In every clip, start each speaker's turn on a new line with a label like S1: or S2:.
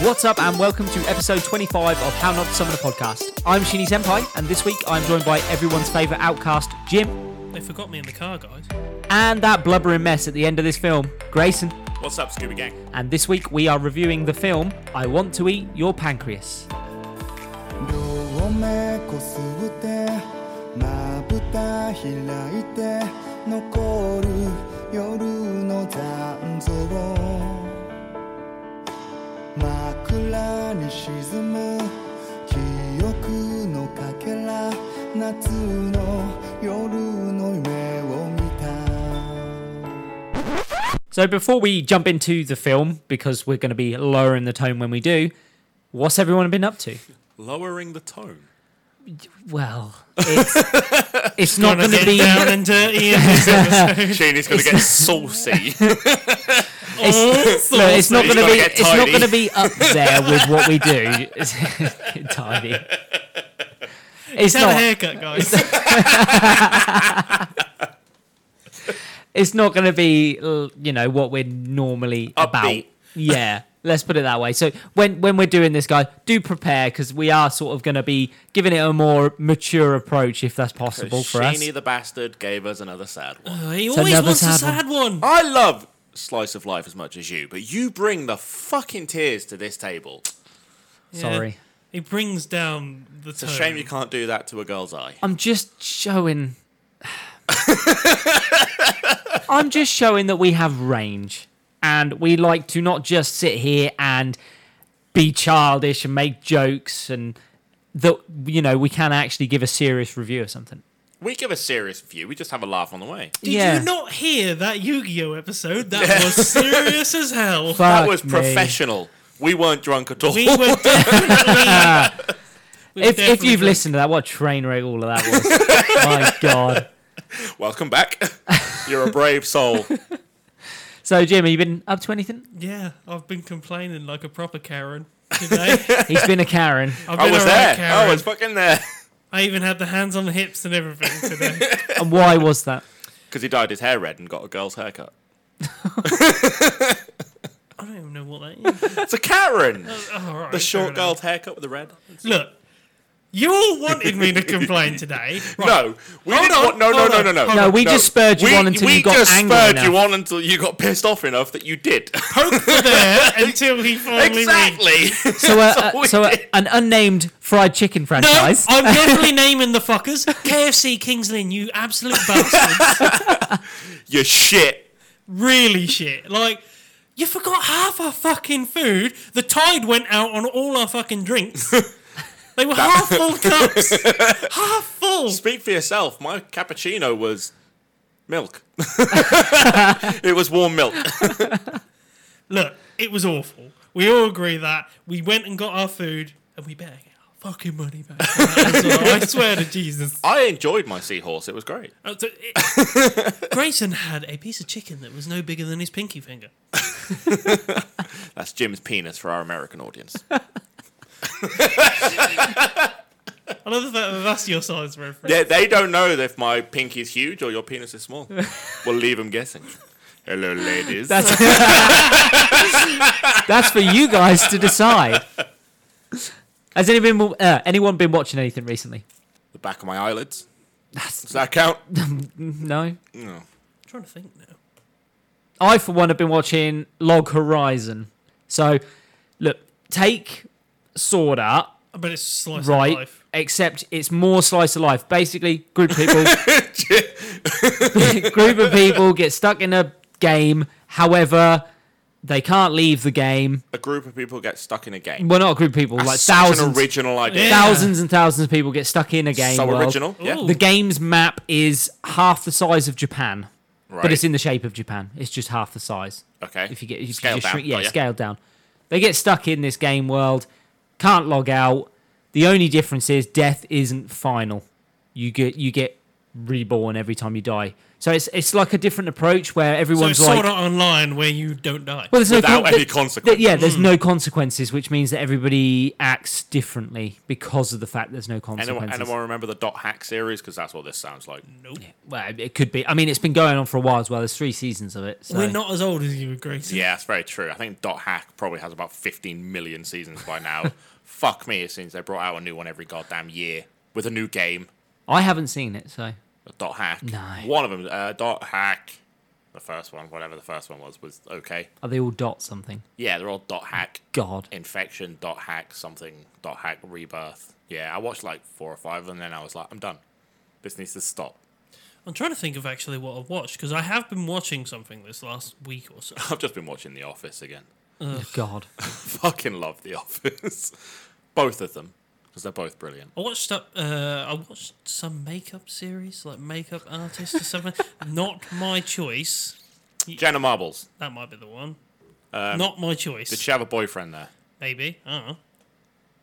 S1: What's up, and welcome to episode 25 of How Not to Summon a Podcast. I'm Shinny Senpai, and this week I'm joined by everyone's favourite outcast, Jim,
S2: They forgot me in the car, guys.
S1: and that blubbering mess at the end of this film, Grayson.
S3: What's up, Scooby Gang?
S1: And this week we are reviewing the film I Want to Eat Your Pancreas.
S4: 両目こすってまぶた開いて残る夜の残像枕に沈む記憶のかけら夏の夜の夢を見た
S1: So before we jump into the film, because we're going to be lowering the tone when we do, what's everyone been up to?
S3: Lowering the tone.
S1: Well, it's, it's not going to
S2: Get
S1: be.
S2: down and dirty. in this episode.
S3: Sheenie's going to get saucy.
S1: It's, no, it's not
S3: He's
S1: going to
S3: gotta
S1: be.
S3: get
S1: It's not
S3: tidy.
S1: going to be up there with what we do. Get tidy. It's
S2: Have a
S1: not.
S2: haircut, guys.
S1: It's not going to be. uh, You know what we're normally about.
S3: Upbeat.
S1: Yeah. Let's put it that way. So when when we're doing this, guys, do prepare because we are sort of going to be giving it a more mature approach if that's possible for us.
S3: Sheenie the bastard gave us another sad one.
S2: Oh, he always
S1: another
S2: wants a
S1: sad
S2: sad one.
S3: I love slice of life as much as you, but you bring the fucking tears to this table.
S1: Sorry.
S2: He brings down the
S3: It's a shame you can't do that to a girl's eye.
S1: I'm just showing. I'm just showing that we have range and we like to not just sit here and be childish and make jokes and that you know we can actually give a serious review of something.
S3: We give a serious view. We just have a laugh on the way.
S2: Did
S1: Yeah.
S2: you not hear that Yu-Gi-Oh episode? That was serious as hell.
S3: That
S1: Fuck
S3: was
S1: me.
S3: professional. We weren't drunk at all.
S2: We were definitely. we were
S1: If, if
S2: definitely
S1: you've
S2: drunk.
S1: listened to that, what a train wreck all of that was! My God.
S3: Welcome back. You're a brave soul.
S1: So Jim, have you been up to anything?
S2: yeah, I've been complaining like a proper Karen today. I've
S1: He's been a Karen.
S2: been
S3: I was
S2: alright,
S3: there.
S2: Karen.
S3: I was fucking there.
S2: I even had the hands on the hips and everything today.
S1: And why was that?
S3: Because he dyed his hair red and got a girl's haircut.
S2: I don't even know what that is.
S3: It's a Karen.
S2: All right,
S3: The
S2: fair
S3: short
S2: enough.
S3: girl's haircut with the red.
S2: Look, you all wanted me to complain today.
S3: No, we
S2: Hold
S3: didn't
S2: on,
S3: want- no, no,
S2: hold
S3: no,
S2: on,
S3: no, no,
S2: hold
S1: No, we just spurred you on until
S3: we
S1: you got
S3: just
S1: angry
S3: spurred
S1: enough.
S3: you on until you got pissed off enough that you did.
S2: Poke for there until he finally reads.
S3: exactly.
S1: So,
S3: That's all
S1: uh,
S3: we
S1: so uh,
S3: did.
S1: an unnamed fried chicken
S2: No,
S1: franchise.
S2: I'm definitely naming the fuckers. KFC Kings Lynn, you absolute bastards.
S3: you shit.
S2: really shit. Like, you forgot half our fucking food. The tide went out on all our fucking drinks. They were half full cups. half full.
S3: Speak for yourself. My cappuccino was milk. it was warm milk.
S2: Look, it was awful. We all agree that. We went and got our food, and we better get our fucking money back. for that as well. I swear to Jesus.
S3: I enjoyed my seahorse. It was great.
S2: Uh, so it- Grayson had a piece of chicken that was no bigger than his pinky finger.
S3: That's Jim's penis for our American audience.
S2: I love the fact that that's your size reference.
S3: they, they don't know if my pinky is huge or your penis is small. We'll leave them guessing. Hello, ladies.
S1: That's that's for you guys to decide. Has anyone been, uh, anyone been watching anything recently?
S3: the back of my eyelids. Does that count?
S1: No,
S3: No.
S2: I'm trying to think now.
S1: I for one have been watching Log Horizon. So, look, take Sword Art
S2: I bet it's slice
S1: right,
S2: of life.
S1: except it's more slice of life. Basically, group of people, group of people get stuck in a game. However, they can't leave the game.
S3: A group of people get stuck in a game.
S1: Well, not a group of people, like
S3: That's such
S1: thousands.
S3: an original idea.
S2: Yeah.
S1: thousands and thousands of people get stuck in a game.
S3: So
S1: world.
S3: original. Yeah.
S2: Ooh.
S1: The game's map is half the size of Japan, but
S3: Right.
S1: it's in the shape of Japan. It's just half the size.
S3: Okay.
S1: If you get if
S3: Scaled
S1: you just
S3: down, Oh,
S1: shrink- yeah,
S3: got ya.
S1: scaled down. They get stuck in this game world, can't log out. The only difference is death isn't final. You get you get reborn every time you die. So it's it's like a different approach where
S2: So
S1: everyone's
S2: it's sort
S1: like,
S2: of online where you don't die.
S1: well, there's no
S3: Without
S1: con-
S3: any
S1: th-
S3: consequence. Hmm.
S1: yeah, there's no consequences, which means that everybody acts differently because of the fact there's no
S3: Anyone,
S1: consequences.
S3: anyone remember the Dot Hack series? Because that's what this sounds like.
S1: Mm.
S2: nope.
S1: Well, it could be. I mean, it's been going on for a while as well. There's three seasons of it. So.
S2: We're not as old as you, Gracie.
S3: Yeah, that's very true. I think Dot Hack probably has about 15 million seasons by now. Fuck me, it seems they brought out a new one every goddamn year with a new game.
S1: I haven't seen it, so
S3: Dot Hack.
S1: No.
S3: One of them, uh, Dot Hack. The first one, whatever the first one was, was okay.
S1: are they all dot something?
S3: Yeah, they're all Dot Hack.
S1: God.
S3: Infection, Dot Hack, something, Dot Hack, Rebirth. Yeah, I watched like four or five and then I was like, I'm done. This needs to stop.
S2: I'm trying to think of actually what I've watched because I have been watching something this last week or so.
S3: I've just been watching The Office again.
S1: God.
S3: Fucking love The Office. both of them, because they're both brilliant.
S2: I watched up. Uh, I watched some makeup series, like makeup artist or something. Not my choice.
S3: Jenna Marbles.
S2: That might be the one.
S1: Um,
S2: Not my choice.
S3: Did she have a boyfriend there?
S2: Maybe. I don't know.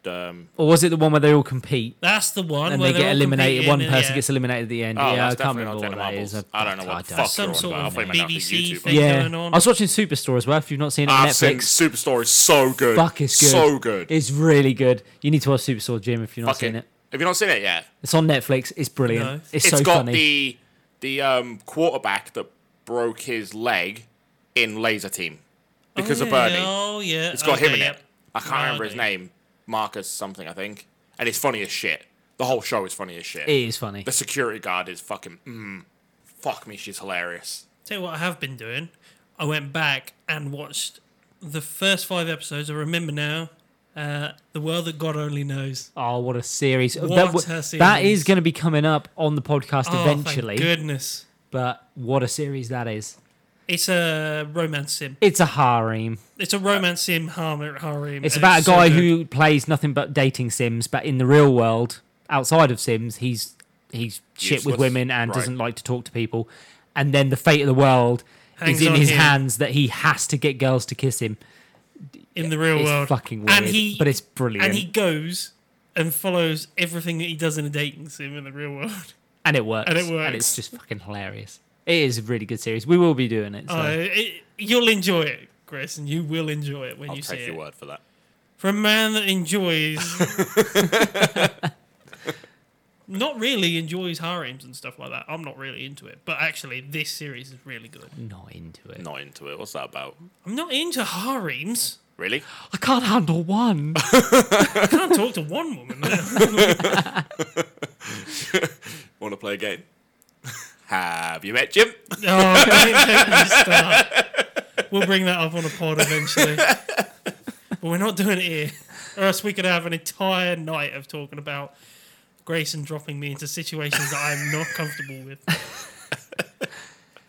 S3: Um,
S1: Or was it the one where they all compete
S2: That's the one.
S1: and
S2: where
S1: they get
S2: they're all
S1: eliminated?
S2: competing
S1: One
S2: and-
S1: person
S2: yeah.
S1: gets eliminated at the end.
S3: Oh,
S1: yeah, I
S3: that's
S1: can't
S3: definitely
S1: remember what
S3: not Jenna
S1: that is.
S3: Marbles. I don't know what the
S1: don't-
S3: fuck
S2: Some
S3: you're on
S2: sort
S3: about.
S2: of
S3: I blame it now for
S2: BBC
S3: YouTube.
S2: thing
S1: Yeah,
S2: going
S1: I
S2: on.
S1: was watching Superstore as well. If you've not seen it, on
S3: I've seen
S1: Netflix.
S3: Superstore is so good.
S1: Fuck, it's good.
S3: Ah, So good.
S1: It's really good. You need to watch Superstore, Jim, if you've not
S3: Fuck
S1: seen it.
S3: Have you not seen it yet?
S1: It's on Netflix. It's brilliant.
S2: No.
S1: It's,
S3: It's
S1: so
S3: got
S1: funny.
S3: the the um, quarterback that broke his leg in Laser Team because
S2: oh,
S3: of
S2: yeah.
S3: Bernie.
S2: Oh yeah.
S3: It's got him in
S2: Okay,
S3: it.
S2: yep.
S3: I can't remember his
S2: Bernie.
S3: name. Marcus something, I think. And it's funny as shit. The whole show is funny as shit.
S1: it is funny.
S3: The security guard is fucking. Mm, fuck me, she's hilarious.
S2: Tell you what I have been doing. I went back and watched the first five episodes. I remember now. Uh, the world that God only knows.
S1: Oh, what a series!
S2: What
S1: that, w- that
S2: a series.
S1: is going to be coming up on the podcast
S2: Oh, thank
S1: eventually.
S2: goodness.
S1: But what a series that is!
S2: It's a romance sim.
S1: It's a harem.
S2: It's a romance sim harem. harem
S1: It's
S2: and
S1: about a
S2: so
S1: guy
S2: good.
S1: who plays nothing but dating sims, but in the real world, outside of Sims, he's he's shit
S3: Useless.
S1: with women and
S3: Right.
S1: doesn't like to talk to people. And then the fate of the world
S2: Hangs
S1: is in
S2: on
S1: his
S2: him.
S1: hands that he has to get girls to kiss him.
S2: in the real
S1: It's
S2: world.
S1: fucking weird,
S2: And he,
S1: but it's brilliant,
S2: and he goes and follows everything that he does in a dating sim in the real world.
S1: and it works,
S2: and it
S1: and it's
S2: works.
S1: just fucking hilarious. It is a really good series. We will be doing it. So.
S2: Uh, it, you'll enjoy it, Chris, and you will enjoy it when
S3: I'll
S2: you see
S3: take your
S2: it.
S3: word for that.
S2: For a man that enjoys, not really enjoys harems and stuff like that. I'm not really into it, but actually, this series is really good.
S1: not into it.
S3: Not into it. What's that about?
S2: I'm not into harems.
S3: Really?
S1: I can't handle one.
S2: I can't talk to one woman.
S3: Want to play a game? Have you met Jim?
S2: Oh, don't make me start. We'll bring that up on a pod eventually. but we're not doing it here. Or else we could have an entire night of talking about Grayson dropping me into situations that I'm not comfortable with.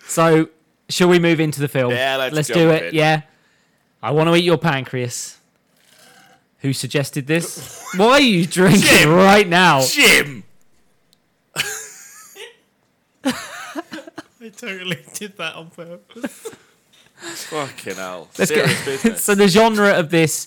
S1: So, shall we move into the film?
S3: Yeah, let's
S1: do
S3: jump
S1: it.
S3: in.
S1: Yeah. I want to eat your pancreas. Who suggested this? Why are you drinking
S3: Jim.
S1: right now?
S2: Oh.
S3: Jim!
S2: I totally did that on purpose.
S3: Fucking hell.
S1: Let's get-
S3: Serious business.
S1: So the genre of this,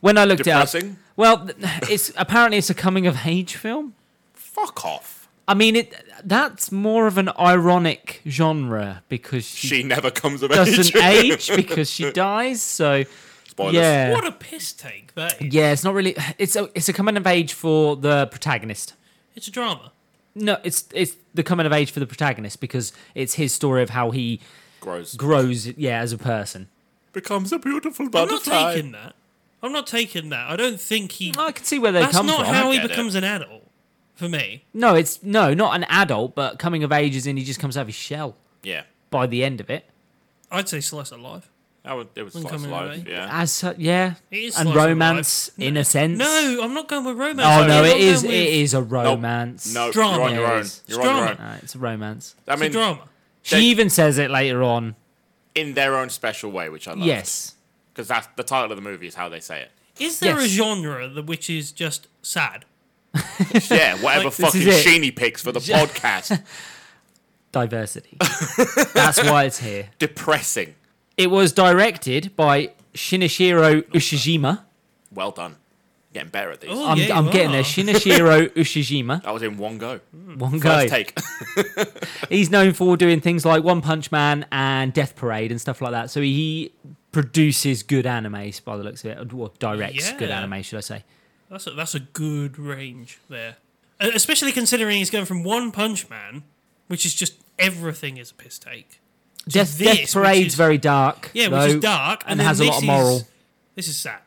S1: when I looked it up,
S3: Depressing?
S1: well, th- it's apparently it's a coming of age film.
S3: Fuck off.
S1: I mean, it that's more of an ironic genre because she,
S3: She never comes of age.
S1: doesn't age because she dies. So
S3: Spoilers.
S1: yeah,
S2: What a piss take that is.
S1: yeah, it's not really. It's a it's a coming of age for the protagonist.
S2: It's a drama.
S1: No, it's it's the coming of age for the protagonist because it's his story of how he
S3: Gross.
S1: grows, yeah, as a person.
S3: Becomes a beautiful
S2: I'm not
S3: butterfly.
S2: taking that. I'm not taking that. I don't think he.
S1: I can see where they
S2: That's
S1: come
S2: not
S1: from.
S2: how he
S3: get it.
S2: becomes an adult for me.
S1: no, it's no, not an adult, but coming of age is in he just comes out of his shell
S3: Yeah.
S1: by the end of it.
S2: I'd say slice of life.
S3: That was, it was
S2: Wouldn't
S3: slice of
S2: come in
S3: life,
S2: the
S3: yeah.
S1: As su- yeah,
S2: It is
S1: and
S2: slice of
S1: romance in a sense.
S2: No, I'm not going with romance.
S1: oh
S2: I'm
S1: no, it
S2: going
S1: is
S2: with-
S1: it is a romance.
S3: No,
S2: drama.
S3: you're on your
S1: Yeah,
S3: own.
S1: it's
S3: You're on your
S2: drama.
S3: own.
S1: No, it's a romance.
S3: I
S2: It's a
S3: mean,
S2: drama.
S1: She
S3: They-
S1: even says it later on.
S3: in their own special way, which I love.
S1: Yes,
S3: Because that's the title of the movie is how they say it.
S2: Is there a
S1: Yes.
S2: genre that which is just sad?
S3: Yeah, whatever
S2: Like,
S1: this
S3: fucking
S1: is it.
S3: Sheeny picks for the podcast.
S1: diversity. That's why it's here.
S3: Depressing.
S1: It was directed by Shinichiro Ushijima.
S3: Well done. Getting better at these.
S2: Oh.
S1: I'm,
S2: yeah,
S1: I'm
S2: you
S1: getting there.
S2: are.
S1: Shinichiro Ushijima,
S3: That was in one go.
S1: one guy.
S3: First take.
S1: He's known for doing things like One Punch Man and Death Parade and stuff like that. So he produces good animes by the looks of it, or directs good
S2: Yeah.
S1: anime, should I say?
S2: That's a, that's a good range there, Uh, especially considering he's going from One Punch Man, which is just everything is a piss take.
S1: Death,
S2: this,
S1: Death
S2: which
S1: Parade's
S2: is-
S1: very dark.
S2: Yeah,
S1: though,
S2: which is dark
S1: and,
S2: then
S1: has a lot
S2: this
S1: of moral.
S2: Is, this is sad.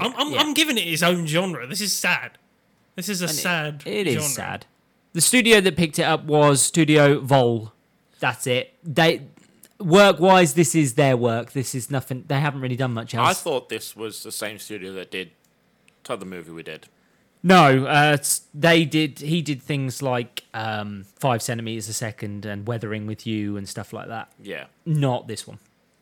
S2: I'm, I'm,
S1: yeah.
S2: I'm giving it its own genre. This is sad. This is a sad.
S1: It is
S2: genre.
S1: sad. The studio that picked it up was Studio Vol. That's it. They work wise, this is their work. This is nothing. They haven't really done much else.
S3: I thought this was the same studio that did to the movie we did.
S1: No, uh, s- they did. He did things like um, five centimeters a second and weathering with you and stuff like that.
S3: Yeah.
S1: Not this one.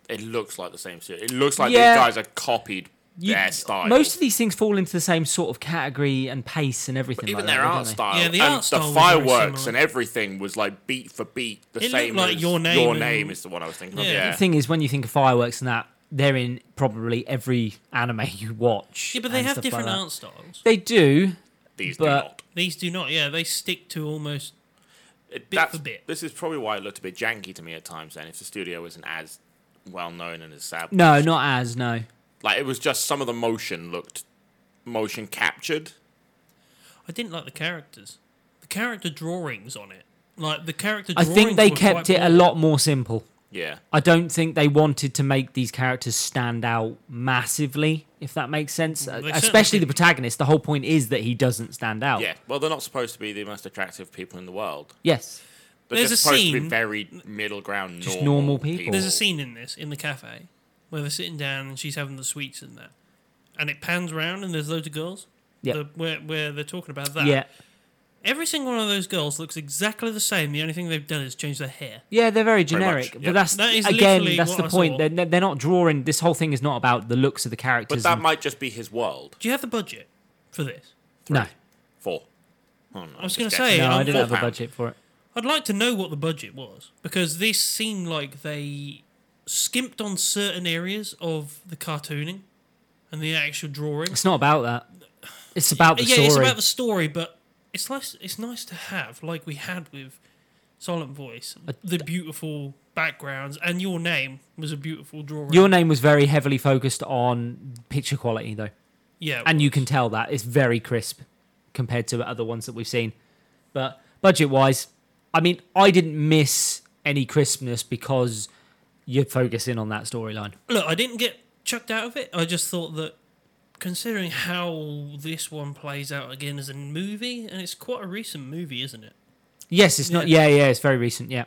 S3: It looks like the same studio. It looks like
S1: Yeah.
S3: these guys are copied
S1: You-
S3: their style.
S1: Most of these things fall into the same sort of category and pace and everything.
S3: even
S1: like
S3: their
S1: that, don't
S3: art
S1: they?
S3: style
S2: Yeah, the
S3: and
S2: art style
S3: the
S2: was very
S3: fireworks
S2: similar.
S3: and everything was like beat for beat the
S2: It
S3: same
S2: looked like
S3: as
S2: Your Name
S3: Your
S2: and-
S3: name is the one I was thinking
S2: Yeah.
S1: The
S3: of. Yeah.
S1: thing is, when you think of fireworks and that, they're in probably every anime you watch.
S2: Yeah, but they
S1: and
S2: have
S1: stuff like
S2: different
S1: that.
S2: art styles.
S1: They do.
S3: These
S1: but-
S3: do not.
S2: These do not. Yeah, they stick to almost.
S3: It,
S2: Bit
S3: that's-
S2: for bit.
S3: This is probably why it looked a bit janky to me at times then, if the studio isn't as well known and as sad.
S1: No, not as no.
S3: Like it was just some of the motion looked motion captured.
S2: I didn't like the characters. The character drawings on it, like the character.
S1: I
S2: Drawings
S1: think they
S2: were
S1: kept
S2: quite
S1: it a
S2: boring.
S1: lot more simple.
S3: Yeah.
S1: I don't think they wanted to make these characters stand out massively, if that makes sense. Uh,
S2: they
S1: Especially
S2: certainly
S1: the
S2: didn't.
S1: protagonist. The whole point is that he doesn't stand out.
S3: Yeah. Well, they're not supposed to be the most attractive people in the world.
S1: Yes.
S3: They're
S2: There's
S3: just
S2: a
S3: supposed to be
S2: scene-
S3: very middle ground,
S1: Just
S3: normal,
S1: normal people.
S2: There's a scene in this in the cafe where they're sitting down and she's having the sweets and that, and it pans round and there's loads of girls.
S1: Yep.
S2: The, where where they're talking about that.
S1: Yeah.
S2: Every single one of those girls looks exactly the same. The only thing they've done is change their hair.
S1: Yeah, they're very
S3: much,
S1: generic.
S3: yeah.
S1: But that's
S2: That is
S1: again,
S2: literally
S1: that's
S2: what
S1: the
S2: I
S1: point.
S2: saw.
S1: They're, they're not drawing. This whole thing is not about the looks of the
S3: But
S1: characters.
S3: that
S1: and-
S3: might just be his world.
S2: Do you have the budget for this?
S1: no,
S3: Four. Oh, no, I
S2: was gonna say,
S1: no, I
S2: um,
S1: didn't have a
S3: Full-pound.
S1: budget for it.
S2: I'd like to know what the budget was because this seemed like they skimped on certain areas of the cartooning and the actual drawing.
S1: It's not about that. It's about the
S2: yeah,
S1: story.
S2: it's about the story, but it's nice. It's nice to have, like we had with Silent Voice, the beautiful backgrounds, and your name was a beautiful drawing.
S1: Your name was very heavily focused on picture quality, though,
S2: yeah,
S1: and you can tell that it's very crisp compared to other ones that we've seen. But budget-wise, I mean, I didn't miss any crispness because you're focusing on that storyline.
S2: look, I didn't get chucked out of it. I just thought that considering how this one plays out again as a movie, and it's quite a recent movie, isn't it?
S1: Yes, it's not. Yeah, yeah, it's very recent. Yeah.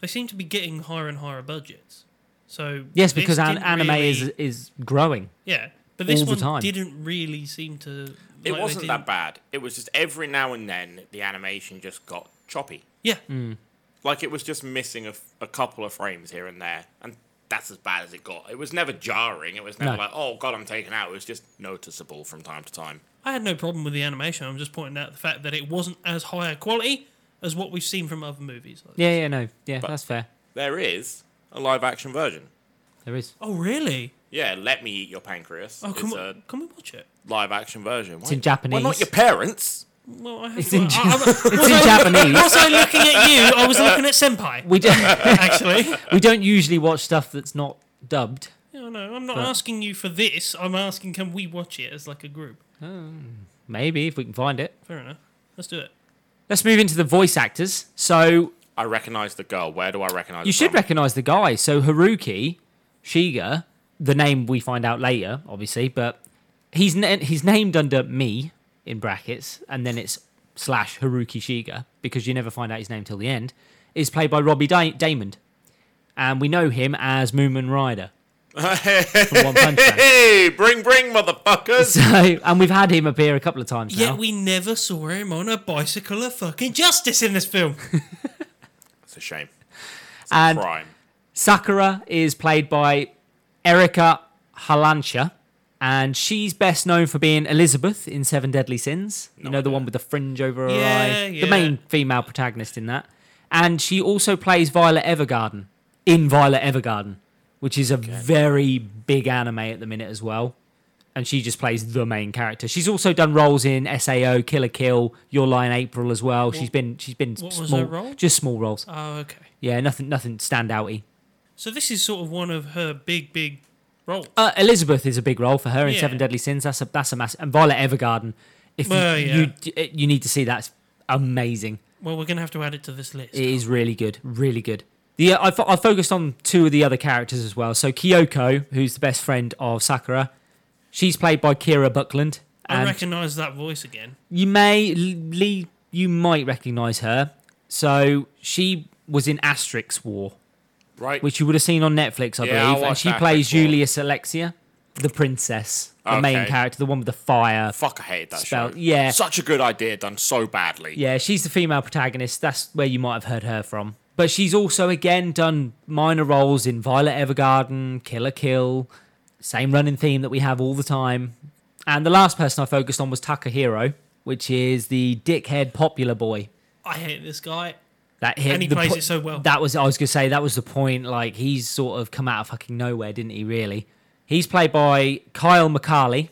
S2: They seem to be getting higher and higher budgets. So
S1: Yes,
S2: this
S1: because an,
S2: didn't
S1: anime
S2: really-
S1: is is growing.
S2: yeah, but this
S1: all the
S2: one
S1: time.
S2: didn't really seem to. like,
S3: It
S2: they
S3: wasn't
S2: didn't-
S3: that bad. It was just every now and then the animation just got choppy.
S2: Yeah,
S1: Mm.
S3: Like it was just missing a, f- a couple of frames here and there. And that's as bad as it got. It was never jarring. It was never
S1: No.
S3: like, oh, God, I'm taken out. It was just noticeable from time to time.
S2: I had no problem with the animation. I'm just pointing out the fact that it wasn't as high a quality as what we've seen from other movies. Like-
S1: Yeah, yeah, no, yeah, that's fair.
S3: There is a live action version.
S1: There is.
S2: Oh, really?
S3: Yeah, Let Me Eat Your Pancreas.
S2: Oh,
S3: it's
S2: can
S3: a
S2: we, can we watch it?
S3: live action version. It's
S1: in
S3: Why
S1: Japanese.
S3: not your parents?
S2: Well, I have
S1: It's in,
S2: I- I-
S1: it's in Japanese.
S2: was I looking at you? I was looking at Senpai,
S1: We don't
S2: actually.
S1: we don't usually watch stuff that's not dubbed.
S2: No, no, I'm not asking you for this. I'm asking, can we watch it as like a group?
S1: Maybe if we can find it.
S2: Fair enough. Let's do it.
S1: Let's move into the voice actors. So
S3: I recognize the girl. Where do I recognize
S1: you
S3: her
S1: should
S3: from?
S1: recognize the guy. So Haruki Shiga, the name we find out later, obviously, but he's na- he's named under me in brackets, and then it's slash Haruki Shiga because you never find out his name till the end. Is played by Robbie da- Damon, and we know him as Moomin Rider from One Punch Man.
S3: Hey, bring, bring, motherfuckers.
S1: So, and we've had him appear a couple of times now.
S2: Yet we never saw him on a bicycle of fucking justice in this film.
S3: It's a shame.
S1: and
S3: Crime.
S1: Sakura is played by Erika Halancha, and she's best known for being Elizabeth in Seven Deadly Sins. you know, the one with the fringe over her
S2: Yeah,
S1: eye.
S2: yeah.
S1: The main female protagonist in that. And she also plays Violet Evergarden in Violet Evergarden, which is a very big anime at the minute as well. and she just plays the main character. She's also done roles in Sao, Killer Kill, Your Line April as well. She's been she's been
S2: What
S1: small,
S2: was her role?
S1: just small roles.
S2: Oh, okay.
S1: Yeah, nothing nothing standouty.
S2: So this is sort of one of her big, big roles.
S1: Uh, Elizabeth is a big role for her in
S2: Yeah.
S1: Seven Deadly Sins. That's a that's a massive and Violet Evergarden. If
S2: Well,
S1: you,
S2: yeah.
S1: you d- uh, you need to see that's amazing.
S2: Well, we're gonna have to add it to this list.
S1: It is really good, really good. The uh, I, fo- I focused on two of the other characters as well. So Kyoko, who's the best friend of Sakura, she's played by Kira Buckland.
S2: I
S1: and-
S2: recognise that voice again.
S1: you may Lee, you might recognize her. So she was in Asterix War,
S3: Right.
S1: which you would have seen on Netflix, I
S3: Yeah, I
S1: believe, and
S3: watched
S1: she
S3: Asterix
S1: plays
S3: War.
S1: Julius Alexia, the princess, the main
S3: Okay.
S1: character, the one with the fire.
S3: Fuck, I hated that
S1: Spell-
S3: show.
S1: yeah.
S3: Such a good idea done so badly.
S1: Yeah, she's the female protagonist. That's where you might have heard her from. But she's also again done minor roles in Violet Evergarden, Killer Kill, same running theme that we have all the time. And the last person I focused on was Takahiro, which is the dickhead popular boy.
S2: I hate this guy.
S1: That hit
S2: And he
S1: the
S2: plays it so well.
S1: That was I was gonna say that was the point. Like he's sort of come out of fucking nowhere, didn't he? Really, he's played by Kyle McCarley,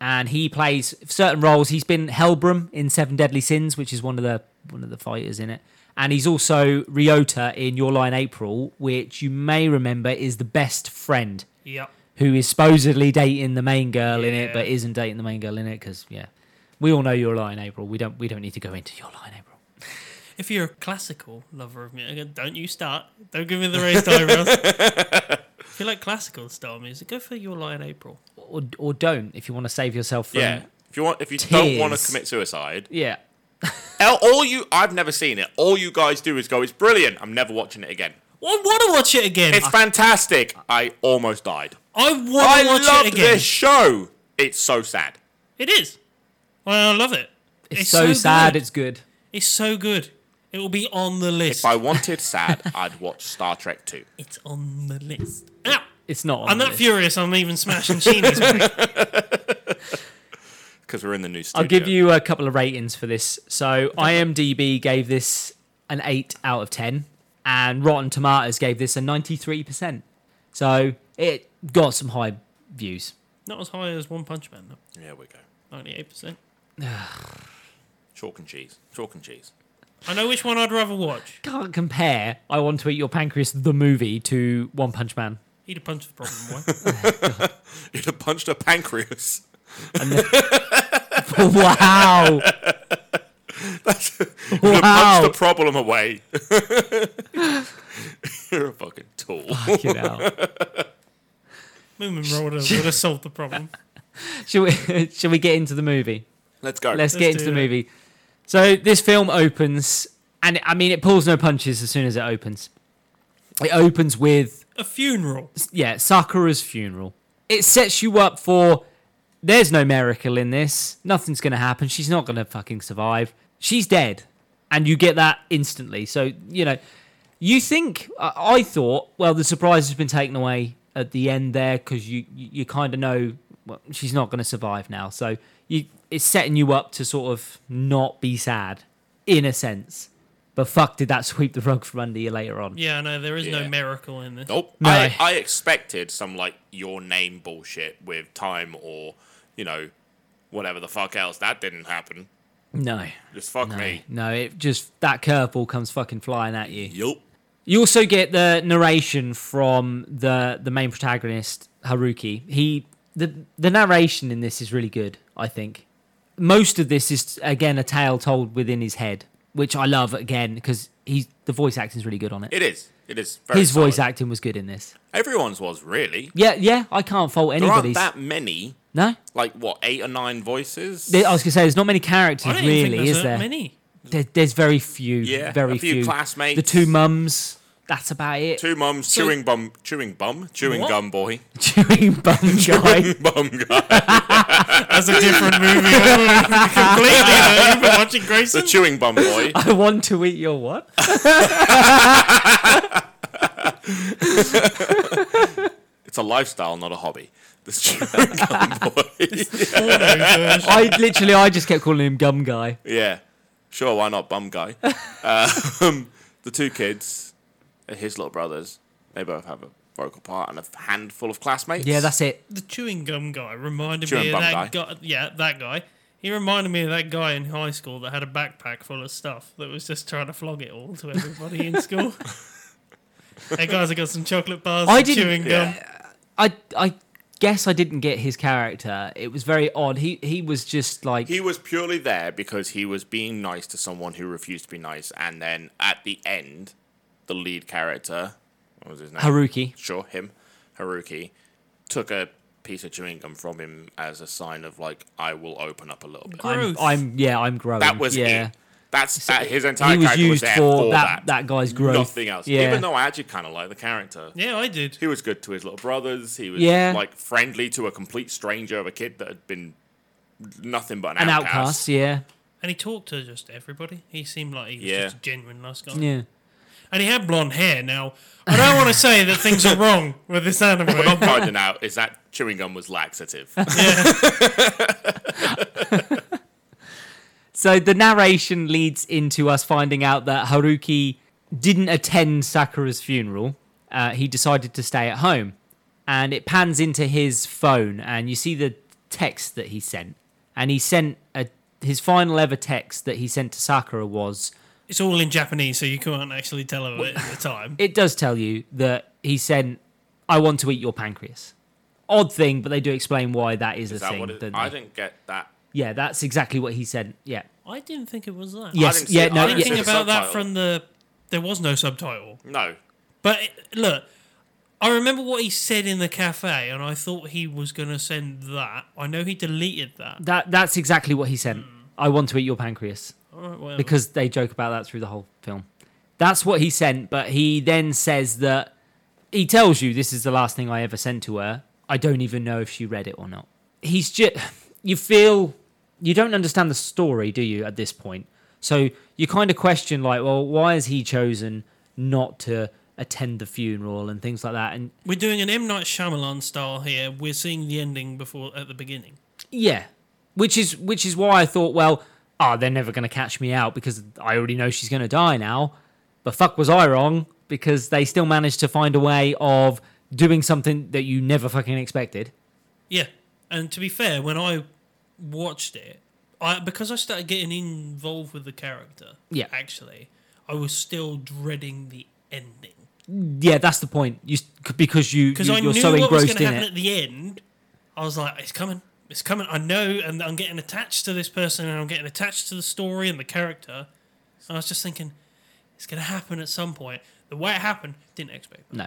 S1: and he plays certain roles. He's been Helbrum in Seven Deadly Sins, which is one of the one of the fighters in it, and he's also Ryota in Your Line April, which you may remember is the best friend
S2: Yep.
S1: who is supposedly dating the main girl in it,
S2: Yeah.
S1: but isn't dating the main girl in it because yeah, we all know Your Line April. We don't we don't need to go into Your Line April.
S2: If you're a classical lover of music, don't you start. Don't give me the raised eyebrows. if you like classical style music, go for Your Lie in April.
S1: Or, or don't if you want to save yourself from
S3: Yeah. If you want, if you don't want
S1: Tears.
S3: to commit suicide,
S1: Yeah.
S3: all- all you I've never seen it. All you guys do is go, "It's brilliant. I'm never watching it again.
S2: I want to watch it again.
S3: It's fantastic. I almost died.
S2: I
S3: I
S2: want to watch
S3: love
S2: it again.
S3: this show. It's so sad.
S2: it is. Well, I love it.
S1: It's, so, sad,
S2: Good.
S1: it's good.
S2: It's so good. It will be on the list.
S3: If I wanted sad, I'd watch Star Trek 2.
S2: It's on the list. Ow!
S1: It's not. On
S2: I'm
S1: the
S2: that
S1: list.
S2: furious. I'm even smashing Sheena's mic.
S3: Because we're in the new studio.
S1: I'll give you a couple of ratings for this. So IMDb gave this an 8 out of 10, and Rotten Tomatoes gave this a 93%. So it got some high views.
S2: Not as high as One Punch Man, though.
S3: There we go.
S2: 98%.
S3: Chalk and cheese. Chalk and cheese.
S2: I know which one I'd rather watch.
S1: Can't compare I Want to Eat Your Pancreas, the movie, to One Punch Man.
S2: He'd have punched the problem away.
S3: You'd have punched a pancreas.
S1: wow.
S3: You'd have
S1: Wow.
S3: punched the problem away. You're a fucking tool.
S1: Fucking hell.
S2: Moomin Roller would have solved the problem.
S1: Shall we, shall we get into the movie?
S3: Let's go.
S1: Let's, get
S2: Let's
S1: into
S2: do
S1: the
S2: it.
S1: movie. So this film opens, and I mean, it pulls no punches as soon as it opens. It opens with
S2: A funeral.
S1: yeah, Sakura's funeral. It sets you up for there's no miracle in this. Nothing's going to happen. She's not going to fucking survive. She's dead. And you get that instantly. So, you know, you think, I, I thought, well, the surprise has been taken away at the end there because you, you, you kind of know well, she's not going to survive now. So you, it's setting you up to sort of not be sad in a sense. But fuck, did that sweep the rug from under you later on?
S2: Yeah, no, there is
S3: Yeah.
S2: no miracle in this.
S3: Nope.
S1: No.
S3: I, I expected some like your name bullshit with time or, you know, whatever the fuck else. That didn't happen.
S1: No.
S3: Just fuck me.
S1: No, it just that curveball comes fucking flying at you.
S3: Yup.
S1: You also get the narration from the the main protagonist Haruki. He the the narration in this is really good. I think most of this is again a tale told within his head, which I love again because he's the voice acting is really good on it.
S3: It is. It is. Very
S1: his voice
S3: solid.
S1: acting was good in this.
S3: Everyone's was really.
S1: Yeah, yeah, I can't fault
S3: There aren't
S1: anybody's.
S3: that many.
S1: No,
S3: Like what, eight or nine voices?
S1: There- I was gonna say there's not many
S2: I
S1: characters
S2: don't even think
S1: really,
S2: there's
S1: is
S2: that
S1: there?
S2: many.
S1: there? There's very few.
S3: Yeah,
S1: very
S3: a few classmates.
S1: The two mums. That's about it.
S3: Two mums,
S2: So-
S3: chewing bum, chewing bum, chewing
S2: What?
S3: gum boy,
S1: Chewing bum guy.
S3: bum guy,
S2: That's a different movie. Completely. though. You've been watching
S3: the
S2: Grayson?
S3: chewing bum boy.
S1: I want to eat your what?
S3: It's a lifestyle, not a hobby. The chewing gum boy.
S1: I literally, I just kept calling him Gum Guy.
S3: yeah, sure, why not, bum guy? Um, the two kids, his little brothers, they both have a vocal part and a handful of classmates.
S1: Yeah, that's it.
S2: The chewing gum guy reminded
S3: Chewing
S2: me of
S3: bum
S2: that guy. Yeah, that guy. He reminded me of that guy in high school that had a backpack full of stuff that was just trying to flog it all to everybody in school. hey guys, I got some chocolate bars,
S1: I
S2: and
S1: didn't-
S2: chewing gum.
S3: Yeah.
S1: I I guess I didn't get his character. It was very odd. He he was just like
S3: He was purely there because he was being nice to someone who refused to be nice, and then at the end, the lead character, what was his name?
S1: Haruki.
S3: Sure, him, Haruki, took a piece of chewing gum from him as a sign of like, I will open up a little bit.
S1: I'm,
S2: Growth.
S1: I'm yeah, I'm growing.
S3: That was
S1: yeah.
S3: it. That's that, his entire
S1: He was
S3: character was
S1: used
S3: there
S1: for, that,
S3: for that.
S1: that guy's growth.
S3: Nothing else.
S1: Yeah.
S3: Even though I actually kind of like the character.
S2: yeah, I did.
S3: He was good to his little brothers. He was
S1: Yeah.
S3: like friendly to a complete stranger of a kid that had been nothing but an,
S1: An
S3: outcast.
S1: outcast, yeah.
S2: And he talked to just everybody. He seemed like he was
S3: Yeah.
S2: just a genuine nice guy.
S1: Yeah.
S2: And he had blonde hair. Now, I don't want to say that things are wrong with this anime.
S3: What I'm finding out is that chewing gum was laxative.
S1: So the narration leads into us finding out that Haruki didn't attend Sakura's funeral. Uh, he decided to stay at home. And it pans into his phone, and you see the text that he sent. And he sent a, his final ever text that he sent to Sakura was
S2: It's all in Japanese, so you can't actually tell of it at the time.
S1: it does tell you that he sent, I want to eat your pancreas. Odd thing, but they do explain why that is,
S3: Is
S1: a
S3: that
S1: thing.
S3: what it,
S1: don't
S3: I
S1: they?
S3: didn't get that.
S1: Yeah, that's exactly what he said. Yeah.
S2: I didn't think it was that.
S1: Yeah, Yes,
S3: I didn't
S1: yeah,
S3: see,
S1: no,
S3: I
S1: yeah.
S3: didn't see
S2: Thinking
S3: the
S2: about that
S3: subtitle.
S2: from the, there was no subtitle.
S3: no.
S2: But it- look, I remember what he said in the cafe, and I thought he was going to send that. I know he deleted that.
S1: That that's exactly what he sent. I want to eat your pancreas
S2: All right, whatever.
S1: because they joke about that through the whole film. That's what he sent, but he then says that he tells you this is the last thing I ever sent to her. I don't even know if she read it or not. He's just you feel you don't understand the story, do you, at this point? So you kind of question like, well, why has he chosen not to attend the funeral and things like that? And
S2: We're doing an M Night Shyamalan style here. We're seeing the ending before at the beginning.
S1: Yeah, which is which is why I thought, well, ah, they're never going to catch me out because I already know she's going to die now. But fuck, was I wrong? Because they still managed to find a way of doing something that you never fucking expected.
S2: Yeah, and to be fair, when I watched it, I because I started getting involved with the character.
S1: Yeah.
S2: actually, I was still dreading the ending
S1: Yeah, that's the point. You s- c- because you,
S2: because
S1: you
S2: I
S1: you're
S2: knew
S1: so
S2: what was
S1: engrossed
S2: going to
S1: in
S2: happen
S1: it.
S2: at the end. I was like, it's coming, it's coming. I know, and I'm getting attached to this person, and I'm getting attached to the story and the character. And I was just thinking, it's going to happen at some point. The way it happened, didn't expect. That.
S1: No,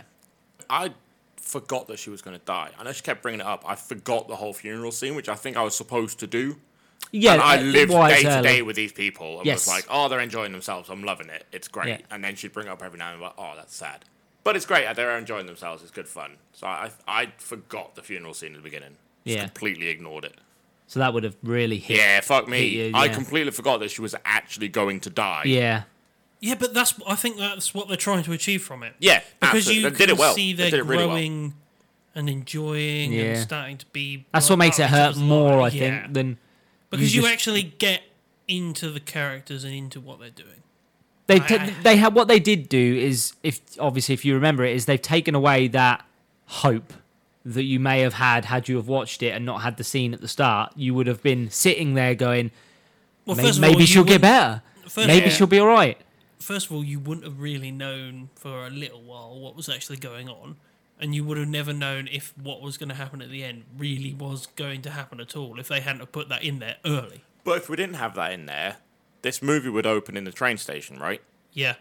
S3: I forgot that she was going to die. I know she kept bringing it up. I forgot the whole funeral scene, which I think I was supposed to do.
S1: yeah,
S3: and I
S1: uh,
S3: lived
S1: why it's
S3: day to
S1: early.
S3: day with these people. And
S1: Yes.
S3: was like, oh, they're enjoying themselves. I'm loving it. It's great.
S1: Yeah.
S3: And then she'd bring it up every now and then, like, oh, that's sad. But it's great. Uh, They're enjoying themselves. It's good fun. So I, I forgot the funeral scene at the beginning. Just
S1: Yeah.
S3: completely ignored it.
S1: So that would have really hit.
S3: Yeah, fuck me.
S1: Yeah, yeah,
S3: I
S1: yeah.
S3: completely forgot that she was actually going to die.
S1: yeah.
S2: Yeah, but that's I think that's what they're trying to achieve from it.
S3: Yeah,
S2: because
S3: absolutely.
S2: you
S3: They did it
S2: can
S3: well.
S2: see
S3: They
S2: they're
S3: did it really well.
S2: growing and enjoying and
S1: Yeah.
S2: starting to be.
S1: That's
S2: like,
S1: what makes
S2: oh,
S1: it
S2: this
S1: hurt
S2: was
S1: more, I
S2: like-
S1: think,
S2: yeah.
S1: than
S2: because you,
S1: just-
S2: actually get into the characters and into what they're doing.
S1: They
S2: I-
S1: t-
S2: I-
S1: they have what they did do is if obviously if you remember it is they've taken away that hope that you may have had had you have watched it and not had the scene at the start you would have been sitting there going
S2: Well,
S1: maybe,
S2: first of all,
S1: maybe
S2: you
S1: she'll get
S2: wouldn't-
S1: better
S2: first-
S1: maybe
S2: yeah.
S1: she'll be all right
S2: First of all, you wouldn't have really known for a little while what was actually going on, and you would have never known if what was going to happen at the end really was going to happen at all if they hadn't have put that in there early.
S3: But if we didn't have that in there, this movie would open in the train station, right?
S2: Yeah,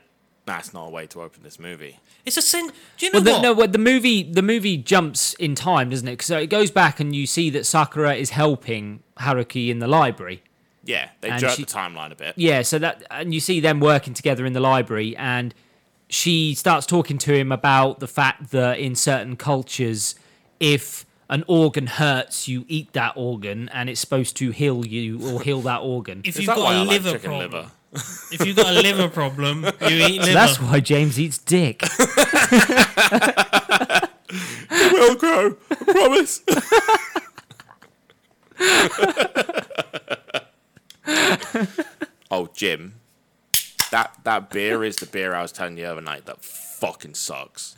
S3: That's not a way to open this movie.
S2: it's a sin. Do you know
S1: well the,
S2: what?
S1: no well, the movie the movie jumps in time doesn't it so it goes back and you see that Sakura is helping Haruki in the library
S3: Yeah, they
S1: And
S3: jerked
S1: she-
S3: the timeline a bit.
S1: yeah so that and you see them working together in the library and she starts talking to him about the fact that in certain cultures if an organ hurts you eat that organ and it's supposed to heal you or heal that organ
S2: if you've
S3: Is that
S2: got
S3: why
S2: a
S3: I like
S2: liver
S3: chicken
S2: problem,
S3: liver?
S2: if you've got a liver problem, you eat liver.
S1: that's why james eats dick
S3: It will grow, I promise. oh, Jim, that that beer is the beer I was telling you the other night that fucking sucks.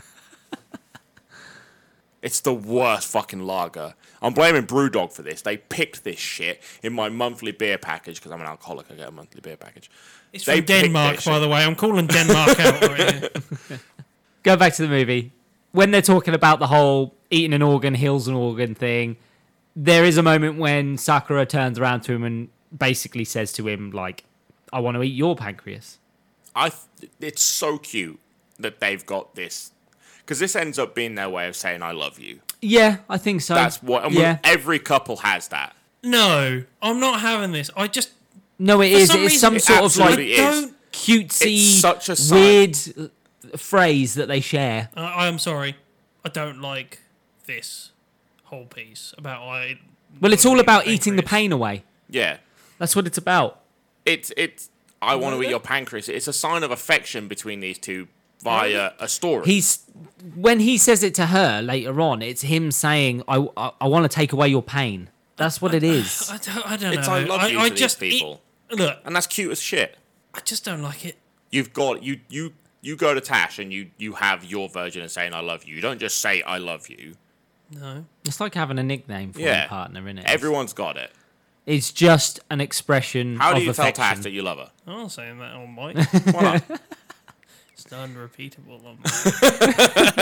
S3: It's the worst fucking lager. I'm blaming Brewdog for this. They picked this shit in my monthly beer package because I'm an alcoholic. I get a monthly beer package.
S2: It's
S3: They
S2: from
S3: picked this
S2: Denmark,
S3: shit.
S2: by the way. I'm calling Denmark out right here.
S1: Go back to the movie. When they're talking about the whole eating an organ heals an organ thing, there is a moment when Sakura turns around to him and basically says to him, like, I want to eat your pancreas.
S3: I. th- It's so cute that they've got this because this ends up being their way of saying I love you.
S1: Yeah, I think so.
S3: That's what. And
S1: yeah.
S3: Every couple has that.
S2: No, I'm not having this. I just
S1: No, it is.
S2: some
S1: It's
S2: reason
S1: some
S2: it
S1: sort of like
S3: absolutely is.
S2: don't.
S1: cutesy,
S3: It's such a sign.
S1: weird uh, phrase that they share.
S2: I, I'm sorry. I don't like this whole piece about I.
S1: Well, it's all about eating the
S2: pancreas.
S1: pain away.
S3: Yeah.
S1: That's what it's about.
S3: It's it's. I want to eat your pancreas. It's a sign of affection between these two via a story.
S1: He's when he says it to her later on. It's him saying, "I I, I want to take away your pain." That's what it is.
S2: I don't, I don't
S3: It's
S2: know.
S3: I love you
S2: I
S3: to these
S2: just, it-
S3: people.
S2: look,
S3: and that's cute as shit.
S2: I just don't like it.
S3: You've got you you you go to Tash and you you have your version of saying I love you. You don't just say I love you.
S2: No.
S1: It's like having a nickname for
S3: Yeah.
S1: your partner, isn't it?
S3: Everyone's got it.
S1: It's just an expression.
S3: How
S1: of
S3: do you
S1: affection.
S3: tell Tash that you love her?
S2: I'm not saying that on mic.
S3: Why not?
S2: It's unrepeatable on mic.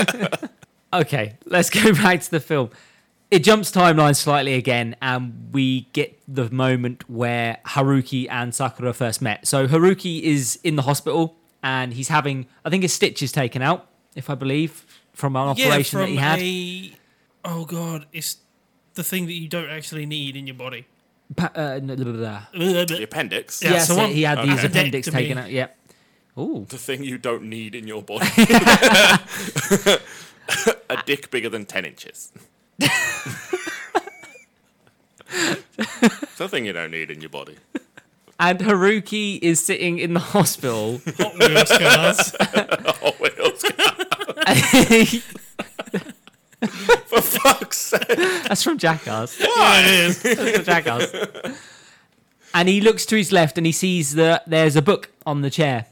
S1: Okay, let's go back to the film. It jumps timeline slightly again, and we get the moment where Haruki and Sakura first met. So Haruki is in the hospital, and he's having, I think, his stitch is taken out, if I believe, from an operation that he had.
S2: a- oh god, it's the thing that you don't actually need in your body.
S1: Pa- uh, n- blah, blah, blah.
S3: the appendix.
S2: Yeah.
S1: yes,
S2: so
S1: it-
S2: one-
S1: he had his
S2: okay.
S1: appendix
S2: Appendectomy.
S1: taken out. Yep. Ooh,
S3: The thing you don't need in your body. a dick bigger than ten inches. it's a thing you don't need in your body.
S1: and Haruki is sitting in the hospital.
S2: Hot Wheels cars.
S3: Oh, what else? For fuck's sake.
S1: That's from Jackass.
S2: yeah, it is.
S1: the jackass. And he looks to his left and he sees that there's a book on the chair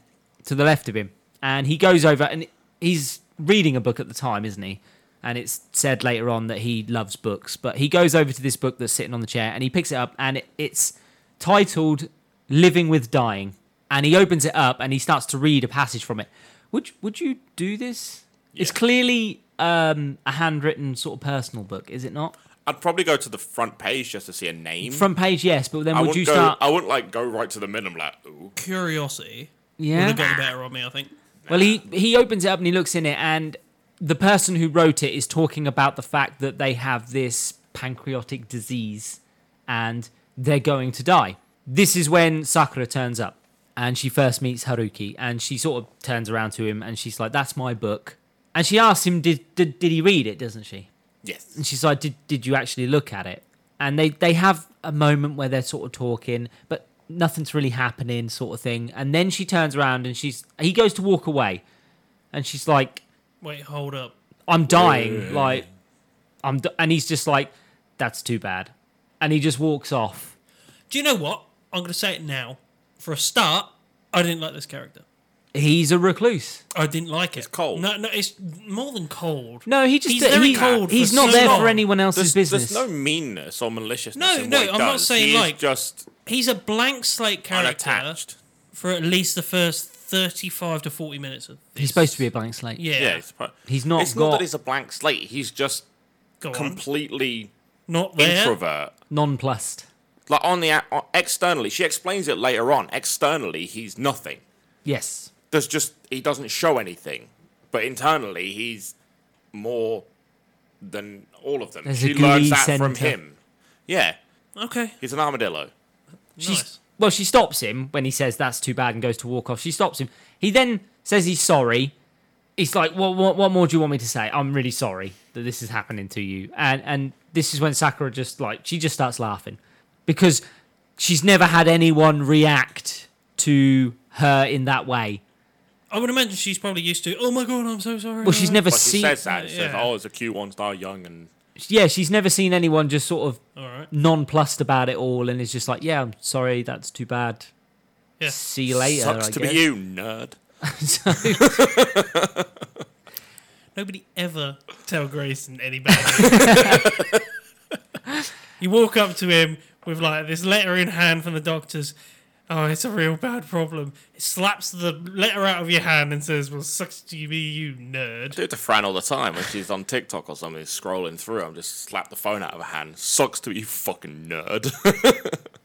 S1: to the left of him. And he goes over and he's reading a book at the time, isn't he? And it's said later on that he loves books. But he goes over to this book that's sitting on the chair and he picks it up and it, it's titled Living with Dying. And he opens it up and he starts to read a passage from it. Would, would you do this? It's
S3: Yeah.
S1: clearly um, a handwritten sort of personal book, is it not?
S3: I'd probably go to the front page just to see a name.
S1: Front page, yes, but then
S3: I
S1: would
S3: wouldn't
S1: you
S3: go,
S1: start?
S3: I wouldn't like go right to the minimum like, ooh.
S2: Curiosity would
S1: Yeah.
S2: have got the better on me, I think.
S1: Well, he he opens it up and he looks in it, and the person who wrote it is talking about the fact that they have this pancreatic disease, and they're going to die. This is when Sakura turns up, and she first meets Haruki, and she sort of turns around to him, and she's like, "That's my book," and she asks him, "Did did, did he read it?" Doesn't she?
S3: Yes.
S1: and she's like, "Did did you actually look at it?" And they they have a moment where they're sort of talking, but nothing's really happening, sort of thing. And then she turns around and she's he goes to walk away, and she's like,
S2: Wait, hold up.
S1: "I'm dying," like, "I'm," d-, and he's just like, "That's too bad," and he just walks off.
S2: Do you know what? I'm going to say it now. For a start, I didn't like this character.
S1: He's a recluse.
S2: I didn't like it. It's
S3: cold.
S2: No, no, it's more than cold.
S1: No, he just
S2: He's very
S1: he-
S2: cold for
S1: He's not
S2: so
S1: there for
S2: long.
S1: anyone else's
S3: There's,
S1: business.
S3: there's no meanness or maliciousness.
S2: No,
S3: in
S2: no,
S3: what he
S2: I'm not
S3: does.
S2: saying,
S3: He is
S2: like,
S3: just
S2: He's a blank slate character
S3: unattached.
S2: for at least the first 35 to 40 minutes of this.
S1: he's supposed to be a blank slate.
S2: Yeah.
S3: Yeah, he's, pro-
S1: He's not
S3: It's not
S1: got-
S3: that he's a blank slate. He's just
S2: Go on.
S3: completely
S2: Not there.
S3: introvert.
S1: nonplussed.
S3: Like on the o- externally, she explains it later on. Externally, he's nothing.
S1: Yes,
S3: There's just he doesn't show anything, but internally, he's more than all of them.
S1: There's a
S3: she learns
S1: glee
S3: that from
S1: centre.
S3: him. Yeah,
S2: Okay.
S3: he's an armadillo.
S1: She's
S2: Nice.
S1: well, she stops him when he says that's too bad and goes to walk off. She stops him. He then says he's sorry. He's like, "What? What, what more do you want me to say? I'm really sorry that this is happening to you." And and this is when Sakura just like she just starts laughing because she's never had anyone react to her in that way.
S2: I would imagine she's probably used to. Oh my god, I'm so sorry.
S1: Well, she's never
S3: Mm. But she
S1: seen.
S3: says that. She says,
S2: yeah.
S3: "Oh, it's a cute one star, young and."
S1: Yeah, she's never seen anyone just sort of
S2: All right.
S1: nonplussed about it all and is just like, "Yeah, I'm sorry. That's too bad.
S2: Yeah.
S1: See you later."
S3: Sucks
S1: I
S3: to
S1: guess.
S3: be you, nerd.
S1: So-
S2: No, Nobody ever tell Grayson any bad news. you walk up to him with like this letter in hand from the doctors. Oh, it's a real bad problem. It slaps the letter out of your hand and says, "Well, sucks to be you, nerd."
S3: do it to Fran all the time when she's on TikTok or something, scrolling through. I'm just slap the phone out of her hand. Sucks to be you, fucking nerd.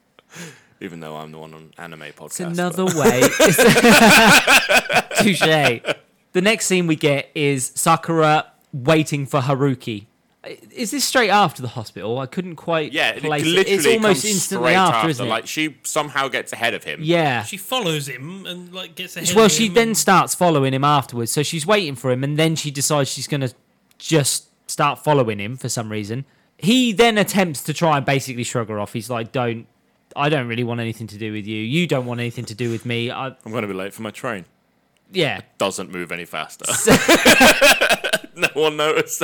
S3: Even though I'm the one on anime podcast.
S1: It's another way. It's- Touche. The next scene we get is Sakura waiting for Haruki. I- Is this straight after the hospital? I couldn't quite
S3: yeah, it
S1: place
S3: literally
S1: it. It's almost
S3: comes
S1: instantly
S3: straight
S1: after,
S3: after,
S1: isn't it?
S3: Like she somehow gets ahead of him.
S1: yeah.
S2: She follows him and like gets ahead.
S1: well,
S2: of
S1: she
S2: him
S1: then
S2: and-
S1: starts following him afterwards. So she's waiting for him, and then she decides she's going to just start following him for some reason. He then attempts to try and basically shrug her off. He's like, "Don't, I don't really want anything to do with you. You don't want anything to do with me. I,
S3: I'm gonna be late for my train.
S1: yeah."
S3: Doesn't move any faster. no one noticed.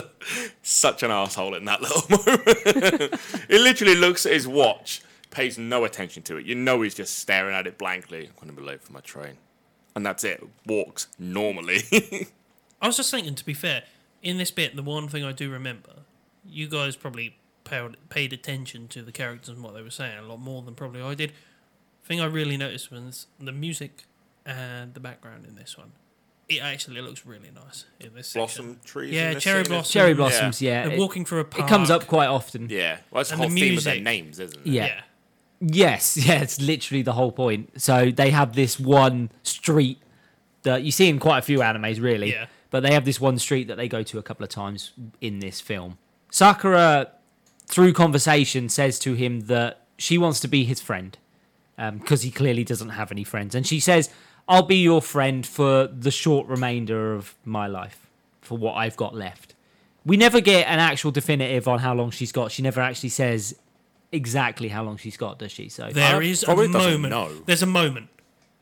S3: Such an asshole in that little moment. he literally looks at his watch, pays no attention to it. You know he's just staring at it blankly. I'm gonna be late for my train. And that's it. Walks normally.
S2: I was just thinking, to be fair, in this bit, the one thing I do remember, you guys probably paid, paid attention to the characters and what they were saying a lot more than probably I did. Thing I really noticed was the music and the background in this one. It actually looks really nice in this
S3: blossom
S2: section.
S3: trees.
S2: Mm, Yeah,
S3: in this
S2: cherry
S3: scene.
S2: blossom.
S1: Cherry blossoms, yeah.
S2: They're
S1: It-
S2: walking through a park.
S1: It comes up quite often.
S3: Yeah, well, that's the
S2: And the
S3: whole theme of their
S2: music.
S3: names, isn't it?
S1: Yeah.
S2: Yeah.
S1: Yes, yeah, it's literally the whole point. So they have this one street that you see in quite a few animes, really.
S2: Yeah.
S1: But they have this one street that they go to a couple of times in this film. Sakura, through conversation, says to him that she wants to be his friend because um, he clearly doesn't have any friends. And she says, I'll be your friend for the short remainder of my life, for what I've got left. We never get an actual definitive on how long she's got. She never actually says exactly how long she's got, does she? So
S2: There is a
S3: probably doesn't
S2: moment.
S3: know.
S2: There's a moment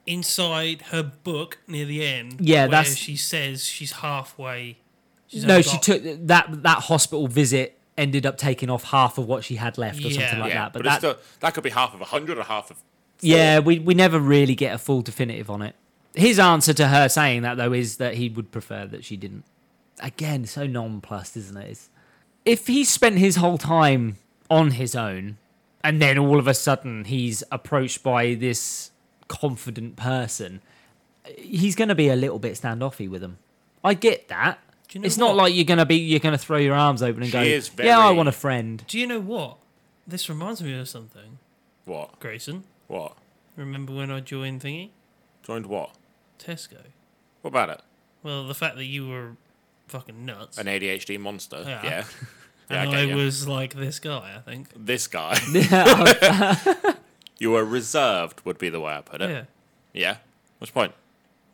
S2: inside her book near the end.
S1: Yeah,
S2: where
S1: that's-
S2: she says she's halfway. She's
S1: no,
S2: only
S1: she
S2: got-
S1: took that that hospital visit ended up taking off half of what she had left or something
S2: Yeah.
S1: like
S3: yeah.
S1: that. But,
S3: it's
S1: that,
S3: still, that could be half of a hundred or half of.
S1: yeah, we we never really get a full definitive on it. His answer to her saying that though is that he would prefer that she didn't. Again, so nonplussed, isn't it? It's, if he spent his whole time on his own, and then all of a sudden he's approached by this confident person, he's going to be a little bit standoffy with them. I get that.
S2: Do you know
S1: it's not
S2: what?
S1: like you're going to be you're going to throw your arms open and
S3: She
S1: go,
S3: is
S1: "Yeah, I
S3: very-
S1: want a friend."
S2: Do you know what? This reminds me of something,
S3: What?
S2: Grayson.
S3: What?
S2: Remember when I joined Thingy?
S3: Joined what?
S2: Tesco.
S3: What about it?
S2: Well, the fact that you were fucking nuts.
S3: An ADHD monster.
S2: Yeah.
S3: Yeah. Yeah.
S2: and
S3: I
S2: I
S3: get you.
S2: was like this guy, I think.
S3: This guy. you were reserved, would be the way I put it.
S2: Yeah.
S3: Yeah. What's the point?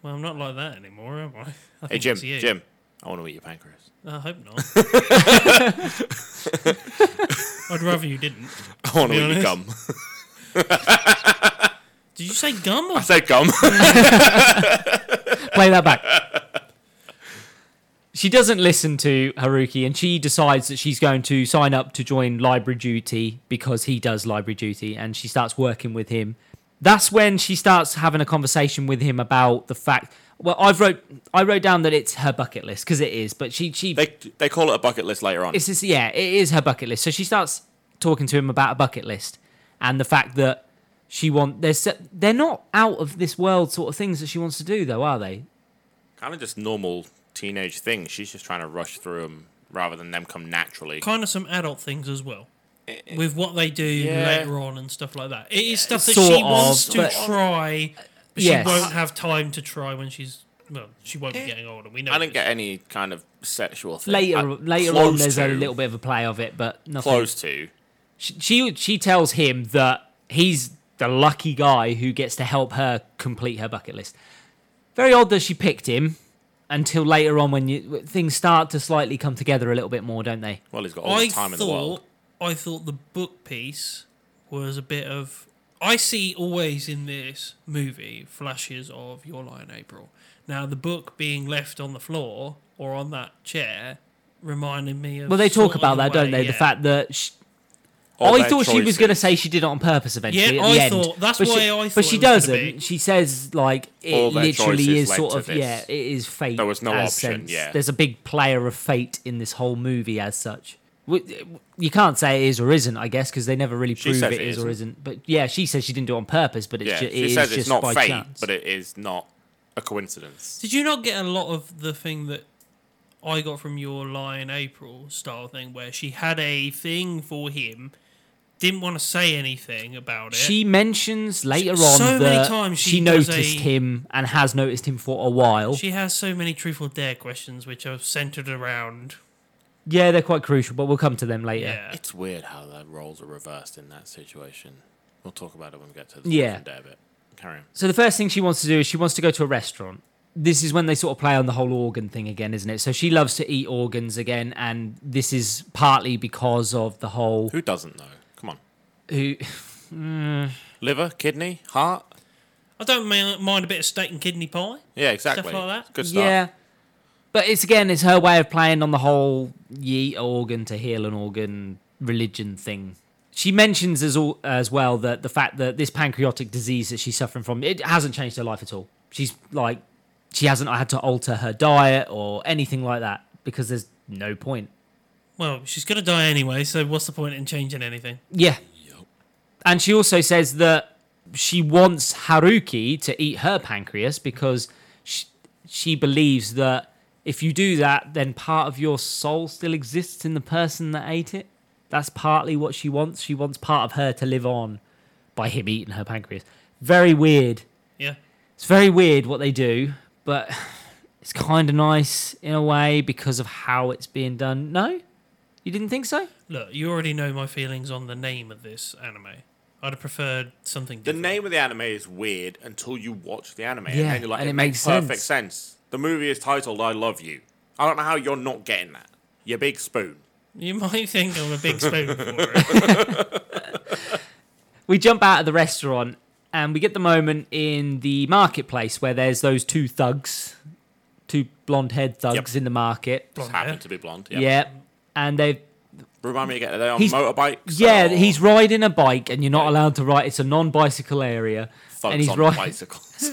S2: Well, I'm not like that anymore, am I? I
S3: Hey,
S2: think
S3: Jim.
S2: it's you.
S3: Jim. I want to eat your pancreas.
S2: I hope not. I'd rather you didn't.
S3: I want to
S2: Be
S3: eat your
S2: honest.
S3: gum.
S2: Did you say gum? Or
S3: I said gum.
S1: play that back. She doesn't listen to Haruki and she decides that she's going to sign up to join library duty because he does library duty and she starts working with him. That's when she starts having a conversation with him about the fact well I've wrote I wrote down that it's her bucket list because it is but she she
S3: they, they call it a bucket list later on.
S1: it's just, yeah, it is her bucket list. So she starts talking to him about a bucket list and the fact that she want they're se- they're not out of this world sort of things that she wants to do though, are they?
S3: kind of just normal teenage thing. She's just trying to rush through them rather than them come naturally.
S2: kind of some adult things as well. With what they do
S3: Eh, Yeah.
S2: later on and stuff like that. It is stuff that
S1: Sort
S2: she
S1: of,
S2: wants to
S1: but-
S2: try, but
S1: Yes.
S2: she won't have time to try when she's. Well, she won't be getting older. We know.
S3: Eh. I didn't
S2: this.
S3: get any kind of sexual thing.
S1: later
S3: I-
S1: later on
S3: Uh, close
S1: there's a
S3: to-
S1: little bit of a play of it but nothing
S3: close to.
S1: She, she she tells him that he's the lucky guy who gets to help her complete her bucket list very odd that she picked him until later on when you things start to slightly come together a little bit more don't they
S3: Well, he's got all
S2: I
S3: the time in
S2: thought,
S3: the world.
S2: I thought the book piece was a bit of. I see always in this movie flashes of Your Lion April. Now, the book being left on the floor or on that chair reminded me of.
S1: well they talk
S2: sort of
S1: about
S2: the
S1: that don't
S2: way-
S1: they the
S2: yeah.
S1: fact that sh
S3: of
S1: I
S3: their
S1: thought she was
S3: choices.
S1: going to say she did it on purpose eventually.
S2: Yeah,
S1: at the
S2: I
S1: end.
S2: thought- that's
S1: but
S2: why
S1: she,
S2: I
S1: But
S2: thought
S1: she
S2: it was gonna
S1: doesn't.
S2: be.
S1: She says like
S3: All
S1: it
S3: their choices
S1: literally is
S3: led
S1: sort
S3: to
S1: of
S3: this.
S1: yeah, it is fate.
S3: There was no
S1: as
S3: option,
S1: sense.
S3: yeah.
S1: there's a big player of fate in this whole movie as such. W- You can't say it is or isn't, I guess, because they never really prove
S3: says
S1: it
S3: it
S1: is or
S3: isn't.
S1: isn't. But yeah, she says she didn't do it on purpose, but it's
S3: Yeah,
S1: ju- it
S3: she
S1: is
S3: says
S1: just
S3: it's not
S1: by
S3: fate,
S1: chance.
S3: but it is not a coincidence.
S2: Did you not get a lot of the thing that I got from your Lion April style thing where she had a thing for him, didn't want to say anything about it?
S1: She mentions later on
S2: so many
S1: that
S2: times she
S1: she
S2: does
S1: noticed
S2: a-
S1: him and has noticed him for a while.
S2: She has so many truth or dare questions which are centered around.
S1: yeah, they're quite crucial, but we'll come to them later.
S2: Yeah.
S3: It's weird how the roles are reversed in that situation. We'll talk about it when we get to the
S1: Yeah.
S3: yeah. day a bit. Carry on.
S1: So the first thing she wants to do is she wants to go to a restaurant. This is when they sort of play on the whole organ thing again, isn't it? So she loves to eat organs again, and this is partly because of the whole
S3: Who doesn't know? Come on.
S1: who.
S3: Liver, kidney, heart.
S2: I don't mi- mind a bit of steak and kidney pie.
S3: Yeah, exactly.
S2: like that.
S3: It's Good stuff.
S1: Yeah. But it's again, it's her way of playing on the whole ye organ to heal an organ religion thing. She mentions as, all, as well that the fact that this pancreatic disease that she's suffering from, it hasn't changed her life at all. She's like, she hasn't had to alter her diet or anything like that because there's no point.
S2: Well, she's going to die anyway, so what's the point in changing anything?
S1: Yeah. And she also says that she wants Haruki to eat her pancreas because she, she believes that if you do that, then part of your soul still exists in the person that ate it. That's partly what she wants. She wants part of her to live on by him eating her pancreas. Very weird.
S2: Yeah.
S1: It's very weird what they do, but it's kind of nice in a way because of how it's being done. No? You didn't think so?
S2: Look, you already know my feelings on the name of this anime. I'd have preferred something
S3: The
S2: different.
S3: name of the anime is weird until you watch the anime, and
S1: Yeah,
S3: then you're like,
S1: and
S3: it,
S1: it
S3: makes
S1: makes
S3: perfect sense. The movie is titled "I Love You." I don't know how you're not getting that. You big spoon.
S2: You might think I'm a big spoon for it.
S1: we jump out of the restaurant and we get the moment in the marketplace where there's those two thugs, two blonde haired thugs
S3: Yep.
S1: in the market.
S2: Blonde hair.
S3: Happen to be blonde. Yeah.
S1: Yeah. And they've
S3: Remind me again. Are they on
S1: He's-
S3: motorbikes?
S1: yeah,
S3: or
S1: he's riding a bike and you're not allowed to ride. It's a non-bicycle area,
S3: thugs
S1: and he's
S3: on
S1: riding.
S3: bicycles.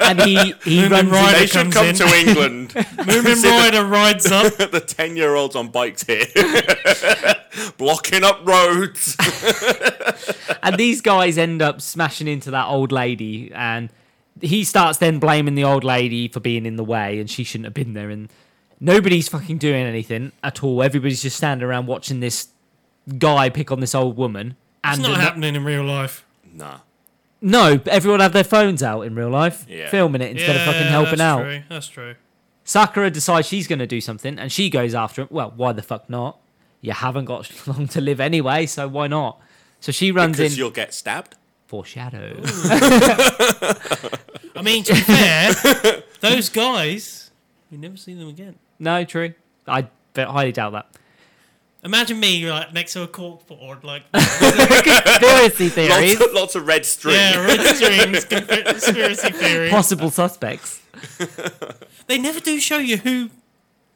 S1: And he he
S2: Moon
S1: runs.
S2: Rider
S1: in-
S3: they should
S2: comes
S3: come
S2: in.
S3: to England.
S2: Moomin Rider rides up.
S3: the ten-year-olds on bikes here, blocking up roads.
S1: and these guys end up smashing into that old lady, and he starts then blaming the old lady for being in the way, and she shouldn't have been there. And nobody's fucking doing anything at all. Everybody's just standing around watching this guy pick on this old woman. And
S2: It's not happening in real life.
S3: nah.
S1: no, but everyone have their phones out in real life,
S3: Yeah.
S1: filming it instead of fucking helping
S2: that's
S1: out.
S2: True. That's true.
S1: Sakura decides she's going to do something and she goes after him. Well, why the fuck not? You haven't got long to live anyway, so why not? So she runs
S3: Because
S1: in.
S3: you'll get stabbed.
S1: Foreshadow.
S2: I mean, to be fair, those guys, we never see them again.
S1: No, true. I bet- highly doubt that.
S2: Imagine me like next to a corkboard, like
S1: Conspiracy theories,
S3: Lots of, lots of red string.
S2: yeah, red strings, conspiracy theory.
S1: possible suspects.
S2: They never do show you who.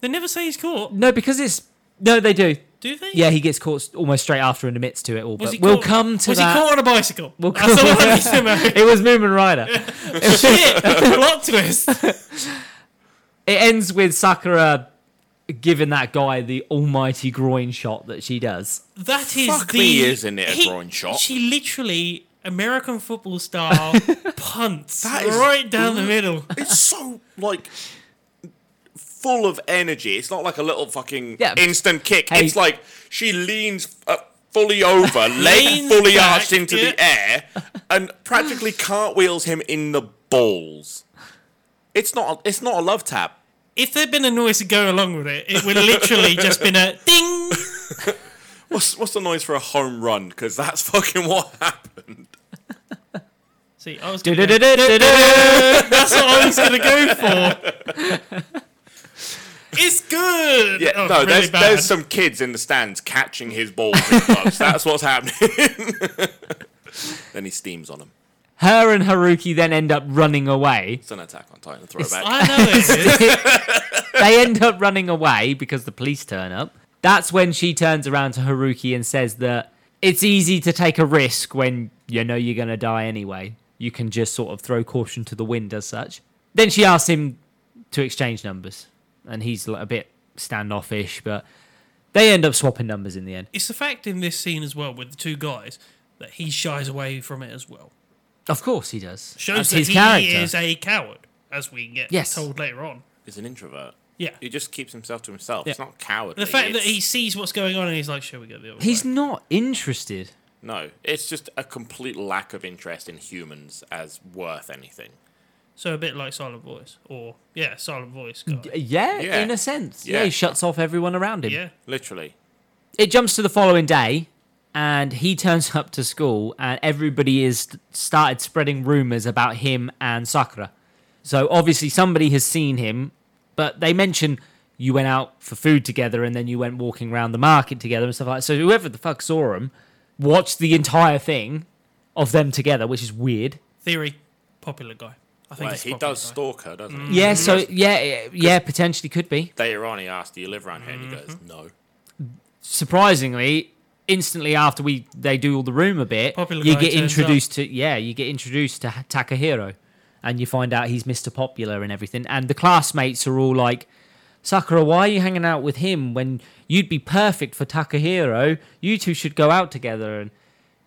S2: They never say he's caught,
S1: No, because it's no, they do.
S2: do they?
S1: Yeah, he gets caught almost straight after and admits to it all.
S2: Was
S1: But
S2: he
S1: we'll
S2: caught-
S1: come to
S2: was
S1: that.
S2: he caught on a bicycle?
S1: We'll
S2: That's all I need to know.
S1: it was Moomin Rider.
S2: Shit, plot twist.
S1: It ends with Sakura giving that guy the almighty groin shot that she does.
S2: That is
S3: Fuck
S2: the
S3: me, isn't it a
S2: he-
S3: groin shot?
S2: She literally American football style punts
S3: That is-
S2: right down the middle.
S3: it's so like full of energy. It's not like a little fucking
S1: Yeah.
S3: instant kick.
S1: Hey.
S3: It's like she leans uh, fully over, leg
S2: Leans
S3: fully
S2: back,
S3: arched into the
S2: yeah.
S3: air, and practically cartwheels him in the balls. It's not. A, it's not a love tap.
S2: If there'd been a noise to go along with it, it would literally just been a ding.
S3: What's what's the noise for a home run? Because that's fucking what happened.
S2: See, I was gonna go,
S1: Du-du-du-du-du-du.
S2: that's what I was gonna go for. It's good.
S3: Yeah,
S2: Oh,
S3: no,
S2: really
S3: there's
S2: bad.
S3: there's some kids in the stands catching his balls. in gloves. That's what's happening. then he steams on him.
S1: Her and Haruki then end up running away.
S3: It's an attack on Titan throwback.
S2: I know it is.
S1: they end up running away because the police turn up. That's when she turns around to Haruki and says that it's easy to take a risk when you know you're going to die anyway. You can just sort of throw caution to the wind as such. Then she asks him to exchange numbers, and he's like a bit standoffish, but they end up swapping numbers in the end.
S2: It's the fact in this scene as well with the two guys that he shies away from it as well.
S1: Of course, he does.
S2: Shows
S1: That's
S2: that
S1: his
S2: he
S1: character.
S2: is a coward, as we get
S1: Yes.
S2: told later on.
S3: He's an introvert.
S2: Yeah.
S3: He just keeps himself to himself. It's
S2: Yeah.
S3: not cowardly.
S2: The fact that
S3: it's-
S2: he sees what's going on and he's like, "Shall we go the other
S1: He's
S2: way?"
S1: not interested.
S3: No, it's just a complete lack of interest in humans as worth anything.
S2: So a bit like Silent Voice, or yeah, Silent Voice guy.
S1: Yeah,
S3: Yeah.
S1: in a sense. Yeah.
S3: Yeah.
S1: he shuts off everyone around him.
S2: Yeah,
S3: Literally.
S1: It jumps to the following day, and he turns up to school, and everybody is started spreading rumors about him and Sakura. So obviously somebody has seen him, but they mention you went out for food together, and then you went walking around the market together and stuff like. that. So whoever the fuck saw him watched the entire thing of them together, which is weird.
S2: theory, popular guy. I think
S3: Well,
S2: it's
S3: he
S2: popular
S3: does
S2: guy.
S3: stalk her, doesn't he?
S1: Yeah. So yeah, yeah, potentially could be.
S3: Later on, he asks, "Do you live around here?" And he goes, "No."
S1: surprisingly, instantly after we they do all the rumor bit,
S2: Popular
S1: you
S2: guy
S1: get
S2: turns
S1: introduced to yeah, you get introduced to Ha- Takahiro, and you find out he's Mr. Popular and everything. And the classmates are all like, "Sakura, why are you hanging out with him when you'd be perfect for Takahiro? You two should go out together." And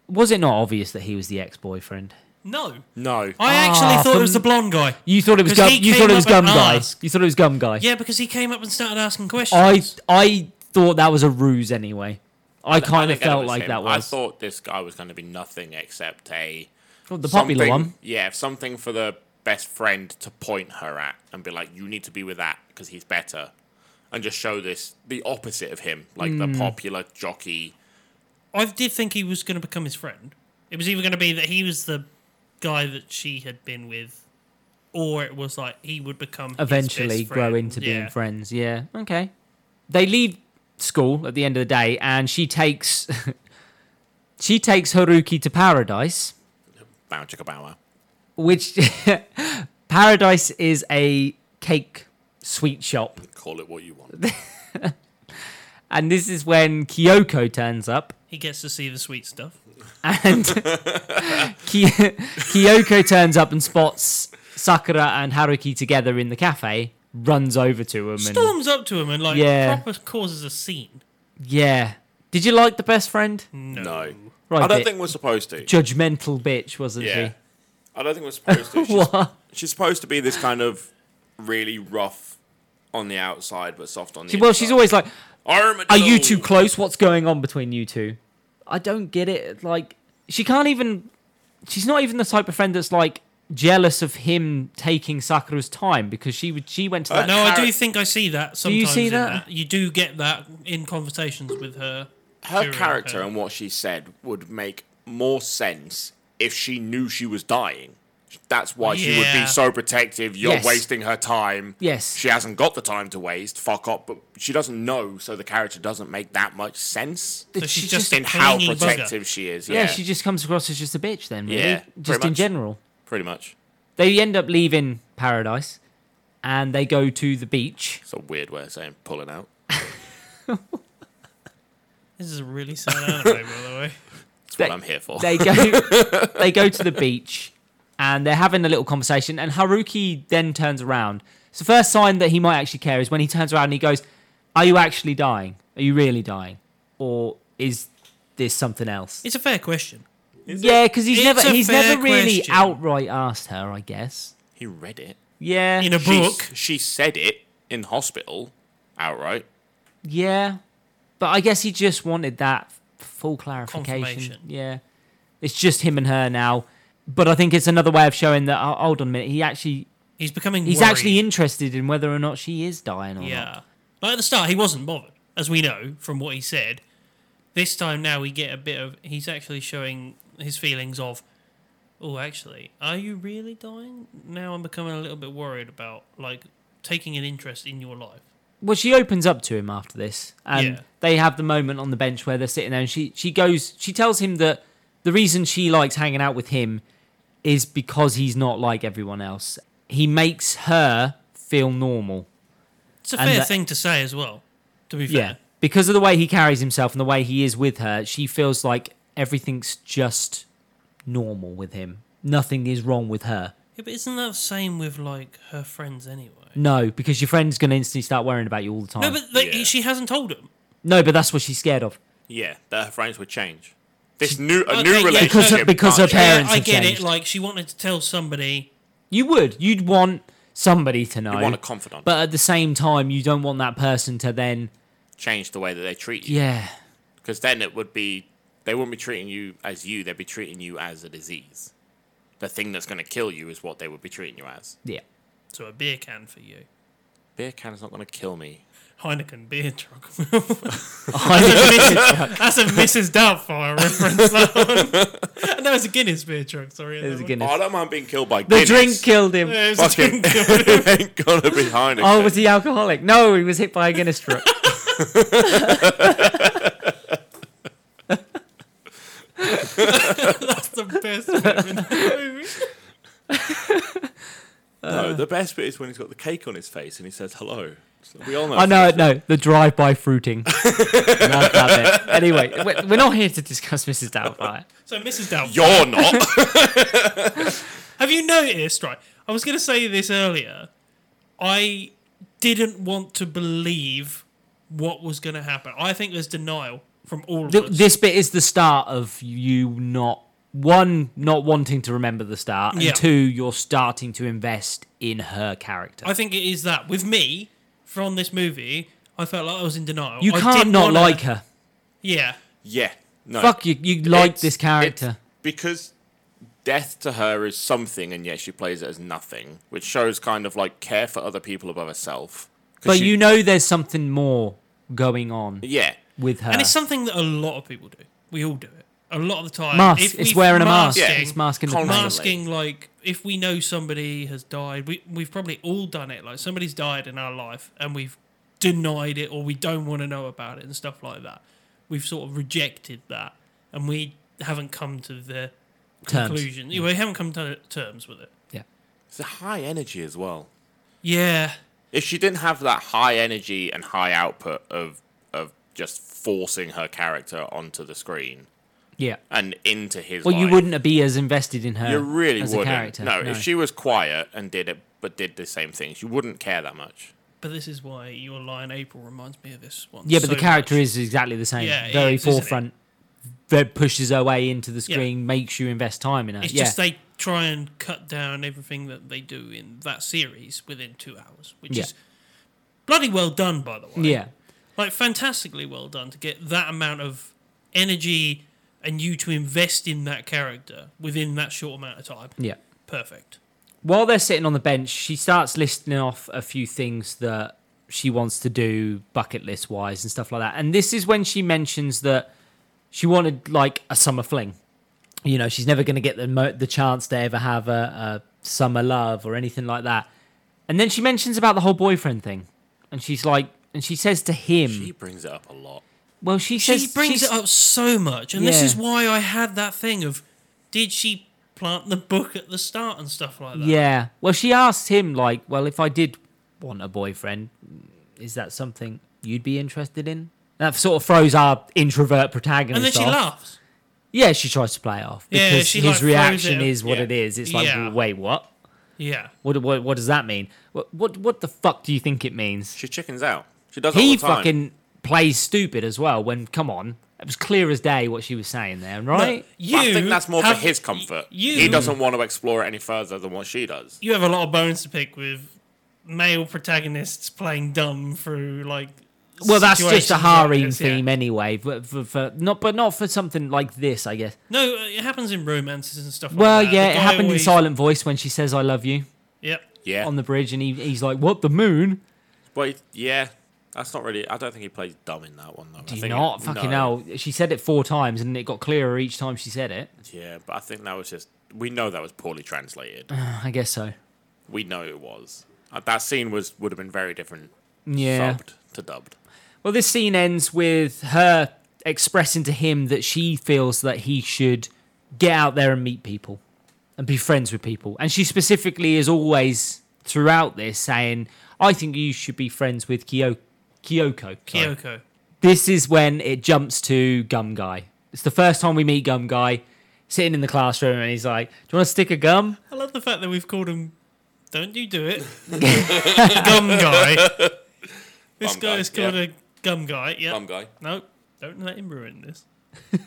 S1: was it not obvious that he was the ex-boyfriend?
S2: No,
S3: No.
S2: I
S1: Ah,
S2: actually thought it was
S1: from-
S2: the blonde guy.
S1: You thought it was
S2: 'Cause
S1: gum.
S2: he
S1: You
S2: came
S1: thought it was
S2: up
S1: gum
S2: and
S1: guy.
S2: asked.
S1: You thought it was gum guy.
S2: Yeah, because he came up and started asking
S1: I
S2: questions.
S1: I thought that was a ruse anyway. I kind of
S3: think that
S1: felt
S3: was
S1: like
S3: him.
S1: that was
S3: I thought this guy was going to be nothing except a
S1: the popular
S3: something-
S1: one.
S3: Yeah, something for the best friend to point her at and be like, "You need to be with that because he's better," and just show this the opposite of him, like the popular jockey.
S2: I, did think he was going to become his friend. It was either going to be that he was the guy that she had been with, or it was like he would become his
S1: eventually
S2: best
S1: grow
S2: friend.
S1: into being
S2: Yeah.
S1: friends. Yeah. Okay. They leave school at the end of the day, and she takes she takes Haruki to paradise,
S3: Bow chicka bow wow.
S1: which paradise is a cake sweet shop,
S3: Call it what you want.
S1: and this is when Kyoko turns up.
S2: He gets to see the sweet stuff.
S1: and Ki- Kyoko turns up and spots Sakura and Haruki together in the cafe, runs over to him, and
S2: Storms up to him and like
S1: Yeah.
S2: proper causes a scene.
S1: yeah. Did you like the best friend?
S2: Mm.
S3: No,
S1: Right,
S3: I don't
S1: bit.
S3: think we're supposed to.
S1: judgmental bitch, wasn't
S3: Yeah.
S1: she?
S3: I don't think we're supposed to. She's,
S1: What?
S3: she's supposed to be this kind of really rough on the outside but soft on the
S1: She- well, she's
S3: inside.
S1: always like,
S3: Armadillo.
S1: "Are you too close? What's going on between you two? I don't get it. Like, she can't even. She's not even the type of friend that's like jealous of him taking Sakura's time because she would. She went to
S3: Uh,
S1: that.
S2: No, I
S3: Har-
S2: do think I see that sometimes.
S1: you see
S2: in
S1: that?
S2: You do get that in conversations with her.
S3: Her
S2: during
S3: character
S2: her-
S3: and what she said would make more sense if she knew she was dying. That's why she would
S2: Yeah.
S3: be so protective. You're
S1: Yes.
S3: wasting her time.
S1: Yes.
S3: She hasn't got the time to waste. Fuck up. But she doesn't know, so the character doesn't make that much sense
S2: So she's
S1: she's
S2: just
S1: just-
S2: a
S3: in how
S2: clingy
S3: protective
S2: bugger.
S3: she is.
S1: yeah,
S3: Yeah,
S1: she just comes across as just a bitch. Then, really,
S3: Yeah, pretty
S1: just in
S3: much.
S1: general,
S3: pretty much.
S1: they end up leaving paradise, and they go to the beach.
S3: It's a weird way of saying pulling out.
S2: This is a really sad anime, by the way.
S3: That's
S1: They-
S3: what I'm here for.
S1: they go they go to the beach and they're having a little conversation and haruki then turns around it's the first sign that he might actually care is when he turns around and he goes are you actually dying are you really dying or is this something else
S2: It's a fair question.
S1: yeah because he's
S2: It's
S1: never
S2: a
S1: he's
S2: fair
S1: never really
S2: question.
S1: outright asked her i guess
S3: he read it.
S1: yeah
S2: In a
S3: She-
S2: book,
S3: She said it in hospital outright.
S1: yeah but i guess he just wanted that full clarification
S2: Confirmation.
S1: yeah it's just him and her now but i think it's another way of showing that oh, hold on a minute he actually
S2: he's becoming.
S1: He's
S2: worried.
S1: actually interested in whether or not she is dying or not.
S2: Yeah. But at the start, he wasn't bothered, as we know from what he said. This time now, we get a bit of. He's actually showing his feelings of, oh, actually, are you really dying? Now I'm becoming a little bit worried about, like, taking an interest in your life.
S1: Well, she opens up to him after this, and
S2: Yeah.
S1: they have the moment on the bench where they're sitting there, and she she goes, she tells him that the reason she likes hanging out with him is because he's not like everyone else. He makes her feel normal.
S2: It's a
S1: And
S2: fair
S1: that-
S2: thing to say as well, to be fair.
S1: Yeah. Because of the way he carries himself and the way he is with her, she feels like everything's just normal with him. Nothing is wrong with her.
S2: Yeah, but isn't that the same with like her friends anyway?
S1: No, because your friend's going to instantly start worrying about you all the time.
S2: No, but like,
S3: Yeah.
S2: she hasn't told him.
S1: No, but that's what she's scared of.
S3: Yeah, that her friends would change. This new a
S2: Okay,
S3: new
S2: yeah.
S3: relationship
S2: Because
S1: her- because her
S3: can't change.
S1: parents
S2: I
S1: have
S2: get
S1: changed.
S2: it. Like she wanted to tell somebody.
S1: You would. You'd want somebody to know.
S3: You want a confidant.
S1: But at the same time, you don't want that person to then,
S3: change the way that they treat you.
S1: yeah,
S3: Because then it would be they wouldn't be treating you as you. They'd be treating you as a disease. The thing that's going to kill you is what they would be treating you as.
S1: yeah.
S2: So a beer can for you.
S3: Beer can is not going to kill me.
S2: Heineken beer truck.
S1: I
S2: That's a Mrs. Doubtfire reference. That one. no, it's a Guinness beer truck. Sorry. that
S1: was
S2: one.
S1: gonna-
S3: Oh, I don't mind being killed by
S1: the
S3: Guinness.
S1: drink killed him.
S2: Yeah, it's a
S3: Fuck it.
S2: Guinness.
S3: it ain't gonna be Heineken.
S1: Oh, was he alcoholic? No, he was hit by a Guinness truck.
S2: That's the best bit in the movie.
S1: Uh.
S3: no, the best bit is when he's got the cake on his face and he says hello. So we all know.
S1: I know, no, the drive-by fruiting. Love that bit. Anyway, we're we're not here to discuss Mrs. Doubtfire.
S2: So Mrs. Doubtfire.
S3: You're not.
S2: Have you noticed, right? I was going to say this earlier. I didn't want to believe what was going to happen. I think there's denial from all of
S1: Th-
S2: us.
S1: this bit is the start of you not one not wanting to remember the start, and
S2: Yeah.
S1: two you're starting to invest in her character.
S2: I think it is that. With me, from this movie, I felt like I was in denial.
S1: you
S2: I
S1: can't
S2: didn't
S1: not
S2: wanna-
S1: like her.
S2: Yeah.
S3: yeah. No.
S1: Fuck you. You like
S3: It's-
S1: this character.
S3: it's because death to her is something, and yet she plays it as nothing, which shows kind of like care for other people above herself. 'Cause
S1: But
S3: she-
S1: you know there's something more going on
S3: yeah,
S1: with her.
S2: And it's something that a lot of people do. We all do it. A lot of the time.
S1: mask.
S2: If
S1: It's
S2: we've
S1: wearing a mask.
S2: masking-
S3: Yeah.
S1: It's masking the
S3: Con-
S1: pain.
S3: mask.
S2: masking like if we know somebody has died we, we've probably all done it like somebody's died in our life and we've denied it or we don't want to know about it and stuff like that we've sort of rejected that and we haven't come to the
S1: Terms.
S2: conclusion we haven't come to terms with it
S1: Yeah.
S3: it's a high energy as well.
S2: yeah
S3: If she didn't have that high energy and high output of of just forcing her character onto the screen
S1: Yeah.
S3: and into his,
S1: Well, you
S3: life,
S1: wouldn't be as invested in her.
S3: You really
S1: as
S3: wouldn't.
S1: a character.
S3: no, if she was quiet and did it, but did the same things, you wouldn't care that much.
S2: but this is why your line april reminds me of this one
S1: Yeah, but
S2: so
S1: the character
S2: much.
S1: is exactly the same.
S2: Yeah, it
S1: Very
S2: is, isn't it?
S1: forefront. That pushes her way into the
S2: Yeah.
S1: screen, makes you invest time in her.
S2: it's
S1: yeah.
S2: just they try and cut down everything that they do in that series within two hours which
S1: Yeah.
S2: is bloody well done by the way
S1: yeah.
S2: like fantastically well done to get that amount of energy and you to invest in that character within that short amount of time.
S1: Yeah.
S2: Perfect.
S1: While they're sitting on the bench, she starts listing off a few things that she wants to do bucket list wise and stuff like that. And this is when she mentions that she wanted like a summer fling. You know, she's never going to get the mo- the chance to ever have a, a summer love or anything like that. And then she mentions about the whole boyfriend thing, and she's like, and she says to him,
S3: She brings it up a lot.
S1: "Well, she
S2: She
S1: says
S2: brings
S1: she's-
S2: it up so much, and this
S1: Yeah.
S2: is why I had that thing of did she plant the book at the start and stuff like that?
S1: Yeah. Well, she asked him, like, well, if I did want a boyfriend, is that something you'd be interested in? That sort of throws our introvert protagonist
S2: And then she
S1: off.
S2: laughs.
S1: Yeah, she tries to play it off
S2: Yeah,
S1: because
S2: she, like,
S1: his
S2: throws
S1: reaction
S2: it-
S1: is what
S3: yeah.
S1: it is. It's like,
S2: Yeah.
S1: well, wait, what?
S2: Yeah.
S1: What, what? What does that mean? What, what? What the fuck do you think it means?
S3: She chickens out. She does it all
S1: He
S3: the time.
S1: fucking plays stupid as well. When come on, it was clear as day what she was saying there, right?
S2: You
S3: I think that's more for
S2: have-
S3: his comfort.
S2: You
S3: He doesn't want to explore it any further than what she does.
S2: you have a lot of bones to pick with male protagonists playing dumb through like
S1: well, that's just
S2: situations
S1: a
S2: like
S1: harem
S2: this, yeah.
S1: theme anyway. But for, for not, but not for something like this, I guess.
S2: No, uh, it happens in romances and stuff.
S1: Well,
S2: like that.
S1: yeah,
S2: Uh, The
S1: it
S2: guy
S1: happened
S2: always-
S1: in Silent Voice when she says "I love you"
S2: Yep.
S3: Yeah.
S1: on the bridge, and he, he's like, "What the moon?"
S3: but yeah, that's not really. I don't think he plays dumb in that one though.
S1: Do you not fucking hell? She said it four times, and it got clearer each time she said it.
S3: Yeah, but I think that was just. We know that was poorly translated.
S1: I guess so.
S3: we know it was. Uh, That scene was would have been very different.
S1: Yeah.
S3: Subbed to dubbed.
S1: Well, this scene ends with her expressing to him that she feels that he should get out there and meet people and be friends with people. And she specifically is always throughout this saying, "I think you should be friends with Kyoko." Kyoko. sorry.
S2: Kyoko.
S1: This is when it jumps to Gum Guy. It's the first time we meet Gum Guy sitting in the classroom and he's like, Do you want to stick a gum?
S2: I love the fact that we've called him. Don't you do it, gum guy. This
S3: Bum
S2: guy
S3: guy,
S2: is called
S3: yeah.
S2: a gum guy. Yeah.
S3: Bum guy.
S2: No, don't let him ruin this.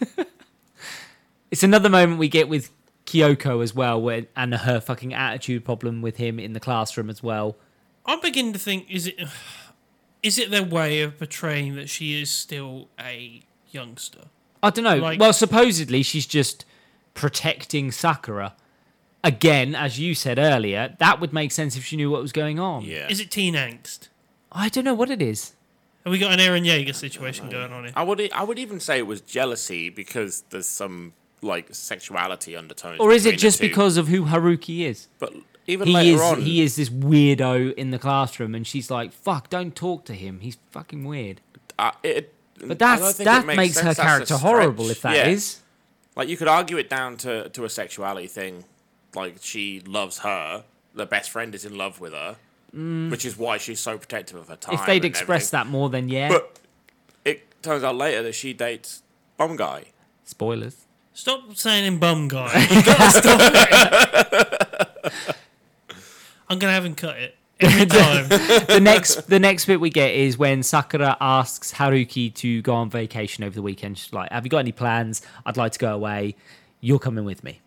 S1: It's another moment we get with Kyoko as well where, and her fucking attitude problem with him in the classroom as well.
S2: I'm beginning to think is it is it their way of portraying that she is still a youngster?
S1: I don't know.
S2: Like-
S1: well, supposedly she's just protecting Sakura. Again, as you said earlier, that would make sense if she knew what was going on.
S3: Yeah.
S2: Is it teen angst?
S1: I don't know what it is.
S2: Have we got an Aaron Yeager situation going on here?
S3: I would e, I would even say it was jealousy because there's some like sexuality undertones.
S1: Or is
S3: between
S1: it
S3: the
S1: just
S3: two.
S1: because of who Haruki is?
S3: But even
S1: He
S3: later
S1: is
S3: on,
S1: he is this weirdo in the classroom and she's like, "Fuck, don't talk to him. He's fucking weird."
S3: Uh, it,
S1: But that's that makes, her character horrible if that is.
S3: Like you could argue it down to to a sexuality thing. Like she loves her, the best friend is in love with her, which is why she's so protective of her time.
S1: Mm. If they'd
S3: and
S1: expressed
S3: everything.
S1: that more then yeah.
S3: but it turns out later that she dates bum guy.
S1: Spoilers.
S2: Stop saying him bum guy. You gotta stop it. I'm gonna have him cut it every time.
S1: the next the next bit we get is when Sakura asks Haruki to go on vacation over the weekend. She's like, "Have you got any plans? I'd like to go away. You're coming with me."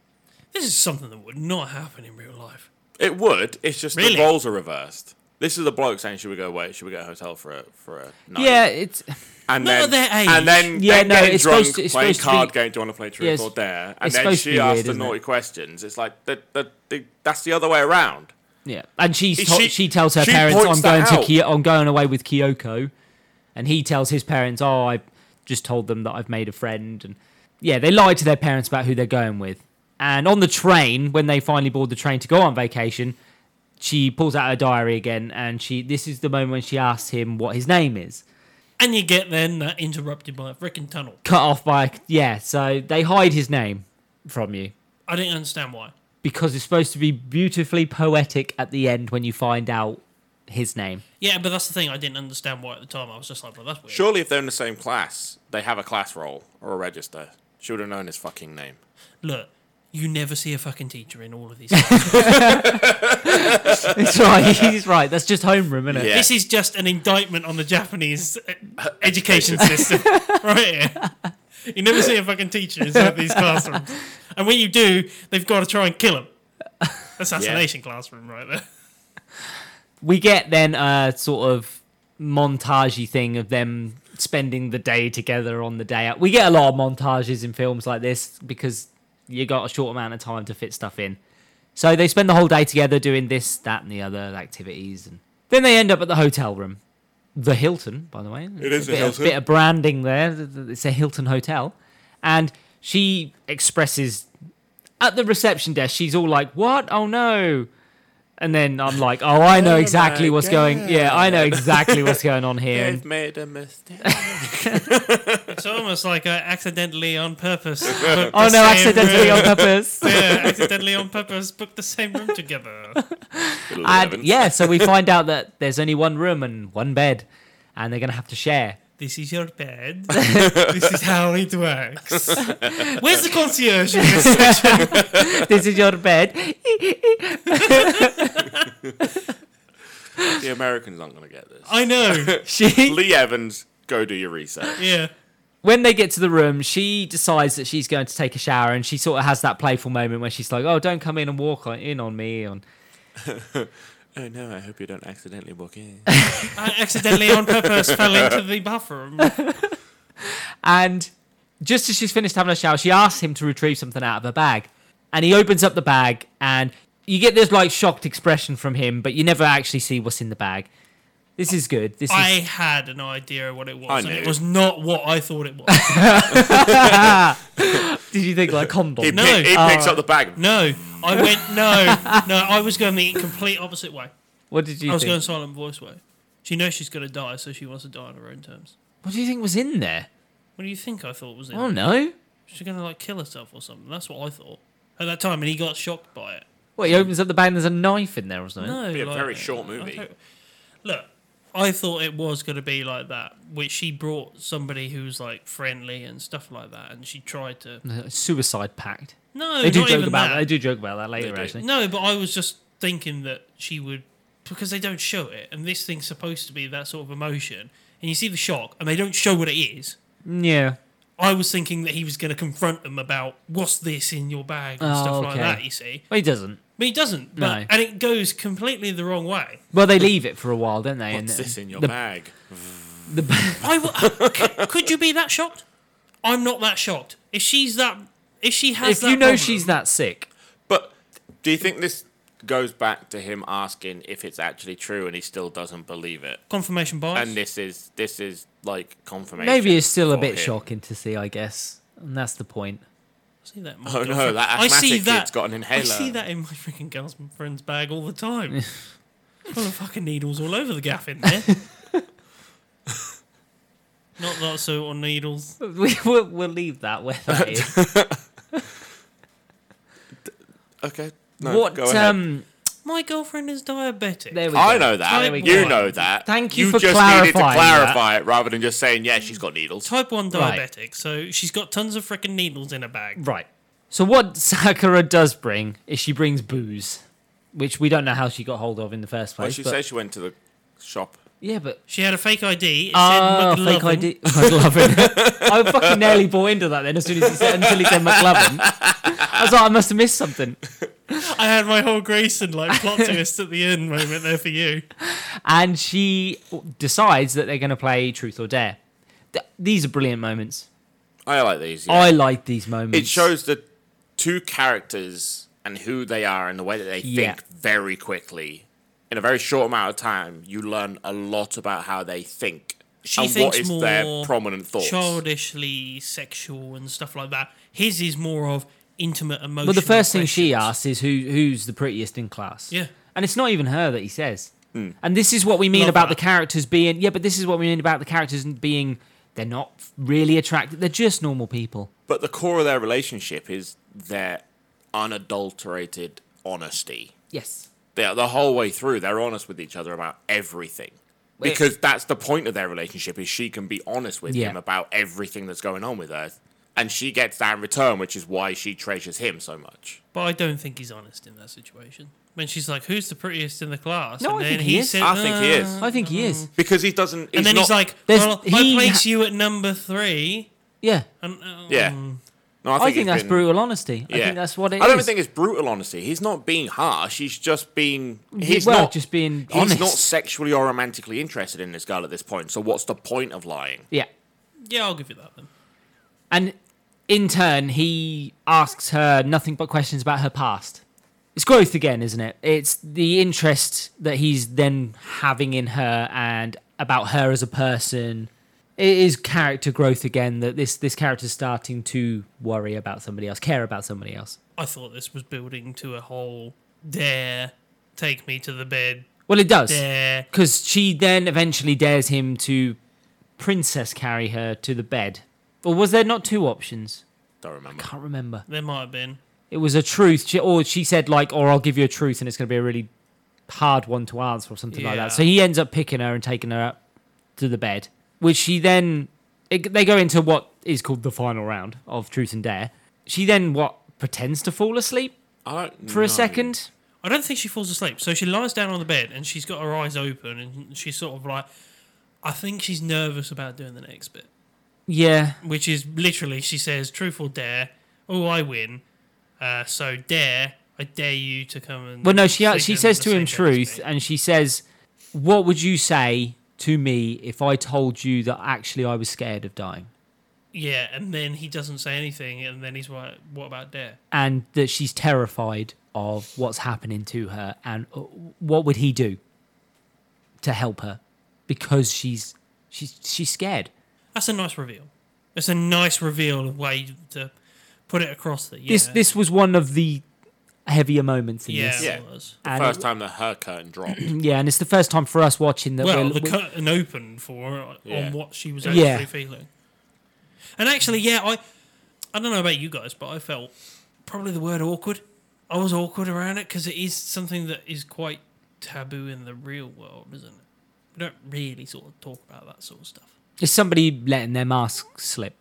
S2: this is something that would not happen in real life.
S3: It would. It's just
S2: Really?
S3: the roles are reversed. This is the bloke saying, "Should we go away? Should we get a hotel for a for a night?"
S1: Yeah, it's
S3: and
S2: Not
S3: then
S2: at their age.
S3: and then
S1: Yeah,
S3: then
S1: no,
S3: getting
S1: it's
S3: drunk,
S1: supposed to- it's
S3: playing
S1: supposed to
S3: card
S1: be-
S3: game. Do you want to play truth
S1: Yes,
S3: or dare? And
S1: it's
S3: then
S1: supposed to be
S3: she
S1: weird,
S3: asks the
S1: isn't
S3: naughty
S1: it?
S3: questions. It's like the, the, the, that's the other way around.
S1: yeah, and she's
S3: She-
S1: to- she, tells her
S3: she
S1: parents,
S3: points
S1: "I'm going
S3: that
S1: to
S3: out.
S1: Ki- I'm going away with Kyoko," and he tells his parents, "Oh, I just told them that I've made a friend." And yeah, they lied to their parents about who they're going with. And on the train, when they finally board the train to go on vacation, she pulls out her diary again, and she this is the moment when she asks him what his name is.
S2: And you get then that interrupted by a freaking tunnel.
S1: cut off by yeah so they hide his name from you
S2: I didn't understand why.
S1: because it's supposed to be beautifully poetic at the end when you find out his name
S2: Yeah, but that's the thing. I didn't understand why at the time. I was just like, well, that's weird.
S3: Surely, if they're in the same class, they have a class roll or a register. She would have known his fucking name.
S2: Look, you never see a fucking teacher in all of these. classes.
S1: it's right he's right that's just homeroom isn't it
S3: Yeah.
S2: This is just an indictment on the Japanese e- education system, right here. You never see a fucking teacher inside these classrooms, and when you do, they've got to try and kill him. Assassination classroom, right there.
S1: we get then a sort of montagey thing of them spending the day together on the day out we get a lot of montages in films like this because you got a short amount of time to fit stuff in so they spend the whole day together doing this that and the other activities and then they end up at the hotel room the hilton by the way
S3: It is a
S1: bit
S3: Hilton.
S1: Of, bit of branding there it's a hilton hotel and she expresses at the reception desk she's all like what oh no and then I'm like, oh, I know
S3: Oh
S1: exactly
S3: my
S1: what's going. Yeah, I know exactly what's going on here.
S3: They've
S1: And
S3: made a mistake.
S2: It's almost like uh, accidentally on purpose. Oh
S1: oh no, accidentally on purpose.
S2: Yeah, accidentally on purpose. Booked the same room together.
S3: Little
S1: And
S3: eleven.
S1: yeah, so we find out that there's only one room and one bed, and they're gonna have to share.
S2: This is your bed. this is how it works. Where's the concierge? in this?
S1: this is your bed.
S3: the Americans aren't going to get this.
S2: I know.
S1: She,
S3: Lee Evans, go do your research.
S2: Yeah.
S1: when they get to the room, she decides that she's going to take a shower, and she sort of has that playful moment where she's like, oh, don't come in and walk on, in on me. On
S3: Oh no, I hope you don't accidentally walk in.
S2: I accidentally on purpose fell into the bathroom.
S1: And just as she's finished having a shower, she asks him to retrieve something out of her bag. And he opens up the bag, and you get this like shocked expression from him, but you never actually see what's in the bag. This is good. This is
S2: I had an idea of what it was,
S3: I
S2: and it
S3: knew.
S2: was not what I thought it was.
S1: did you think like condom?
S3: He,
S2: No.
S3: pick- he
S1: Uh,
S3: picks up the bag.
S2: No, I went no, no. I was going the complete opposite way.
S1: What did you
S2: I was
S1: think?
S2: going silent voice way. She knows she's going to die, so she wants to die on her own terms.
S1: What do you think was in there?
S2: What do you think I thought was in?
S1: I don't know.
S2: She's going to like kill herself or something. That's what I thought at that time, and he got shocked by it.
S1: What he opens up the bag and there's a knife in there or something.
S2: No,
S3: Be a
S2: like-
S3: very short movie.
S2: I don't- Look, I thought it was going to be like that, which she brought somebody who's like friendly and stuff like that, and she tried to.
S1: Suicide Pact.
S2: No,
S1: They do
S2: not
S1: joke
S2: even
S1: about
S2: that.
S1: that. They do joke about that later,
S3: do.
S1: actually.
S2: No, but I was just thinking that she would because they don't show it, and this thing's supposed to be that sort of emotion, and you see the shock, and they don't show what it is.
S1: Yeah.
S2: I was thinking that he was going to confront them about what's this in your bag and
S1: Oh,
S2: stuff like
S1: okay.
S2: that. You see,
S1: Well, he doesn't.
S2: but he doesn't. But,
S1: No.
S2: And it goes completely the wrong way.
S1: Well, they leave it for a while, don't they?
S3: What's this in your
S1: the,
S3: bag?
S1: the-
S2: I w- c- could you be that shocked? I'm not that shocked. If she's that, if she has,
S1: if
S2: that
S1: you know
S2: problem-
S1: she's that sick,
S3: But do you think this goes back to him asking if it's actually true and he still doesn't believe it?
S2: confirmation bias,
S3: And this is this is like confirmation.
S1: maybe it's still a
S3: for
S1: bit
S3: him.
S1: shocking to see, I guess. And that's the point.
S2: see that in my
S3: Oh no,
S2: girlfriend-
S3: that
S2: I
S3: asthmatic
S2: see
S3: kid's
S2: that.
S3: got an
S2: I
S3: inhaler.
S2: see that in my freaking girlfriend's bag all the time. Full of fucking needles all over the gaff in there. Not that so on needles.
S1: We, we'll, we'll leave that where that is.
S3: Okay. No,
S1: what,
S3: Go ahead.
S1: um,
S2: My girlfriend is diabetic.
S1: there we go.
S3: I know that.
S1: There we
S3: You
S1: go.
S3: know that.
S1: Thank you
S3: you
S1: for
S3: just needed
S1: clarifying
S3: to
S1: that.
S3: clarify it rather than just saying, yeah, she's got needles.
S2: Type 1
S1: Right.
S2: diabetic, so she's got tons of freaking needles in her bag.
S1: Right. So what Sakura does bring is she brings booze, which we don't know how she got hold of in the first place.
S3: Well, she
S1: but-
S3: says she went to the shop.
S1: yeah, but
S2: She had a fake ID. It
S1: Oh,
S2: said
S1: fake
S2: McLovin.
S1: ID. McLovin. I fucking nearly bought into that then as soon as he said until he said McLovin. I was like, I must have missed something.
S2: I had my whole Grayson like plot twist at the end moment there for you.
S1: And she decides that they're going to play Truth or Dare. Th- these are brilliant moments.
S3: I like these. yeah.
S1: I like these moments.
S3: it shows the two characters and who they are and the way that they
S1: Yeah.
S3: think very quickly. In a very short amount of time, you learn a lot about how they think
S2: She
S3: and what
S2: thinks
S3: is
S2: more
S3: their prominent thoughts.
S2: Childishly sexual and stuff like that. His is more of intimate emotional.
S1: Well, the first thing she
S2: questions.
S1: asks is who who's the prettiest in class.
S2: Yeah.
S1: and it's not even her that he says.
S3: Hmm.
S1: And this is what we mean
S2: Love
S1: about
S2: that.
S1: the characters being. Yeah, but this is what we mean about the characters being. They're not really attractive. They're just normal people.
S3: But the core of their relationship is their unadulterated honesty.
S1: Yes.
S3: They, the whole way through, they're honest with each other about everything.
S1: Wait.
S3: Because that's the point of their relationship is she can be honest with
S1: Yeah.
S3: him about everything that's going on with her. And she gets that in return, which is why she treasures him so much.
S2: But I don't think he's honest in that situation. When she's like, "Who's the prettiest in the class?"
S1: No,
S2: and
S1: I
S2: then
S1: think he is.
S2: said,
S3: I think he is.
S2: "Uh,"
S1: I think he is.
S3: Because he doesn't.
S2: and then
S3: not,
S2: he's like,
S1: There's-
S2: "Well, I
S1: he
S2: place
S1: ha-
S2: you at number three.
S1: Yeah.
S2: And, um,
S3: yeah. No, I
S1: mm. I
S3: think,
S1: think
S3: it's
S1: that's
S3: been-
S1: brutal honesty. I
S3: yeah.
S1: think that's what it is.
S3: I don't even think it's brutal honesty. He's not being harsh. He's just being. He's
S1: well,
S3: not
S1: just being
S3: He's
S1: honest.
S3: not sexually or romantically interested in this girl at this point. So what's the point of lying?
S1: yeah.
S2: yeah, I'll give you that then.
S1: And in turn, he asks her nothing but questions about her past. It's growth again, isn't it? It's the interest that he's then having in her and about her as a person. It is character growth again that this this character's starting to worry about somebody else, care about somebody else.
S2: I thought this was building to a whole dare, take me to the bed,
S1: Well, it does.
S2: dare.
S1: Because she then eventually dares him to princess carry her to the bed. Or was there not two options?
S3: Don't remember.
S1: Can't remember.
S2: There might have been.
S1: It was a truth, she, or she said like, "Or I'll give you a truth," and it's going to be a really hard one to answer or something like
S2: Yeah.
S1: that. So he ends up picking her and taking her up to the bed, which she then it, they go into what is called the final round of truth and dare. She then what pretends to fall asleep
S3: I don't
S1: for
S3: know.
S1: a second.
S2: I don't think she falls asleep. So she lies down on the bed and she's got her eyes open and she's sort of like, I think she's nervous about doing the next bit,
S1: Yeah,
S2: which is literally she says, "Truth or dare? Oh, I win. Uh, so dare, I dare you to come and."
S1: Well, no, she
S2: sleep
S1: she
S2: in
S1: says
S2: the
S1: to him
S2: same bed as
S1: truth,
S2: me."
S1: and she says, "What would you say to me if I told you that actually I was scared of dying?"
S2: Yeah, and then he doesn't say anything, and then he's like, "What about dare?"
S1: And that she's terrified of what's happening to her, and uh, what would he do to help her? Because she's she's she's scared.
S2: That's a nice reveal. It's a nice reveal of way to put it across that. Yeah,
S1: This this was one of the heavier moments in
S2: yeah,
S1: this.
S3: Yeah.
S2: It was.
S1: And
S3: First time that her curtain dropped.
S1: yeah, and it's the first time for us watching that.
S2: well,
S1: we're,
S2: the
S1: we-
S2: curtain opened for her
S3: Yeah.
S2: on what she was actually
S1: Yeah.
S2: feeling. And actually, yeah, I I don't know about you guys, but I felt probably the word awkward. I was awkward around it because it is something that is quite taboo in the real world, isn't it? We don't really sort of talk about that sort of stuff.
S1: It's somebody letting their mask slip,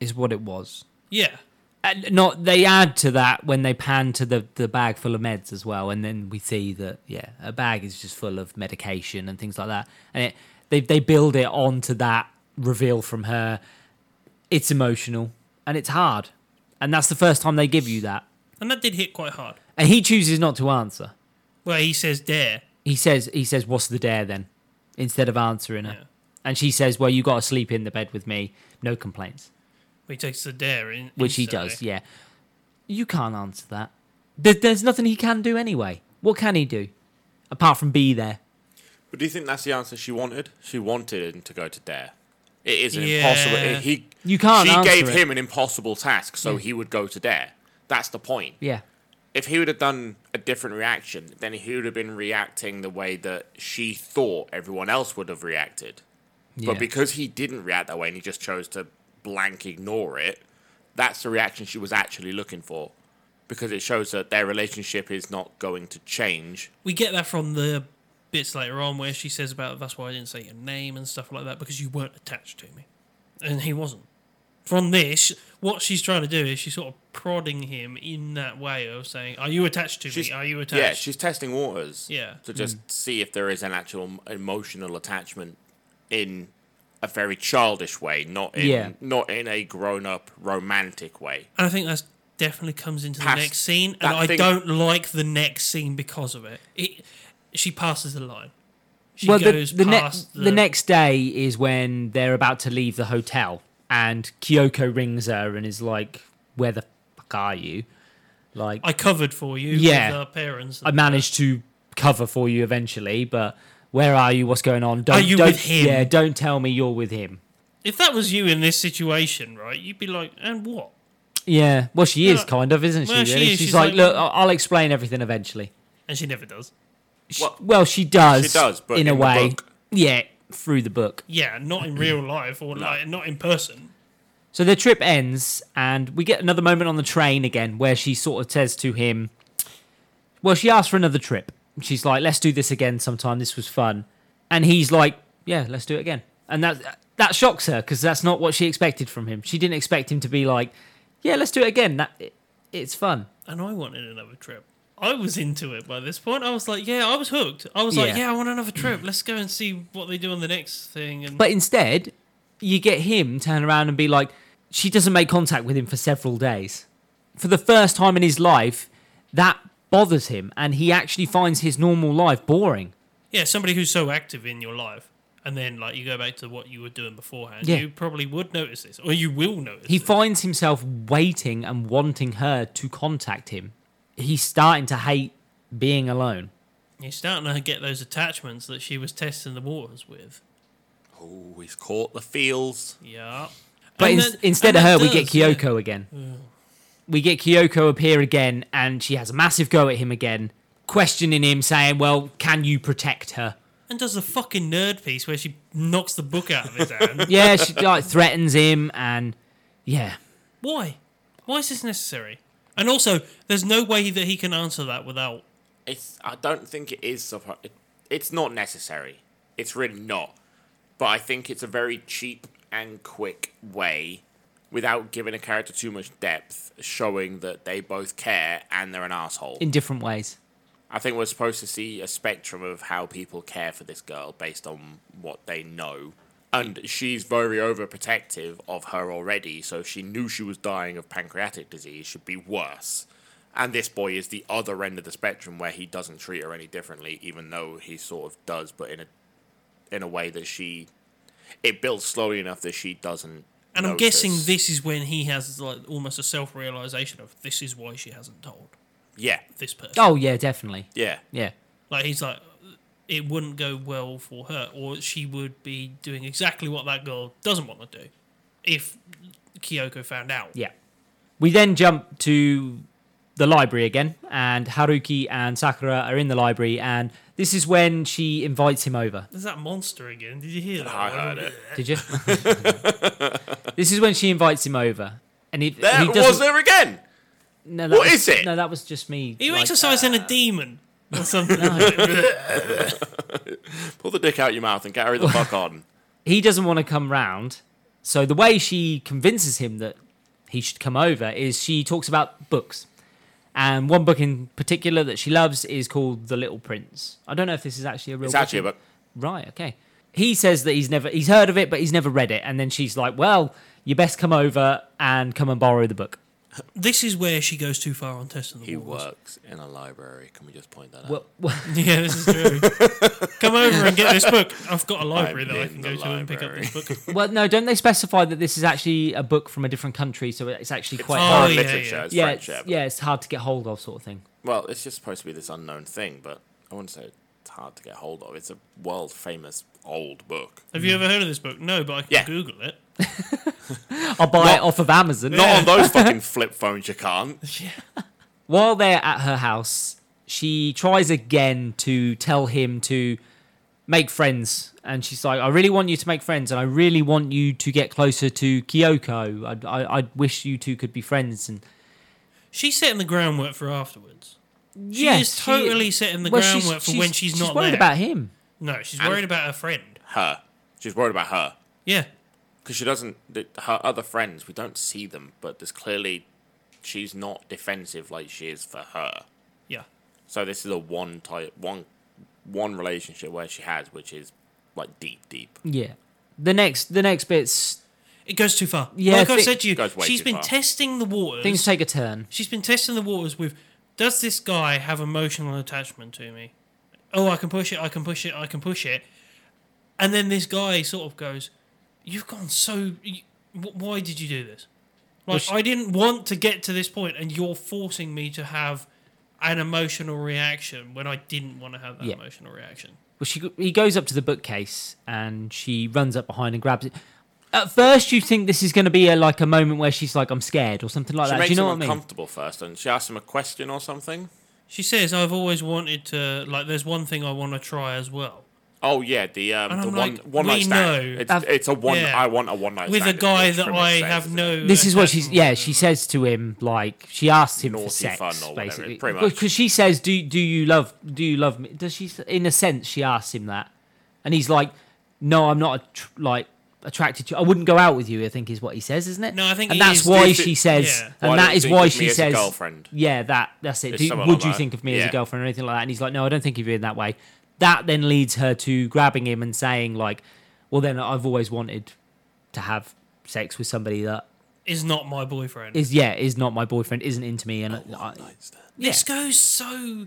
S1: is what it was.
S2: Yeah.
S1: And not they add to that when they pan to the the bag full of meds as well, and then we see that yeah, a bag is just full of medication and things like that, and it they they build it onto that reveal from her. It's emotional and it's hard, and that's the first time they give you that,
S2: And that did hit quite hard.
S1: and he chooses not to answer.
S2: Well, he says dare.
S1: He says he says what's the dare then, instead of answering her,
S2: Yeah.
S1: and she says well you got to sleep in the bed with me, no complaints.
S2: He takes the dare in.
S1: which he
S2: instantly.
S1: does. Yeah, you can't answer that. There, there's nothing he can do anyway. What can he do apart from be there?
S3: But do you think that's the answer she wanted? She wanted him to go to Dare. It is an
S2: Yeah.
S3: impossible. He
S1: You can't
S3: She
S1: answer
S3: gave
S1: it. Mm.
S3: him an impossible task, so he would go to Dare. That's the point.
S1: Yeah,
S3: If he would have done a different reaction, then he would have been reacting the way that she thought everyone else would have reacted.
S1: yeah.
S3: But because he didn't react that way and he just chose to blank ignore it, that's the reaction she was actually looking for. Because it shows that their relationship is not going to change.
S2: We get that from the bits later on where she says about that's why I didn't say your name and stuff like that because you weren't attached to me, and he wasn't. From this, what she's trying to do is she's sort of prodding him in that way of saying, "Are you attached to
S3: She's-
S2: me? Are you attached?"
S3: Yeah, she's testing waters.
S2: Yeah. Mm.
S3: To just see if there is an actual m- emotional attachment in a very childish way, not in
S1: Yeah.
S3: not in a grown up romantic way.
S2: and I think that's definitely comes into
S3: Past
S2: the next scene, and
S3: that
S2: I
S3: thing-
S2: don't like the next scene because of it. it she passes the line. She
S1: well, the,
S2: goes
S1: the, ne-
S2: past
S1: the next day is when they're about to leave the hotel, and Kyoko rings her and is like, "Where the fuck are you?" Like,
S2: I covered for you.
S1: Yeah.
S2: with our parents.
S1: I managed to cover for you eventually, but where are you? What's going on? Don't,
S2: you
S1: don't-
S2: with him?
S1: Yeah, don't tell me you're with him.
S2: If that was you in this situation, right, you'd be like, "And what?"
S1: Yeah, well, she
S2: Yeah,
S1: is
S2: like-
S1: kind of, isn't she?
S2: well,
S1: Really,
S2: she
S1: she's,
S2: is. She's
S1: like,
S2: like-
S1: look, I- I'll explain everything eventually.
S2: And she never does.
S1: Sh-
S3: Well-
S1: well, she does.
S3: She does, but
S1: in, a
S3: in the
S1: way,
S3: book.
S1: yeah, through the book.
S2: Yeah, not in real life or like not in person.
S1: So their trip ends, and we get another moment on the train again where she sort of says to him, "Well, she asks for another trip. She's like, let's do this again sometime. This was fun," and he's like, "Yeah, let's do it again." And that that shocks her because that's not what she expected from him. She didn't expect him to be like, "Yeah, let's do it again." That it, it's fun.
S2: And I wanted another trip. I was into it by this point. I was like, "Yeah, I was hooked." I was like,
S1: Yeah.
S2: "Yeah, I want another trip. Let's go and see what they do on the next thing." And
S1: But instead, you get him turn around and be like, she doesn't make contact with him for several days. For the first time in his life, that bothers him, and he actually finds his normal life boring.
S2: yeah, somebody who's so active in your life, and then like you go back to what you were doing beforehand,
S1: Yeah.
S2: you probably would notice this, or you will notice.
S1: He
S2: it.
S1: finds himself waiting and wanting her to contact him. He's starting to hate being alone.
S2: You're starting to get those attachments that she was testing the waters with.
S3: Oh, he's caught the feels.
S2: Yeah.
S1: But
S2: And
S1: in-
S2: that-
S1: instead
S2: and
S1: of her,
S2: that
S1: we get
S2: does, yeah.
S1: Kyoko again. We get Kyoko appear again, and she has a massive go at him again, questioning him, saying, Well, can you protect her?
S2: And does the fucking nerd piece where she knocks the book out of his hand.
S1: yeah, she like threatens him, and yeah,
S2: Why? Why is this necessary? And also, there's no way that he can answer that without.
S3: It's. I don't think it is. suppo- It, it's not necessary. It's really not. But I think it's a very cheap and quick way, without giving a character too much depth, showing that they both care and they're an asshole.
S1: in different ways.
S3: I think we're supposed to see a spectrum of how people care for this girl based on what they know. And she's very overprotective of her already, so if she knew she was dying of pancreatic disease, should be worse. And this boy is the other end of the spectrum where he doesn't treat her any differently, even though he sort of does, but in a in a way that she it builds slowly enough that she doesn't.
S2: And I'm
S3: notice.
S2: guessing this is when he has like almost a self realization of this is why she hasn't told
S3: Yeah,
S2: this person.
S1: Oh yeah, definitely.
S3: yeah.
S1: Yeah,
S2: Like he's like, it wouldn't go well for her, or she would be doing exactly what that girl doesn't want to do if Kyoko found out.
S1: yeah. We then jump to the library again, and Haruki and Sakura are in the library, and this is when she invites him over.
S2: There's that monster again. Did you hear that?
S3: I heard it.
S1: Did you? this is when she invites him over, and he,
S3: There
S1: he
S3: was
S1: doesn't.
S3: there again.
S1: no, that
S3: what
S1: was-
S3: is it?
S1: No, that was just me.
S2: Are you
S1: like,
S2: exercising a demon? or something.
S3: Pull the dick out your mouth and carry the fuck on.
S1: he doesn't want to come round. So the way she convinces him that he should come over is she talks about books. And one book in particular that she loves is called The Little Prince. I don't know if this is actually a real
S3: It's
S1: book.
S3: actually a book.
S1: Right, okay. He says that he's never he's heard of it but he's never read it and then she's like, "Well, you best come over and come and borrow the book."
S2: This is where she goes too far on testing the
S3: He
S2: waters.
S3: works in a library. Can we just point that out?
S1: Well,
S2: Yeah, this is true. Come over and get this book. I've got a library
S3: I'm
S2: that I
S3: in
S2: can
S3: the
S2: go to and pick up this book.
S1: well, no, don't they specify that this is actually a book from a different country so it's actually quite
S2: Oh,
S1: hard.
S2: yeah,
S3: literature.
S2: yeah.
S3: It's
S1: yeah,
S3: French,
S1: it's,
S3: yeah, but-
S1: yeah, it's hard to get hold of sort of thing.
S3: Well, it's just supposed to be this unknown thing, but I wouldn't say it's hard to get hold of. It's a world famous old book.
S2: Have you ever heard of this book? No, but I can
S3: Yeah.
S2: Google it.
S1: I'll buy it off of Amazon.
S3: Not on those fucking flip phones, you can't.
S1: While they're at her house, she tries again to tell him to make friends. And she's like, I really want you to make friends. And I really want you to get closer to Kyoko. I, I, I wish you two could be friends. And
S2: She's setting the groundwork for afterwards. She
S1: Yes,
S2: is
S1: she-
S2: totally setting the groundwork for when she's, not
S1: worried
S2: there.
S1: about him.
S2: no, she's worried about her friend.
S3: Her. She's worried about her.
S2: Yeah.
S3: Because she doesn't. th- Her other friends, we don't see them, but there's clearly. She's not defensive like she is for her.
S2: Yeah.
S3: So this is a one type. One, one relationship where she has, which is like deep, deep.
S1: Yeah. The next, the next bit's
S2: It goes too far.
S1: Yeah,
S2: like I
S1: thi-
S2: said to you,
S3: Goes way
S2: she's
S3: too
S2: been
S3: far.
S2: testing the waters.
S1: things take a turn.
S2: she's been testing the waters with does this guy have emotional attachment to me? Oh, I can push it, I can push it, I can push it. And then this guy sort of goes, You've gone so. You, wh- why did you do this? Like,
S1: she-
S2: I didn't want to get to this point, and you're forcing me to have an emotional reaction when I didn't want to have that
S1: Yeah.
S2: emotional reaction.
S1: Well, she he goes up to the bookcase and she runs up behind and grabs it. At first, you think this is going to be a, like a moment where she's like, "I'm scared" or something like
S3: She
S1: that.
S3: makes
S1: Do you know
S3: him
S1: what I mean?
S3: uncomfortable first, and she asks him a question or something.
S2: She says, I've always wanted to. Like, there's one thing I want to try as well.
S3: Oh yeah, the um,
S2: And
S3: the
S2: I'm
S3: one
S2: like,
S3: one night
S2: we
S3: stand.
S2: know.
S3: It's,
S1: I've-
S3: it's a one.
S2: Yeah.
S3: I want a one night
S2: With a
S3: stand, is
S2: guy
S3: what
S2: that
S3: pretty much
S2: I
S3: says,
S2: have
S3: isn't it?
S2: no.
S1: This is what she's
S2: attachment
S1: yeah.
S2: with.
S1: She says to him like she asks him
S3: Naughty
S1: for sex
S3: fun or whatever,
S1: basically
S3: pretty much.
S1: because she says, "Do do you love do you love me?" Does she s- in a sense she asks him that, and he's like, "No, I'm not attr- like." Attracted to, I wouldn't go out with you. I think is what he says, isn't it?
S2: No, I think
S1: and
S2: he
S1: that's
S2: is-
S1: why
S2: If it-
S1: she says,
S2: yeah.
S1: and
S3: Why
S1: that
S3: don't
S1: is
S3: you
S1: why
S3: give me
S1: she
S3: as a
S1: says,
S3: girlfriend?
S1: Yeah, that that's it.
S3: It's
S1: Do,
S3: something
S1: would
S3: like
S1: you
S3: that.
S1: think of me as
S3: Yeah.
S1: a girlfriend or anything like that? And he's like, no, I don't think of you in that way. That then leads her to grabbing him and saying like, well, then I've always wanted to have sex with somebody that
S2: Is not my boyfriend.
S1: is yeah is not my boyfriend, isn't into me, and I,
S3: One night stand.
S1: yeah.
S2: This goes so.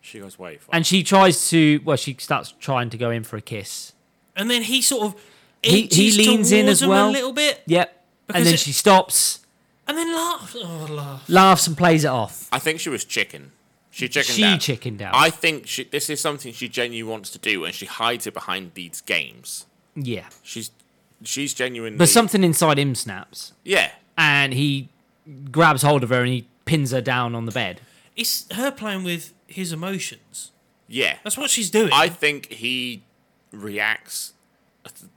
S3: She goes way far.
S1: And she tries to well, she starts trying to go in for a kiss.
S2: And then he sort of
S1: He- he
S2: inches
S1: leans
S2: towards
S1: in as
S2: him
S1: well.
S2: a little bit,
S1: Yep,
S2: Because
S1: and then
S2: it-
S1: she stops,
S2: and then laughs. Oh, laugh.
S1: laughs, and plays it off.
S3: I think she was chicken. She chickened
S1: She
S3: out.
S1: chickened out.
S3: I think she, this is something she genuinely wants to do, and she hides it behind these games.
S1: Yeah,
S3: She's she's genuinely.
S1: but something inside him snaps,
S3: Yeah,
S1: and he grabs hold of her and he pins her down on the bed.
S2: It's her playing with his emotions.
S3: yeah.
S2: That's what she's doing.
S3: I think he reacts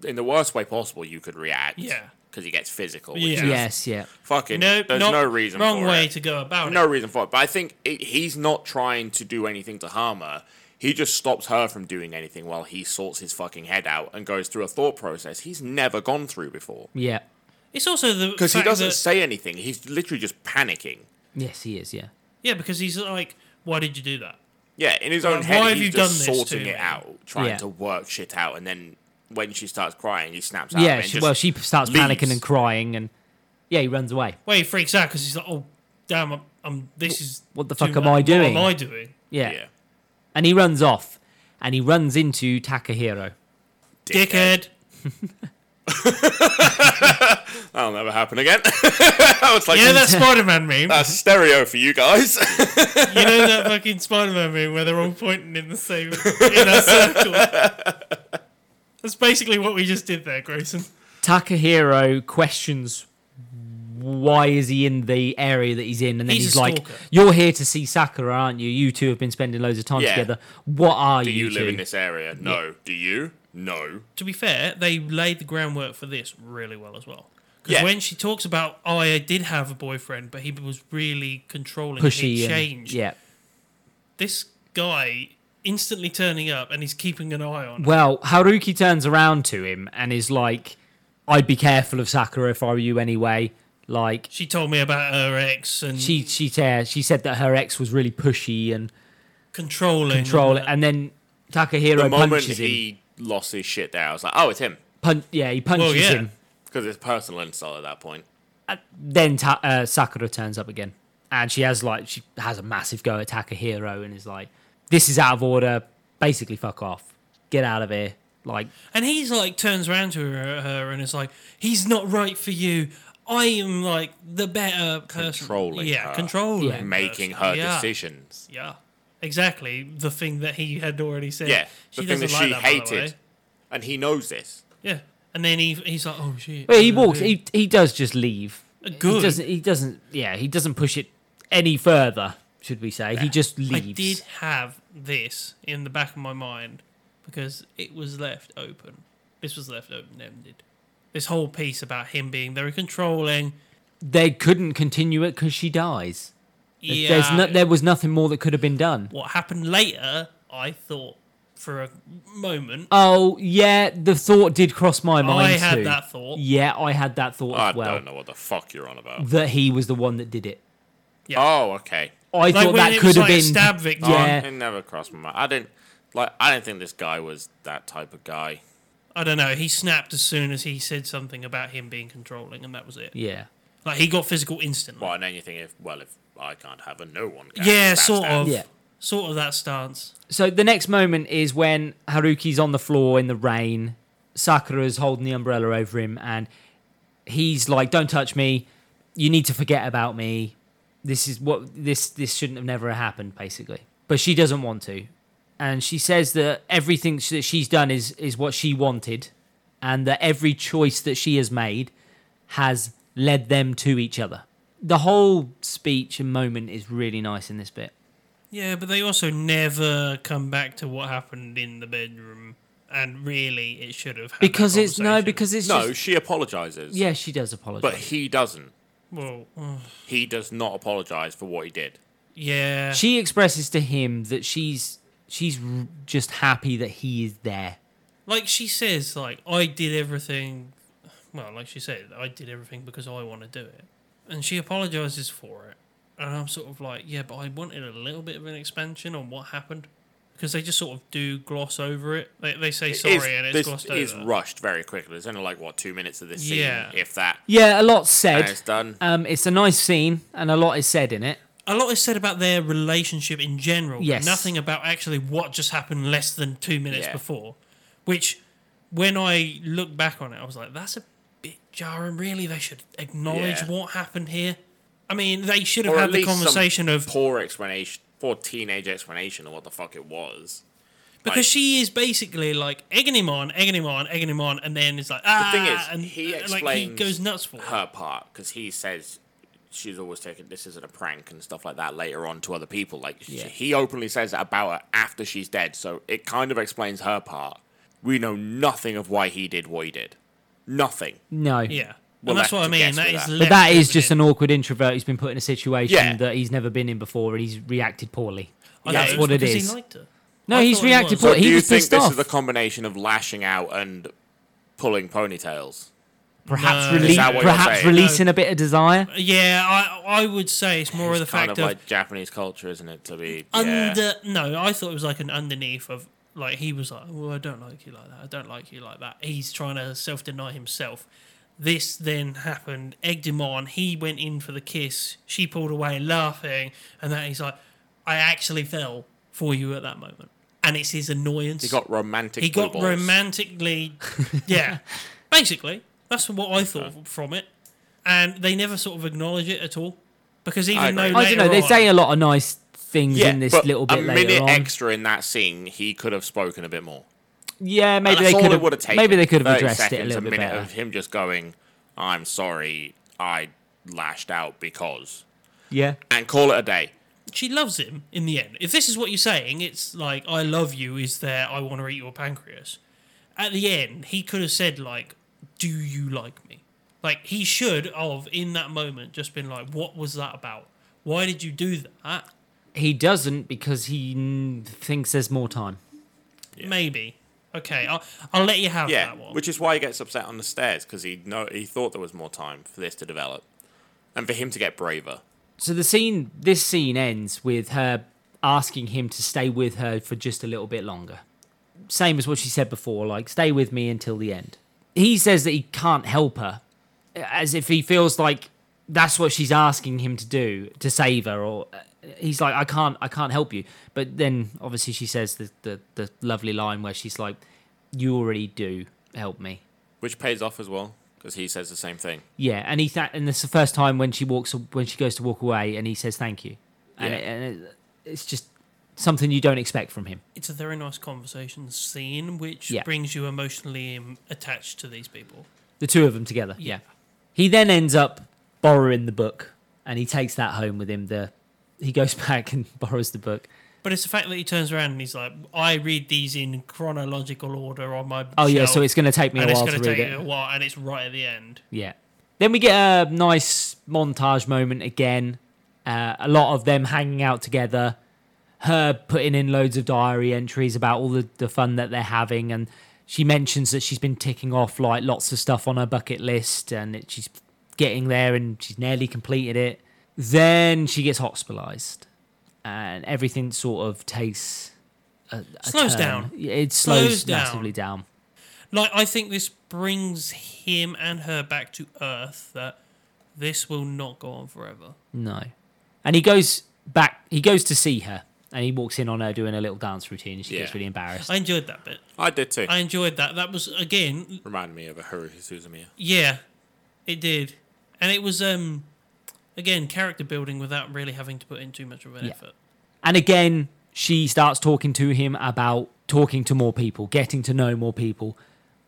S3: in the worst way possible. You could react.
S2: Yeah.
S3: Because he gets physical. Which
S2: Yeah.
S3: Is
S1: Yes, yeah.
S3: fucking.
S2: no,
S3: there's
S2: not-
S3: no reason.
S2: Wrong
S3: for
S2: way
S3: it.
S2: to go about
S3: no
S2: it.
S3: reason for it. But I think it, he's not trying to do anything to harm her. He just stops her from doing anything while he sorts his fucking head out and goes through a thought process he's never gone through before.
S1: Yeah.
S2: It's also the
S3: Because he
S2: fact
S3: doesn't
S2: that-
S3: say anything. He's literally just panicking.
S1: Yes, he is. Yeah.
S2: yeah, because he's like, "Why did you do that?"
S3: Yeah, in his
S2: Like,
S3: own head,
S2: why have
S3: he's
S2: you
S3: just
S2: done this
S3: sorting
S2: to
S3: it
S2: me?
S3: out, trying
S1: Yeah.
S3: to work shit out, and then when she starts crying, he snaps out. of it
S1: Yeah.
S3: and
S1: She,
S3: Ah, just
S1: well, she starts
S3: leaves.
S1: panicking and crying, and yeah, he runs away.
S2: Well, he freaks out because he's like, "Oh, damn! I'm, I'm this is
S1: What the
S2: too
S1: fuck am
S2: much.
S1: I
S2: What
S1: doing?
S2: am I doing?"
S1: Yeah.
S3: Yeah.
S1: And he runs off, and he runs into Takahiro.
S2: Dickhead.
S3: That'll never happen again. I was like,
S2: You know that Spider-Man meme.
S3: that's stereo for you guys.
S2: you know that fucking Spider-Man meme where they're all pointing in the same in a circle. That's basically what we just did there, Grayson.
S1: Takahiro questions why is he in the area that he's in, and then
S2: He's
S1: he's,
S2: a
S1: like,
S2: stalker.
S1: "You're here to see Sakura, aren't you? You two have been spending loads of time
S3: Yeah.
S1: together. What are
S3: Do
S1: you,
S3: you live
S1: two?"
S3: in this area? No. Do you? No.
S2: to be fair, they laid the groundwork for this really well as well. Because
S3: Yeah.
S2: when she talks about, oh, I did have a boyfriend, but he was really controlling,
S1: Pushy
S2: he
S1: and-
S2: changed.
S1: yeah,
S2: This guy instantly turning up and he's keeping an eye on.
S1: Well, Haruki turns around to him and is like, I'd be careful of Sakura if I were you anyway. Like,
S2: She told me about her ex and
S1: she she uh, she said that her ex was really pushy and
S2: controlling.
S1: troll,
S2: and
S1: and then Takahiro
S3: Mm-hmm. The moment
S1: punches him.
S3: he lost his shit there, I was like, oh, it's him.
S1: Pun- yeah, he punches
S2: Well, yeah.
S1: him.
S3: Because it's personal insult at that point.
S1: Then ta- uh, Sakura turns up again, and she has like she has a massive go at Takahiro and is like, "This is out of order. Basically, fuck off. Get out of here." Like,
S2: And he's like turns around to her, her and is like, "He's not right for you. I am like the better person."
S3: Controlling
S2: yeah,
S3: her.
S2: controlling,
S1: Yeah.
S3: Making
S2: person.
S3: her
S2: Yeah.
S3: decisions.
S2: Yeah, exactly. The thing that he had already said.
S3: Yeah. The thing
S2: doesn't
S3: that
S2: like
S3: she
S2: that, by the
S3: hated.
S2: way.
S3: And he knows this.
S2: Yeah, and then he he's like, "Oh shit."
S1: well, he
S2: Uh,
S1: walks. He he does just leave.
S2: Good.
S1: He doesn't. He doesn't. Yeah, he doesn't push it any further. Should we say he just
S2: I
S1: leaves?
S2: did have this in the back of my mind because it was left open. This was left open ended. This whole piece about him being very controlling.
S1: They couldn't continue it because she dies.
S2: Yeah,
S1: There's no, there was nothing more that could have been done.
S2: what happened later, I thought for a moment.
S1: Oh yeah, the thought did cross my mind.
S2: I had
S1: Oh, too.
S2: that thought.
S1: Yeah, I had that thought
S3: I
S1: as well.
S3: don't know what the fuck you're on about.
S1: That he was the one that did it.
S3: Oh, okay.
S1: I
S2: like
S1: thought
S2: when
S1: that
S2: it
S1: could
S2: was
S1: have
S2: like
S1: been
S2: a stab victim.
S1: Yeah.
S3: Oh, it never crossed my mind. I didn't like. I didn't think this guy was that type of guy.
S2: I don't know. He snapped as soon as he said something about him being controlling, and that was it.
S1: Yeah,
S2: Like he got physical instantly.
S3: Well, and then you think if well, if I can't have her, no one can.
S2: Yeah,
S3: That's
S2: sort
S3: that.
S2: of.
S1: Yeah.
S2: Sort of that stance.
S1: So the next moment is when Haruki's on the floor in the rain. Sakura's holding the umbrella over him, and he's like, "Don't touch me. You need to forget about me. This is what this this shouldn't have never happened." Basically, but she doesn't want to, and she says that everything sh- that she's done is is what she wanted, and that every choice that she has made has led them to each other. The whole speech and moment is really nice in this bit.
S2: Yeah, but they also never come back to what happened in the bedroom, and really, it should have. had that
S1: because it's no
S2: conversation.
S1: because it's
S3: No,
S1: just,
S3: she apologizes.
S1: yeah she does apologize
S3: but he doesn't.
S2: well, ugh,
S3: He does not apologize for what he did.
S2: yeah,
S1: she expresses to him that she's she's r- just happy that he is there
S2: like she says, like I did everything. Well, like she said, I did everything because I want to do it, and she apologizes for it. And I'm sort of like, yeah, but I wanted a little bit of an expansion on what happened because they just sort of do gloss over it. They, they say sorry
S3: It's-
S2: and it's
S3: this
S2: glossed
S3: is
S2: over.
S3: rushed very quickly. There's only like what two minutes of this scene,
S2: Yeah.
S3: if that.
S1: yeah a lot's
S3: And
S1: said
S3: it's done.
S1: um it's a nice scene and a lot is said in it
S2: a lot is said about their relationship in general. but
S1: Yes.
S2: Nothing about actually what just happened less than two minutes
S3: Yeah.
S2: before. Which, when I look back on it, I was like, that's a bit jarring. Really, they should acknowledge
S3: Yeah.
S2: what happened here. I mean, they should have
S3: Or
S2: had
S3: at
S2: the
S3: least some
S2: conversation of
S3: poor explanation, poor teenage explanation of what the fuck it was.
S2: because
S3: like-
S2: she is basically like egging him on, egging him on, egging him on, and then it's like ah,
S3: thing is,
S2: and
S3: he
S2: uh, like he
S3: explains
S2: goes nuts for it.
S3: her part because he says she's always taken this isn't a prank and stuff like that later on to other people. Like she-
S1: Yeah.
S3: he openly says that about her after she's dead, so it kind of explains her part. We know nothing of why he did what he did. Nothing.
S1: no
S2: Yeah,
S3: We'll
S2: and that's
S3: have
S2: what I
S3: to
S2: mean.
S3: guess
S2: That
S3: with
S2: is
S3: that.
S1: but
S2: left
S1: that is
S2: open
S1: just
S2: in-
S1: an awkward introvert who's been put in a situation
S3: Yeah.
S1: that he's never been in before and he's reacted poorly
S2: I
S1: that's
S2: know,
S1: what it
S2: because
S1: is.
S2: He liked her.
S1: No,
S2: I
S1: he's
S2: thought he
S1: reacted
S2: was.
S1: But
S3: So
S1: he
S3: do you
S1: was
S3: think
S1: pissed
S3: this
S1: off.
S3: is a combination of lashing out and pulling ponytails?
S1: perhaps
S2: No.
S1: rele-
S2: Is that what
S3: you're
S1: perhaps
S3: saying?
S1: releasing a bit of desire
S2: Yeah, I I would say it's more
S3: it's
S2: of the
S3: kind
S2: fact
S3: of
S2: of,
S3: like Japanese culture, isn't it? To be yeah.
S2: under. No, I thought it was like an underneath of like he was like, "Well, I don't like you like that. I don't like you like that." He's trying to self deny himself. This then happened. Egged him on. He went in for the kiss. She pulled away laughing, and then he's like, "I actually fell for you at that moment." And it's his annoyance.
S3: he got romantic.
S2: He got
S3: foibles.
S2: romantically, yeah. Basically, that's what I thought from it, and they never sort of acknowledge it at all. Because even
S3: I
S2: though
S3: agree.
S1: i don't
S2: later
S1: know they
S2: on-
S1: say a lot of nice things
S3: Yeah,
S1: in this
S3: but um,
S1: little bit
S3: a
S1: later
S3: minute
S1: on
S3: extra in that scene, he could have spoken a bit more.
S1: yeah maybe
S3: And that's
S1: they
S3: all
S1: could
S3: it would have
S1: have
S3: taken.
S1: maybe they could have
S3: 30
S1: addressed it a
S3: seconds,
S1: little bit
S3: minute
S1: better
S3: of him just going, "I'm sorry, I lashed out because,"
S1: yeah
S3: and call it a day.
S2: she loves him in the end. If this is what you're saying, it's like I love you is there. I want to eat your pancreas. At the end, he could have said like, "Do you like me?" Like he should have in that moment just been like, "What was that about? Why did you do that?"
S1: He doesn't because he mm, thinks there's more time.
S2: Maybe. Okay, I'll, I'll let you have
S3: Yeah,
S2: that one.
S3: which is why he gets upset on the stairs because he know he thought there was more time for this to develop, and for him to get braver.
S1: So the scene, this scene ends with her asking him to stay with her for just a little bit longer. Same as what she said before, like stay with me until the end. He says that he can't help her, as if he feels like that's what she's asking him to do to save her, or uh, he's like, I can't, I can't help you. But then obviously she says the the, the lovely line where she's like, you already do help me.
S3: which pays off as well because he says the same thing.
S1: Yeah, and he th- and this is the first time when she walks when she goes to walk away, and he says thank you, and,
S3: Yeah.
S1: it, and it, it's just something you don't expect from him.
S2: it's a very nice conversation scene, which
S1: Yeah.
S2: brings you emotionally um, attached to these people.
S1: The two of them together.
S2: Yeah.
S1: He then ends up borrowing the book, and he takes that home with him. The he goes back and borrows the book.
S2: But it's the fact that he turns around and he's like, "I read these in chronological order on my."
S1: Oh yeah,
S2: shelf,
S1: so it's going to take me
S2: and
S1: a
S2: it's
S1: while
S2: going
S1: to
S2: to
S1: read
S2: take
S1: it.
S2: you a while, and it's right at the end.
S1: Yeah. Then we get a nice montage moment again. Uh, a lot of them hanging out together, her putting in loads of diary entries about all the, the fun that they're having. And she mentions that she's been ticking off like lots of stuff on her bucket list and that she's getting there and she's nearly completed it. Then she gets hospitalized and everything sort of takes. A, a
S2: Slows
S1: turn.
S2: down.
S1: Yeah, It slows,
S2: Slows down.
S1: massively down.
S2: Like, I think this brings him and her back to earth. That this will not go on forever.
S1: No. And he goes back, he goes to see her, and he walks in on her doing a little dance routine, and she gets
S3: Yeah.
S1: really embarrassed.
S2: I enjoyed that bit.
S3: I did too.
S2: I enjoyed that. That was again,
S3: Reminded me of a Haruhi Suzumiya.
S2: yeah, it did, and it was um, again character building without really having to put in too much of an
S1: Yeah.
S2: effort.
S1: And again, she starts talking to him about talking to more people, getting to know more people.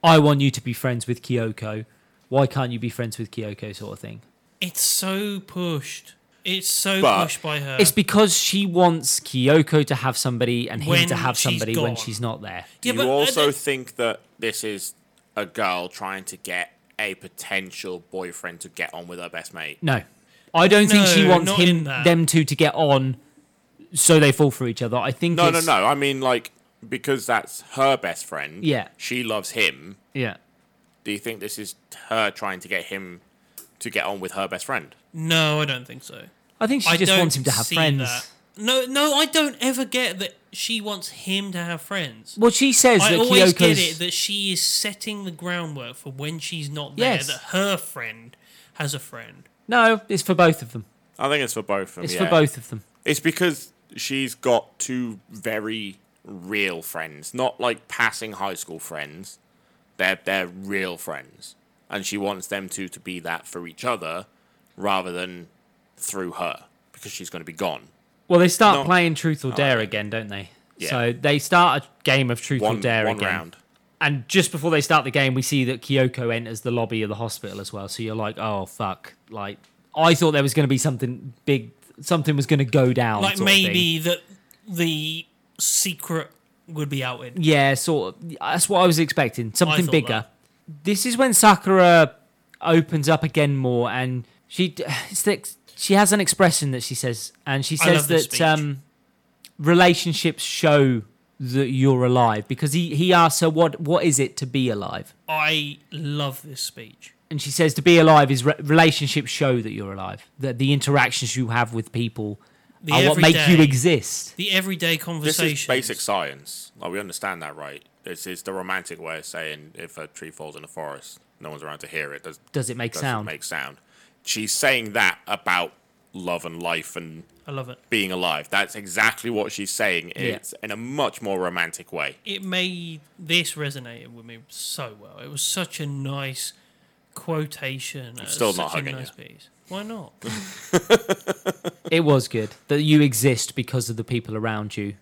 S1: I want you to be friends with Kyoko. Why can't you be friends with Kyoko, sort of thing?
S2: It's so pushed. It's so
S3: But-
S2: pushed by her.
S1: It's because she wants Kyoko to have somebody and him
S2: When
S1: to have
S2: she's
S1: somebody when
S2: gone.
S1: she's not there.
S2: Yeah,
S3: Do
S2: but,
S3: you
S2: uh,
S3: also
S2: th-
S3: think that this is a girl trying to get a potential boyfriend to get on with her best mate?
S1: No. I don't think she
S2: No,
S1: wants
S2: not
S1: him
S2: in that.
S1: them two to get on so they fall for each other. I think
S3: No, no,
S1: it's-
S3: no. I mean, like, because that's her best friend.
S1: Yeah.
S3: She loves him.
S1: Yeah.
S3: Do you think this is her trying to get him to get on with her best friend?
S2: no, I don't think so.
S1: I think she
S2: I
S1: just
S2: don't
S1: wants him to have
S2: see
S1: friends.
S2: that. No, no, I don't ever get that she wants him to have friends.
S1: Well, she says
S2: I
S1: that Kyoko's.
S2: always get it that she is setting the groundwork for when she's not there.
S1: Yes.
S2: That her friend has a friend.
S1: No, it's for both of them.
S3: I think it's for both of them.
S1: It's
S3: yeah.
S1: for both of them.
S3: It's because she's got two very real friends, not like passing high school friends. They're they're real friends, and she wants them two to be that for each other, rather than through her because she's going to be gone.
S1: Well, they start
S3: No.
S1: playing Truth or Dare
S3: yeah.
S1: again, don't they?
S3: Yeah.
S1: So they start a game of Truth
S3: One,
S1: or Dare
S3: one
S1: again.
S3: round.
S1: And just before they start the game, we see that Kyoko enters the lobby of the hospital as well. So you're like, oh, fuck. Like, I thought there was going to be something big, something was going to go down.
S2: Like
S1: sort of thing.
S2: maybe that the secret would be out in.
S1: Yeah, sort of. That's what I was expecting. Something
S2: thought
S1: bigger.
S2: that.
S1: This is when Sakura opens up again more, and she it's that- she has an expression that she says, and she
S2: I love
S1: says
S2: this
S1: that
S2: speech.
S1: um, relationships show that you're alive because he he asks her what what is it to be alive,
S2: I love this speech.
S1: and she says to be alive is re- relationships show that you're alive that the interactions you have with people
S2: The
S1: are what make you
S2: everyday-
S1: exist.
S2: The everyday
S3: This
S2: conversation.
S3: is basic science. Like we understand that, right? This is the romantic way of saying if a tree falls in the forest, no one's around to hear it. Does
S1: Does it make
S3: does
S1: sound?
S3: It make sound. She's saying that about love and life and
S2: I love it.
S3: being alive. That's exactly what she's saying.
S1: Yeah.
S3: It's in a much more romantic way.
S2: it made this resonated with me so well. It was such a nice quotation. I'm
S3: still not
S2: such
S3: hugging
S2: a nice piece. Why not?
S1: It was good that you exist because of the people around you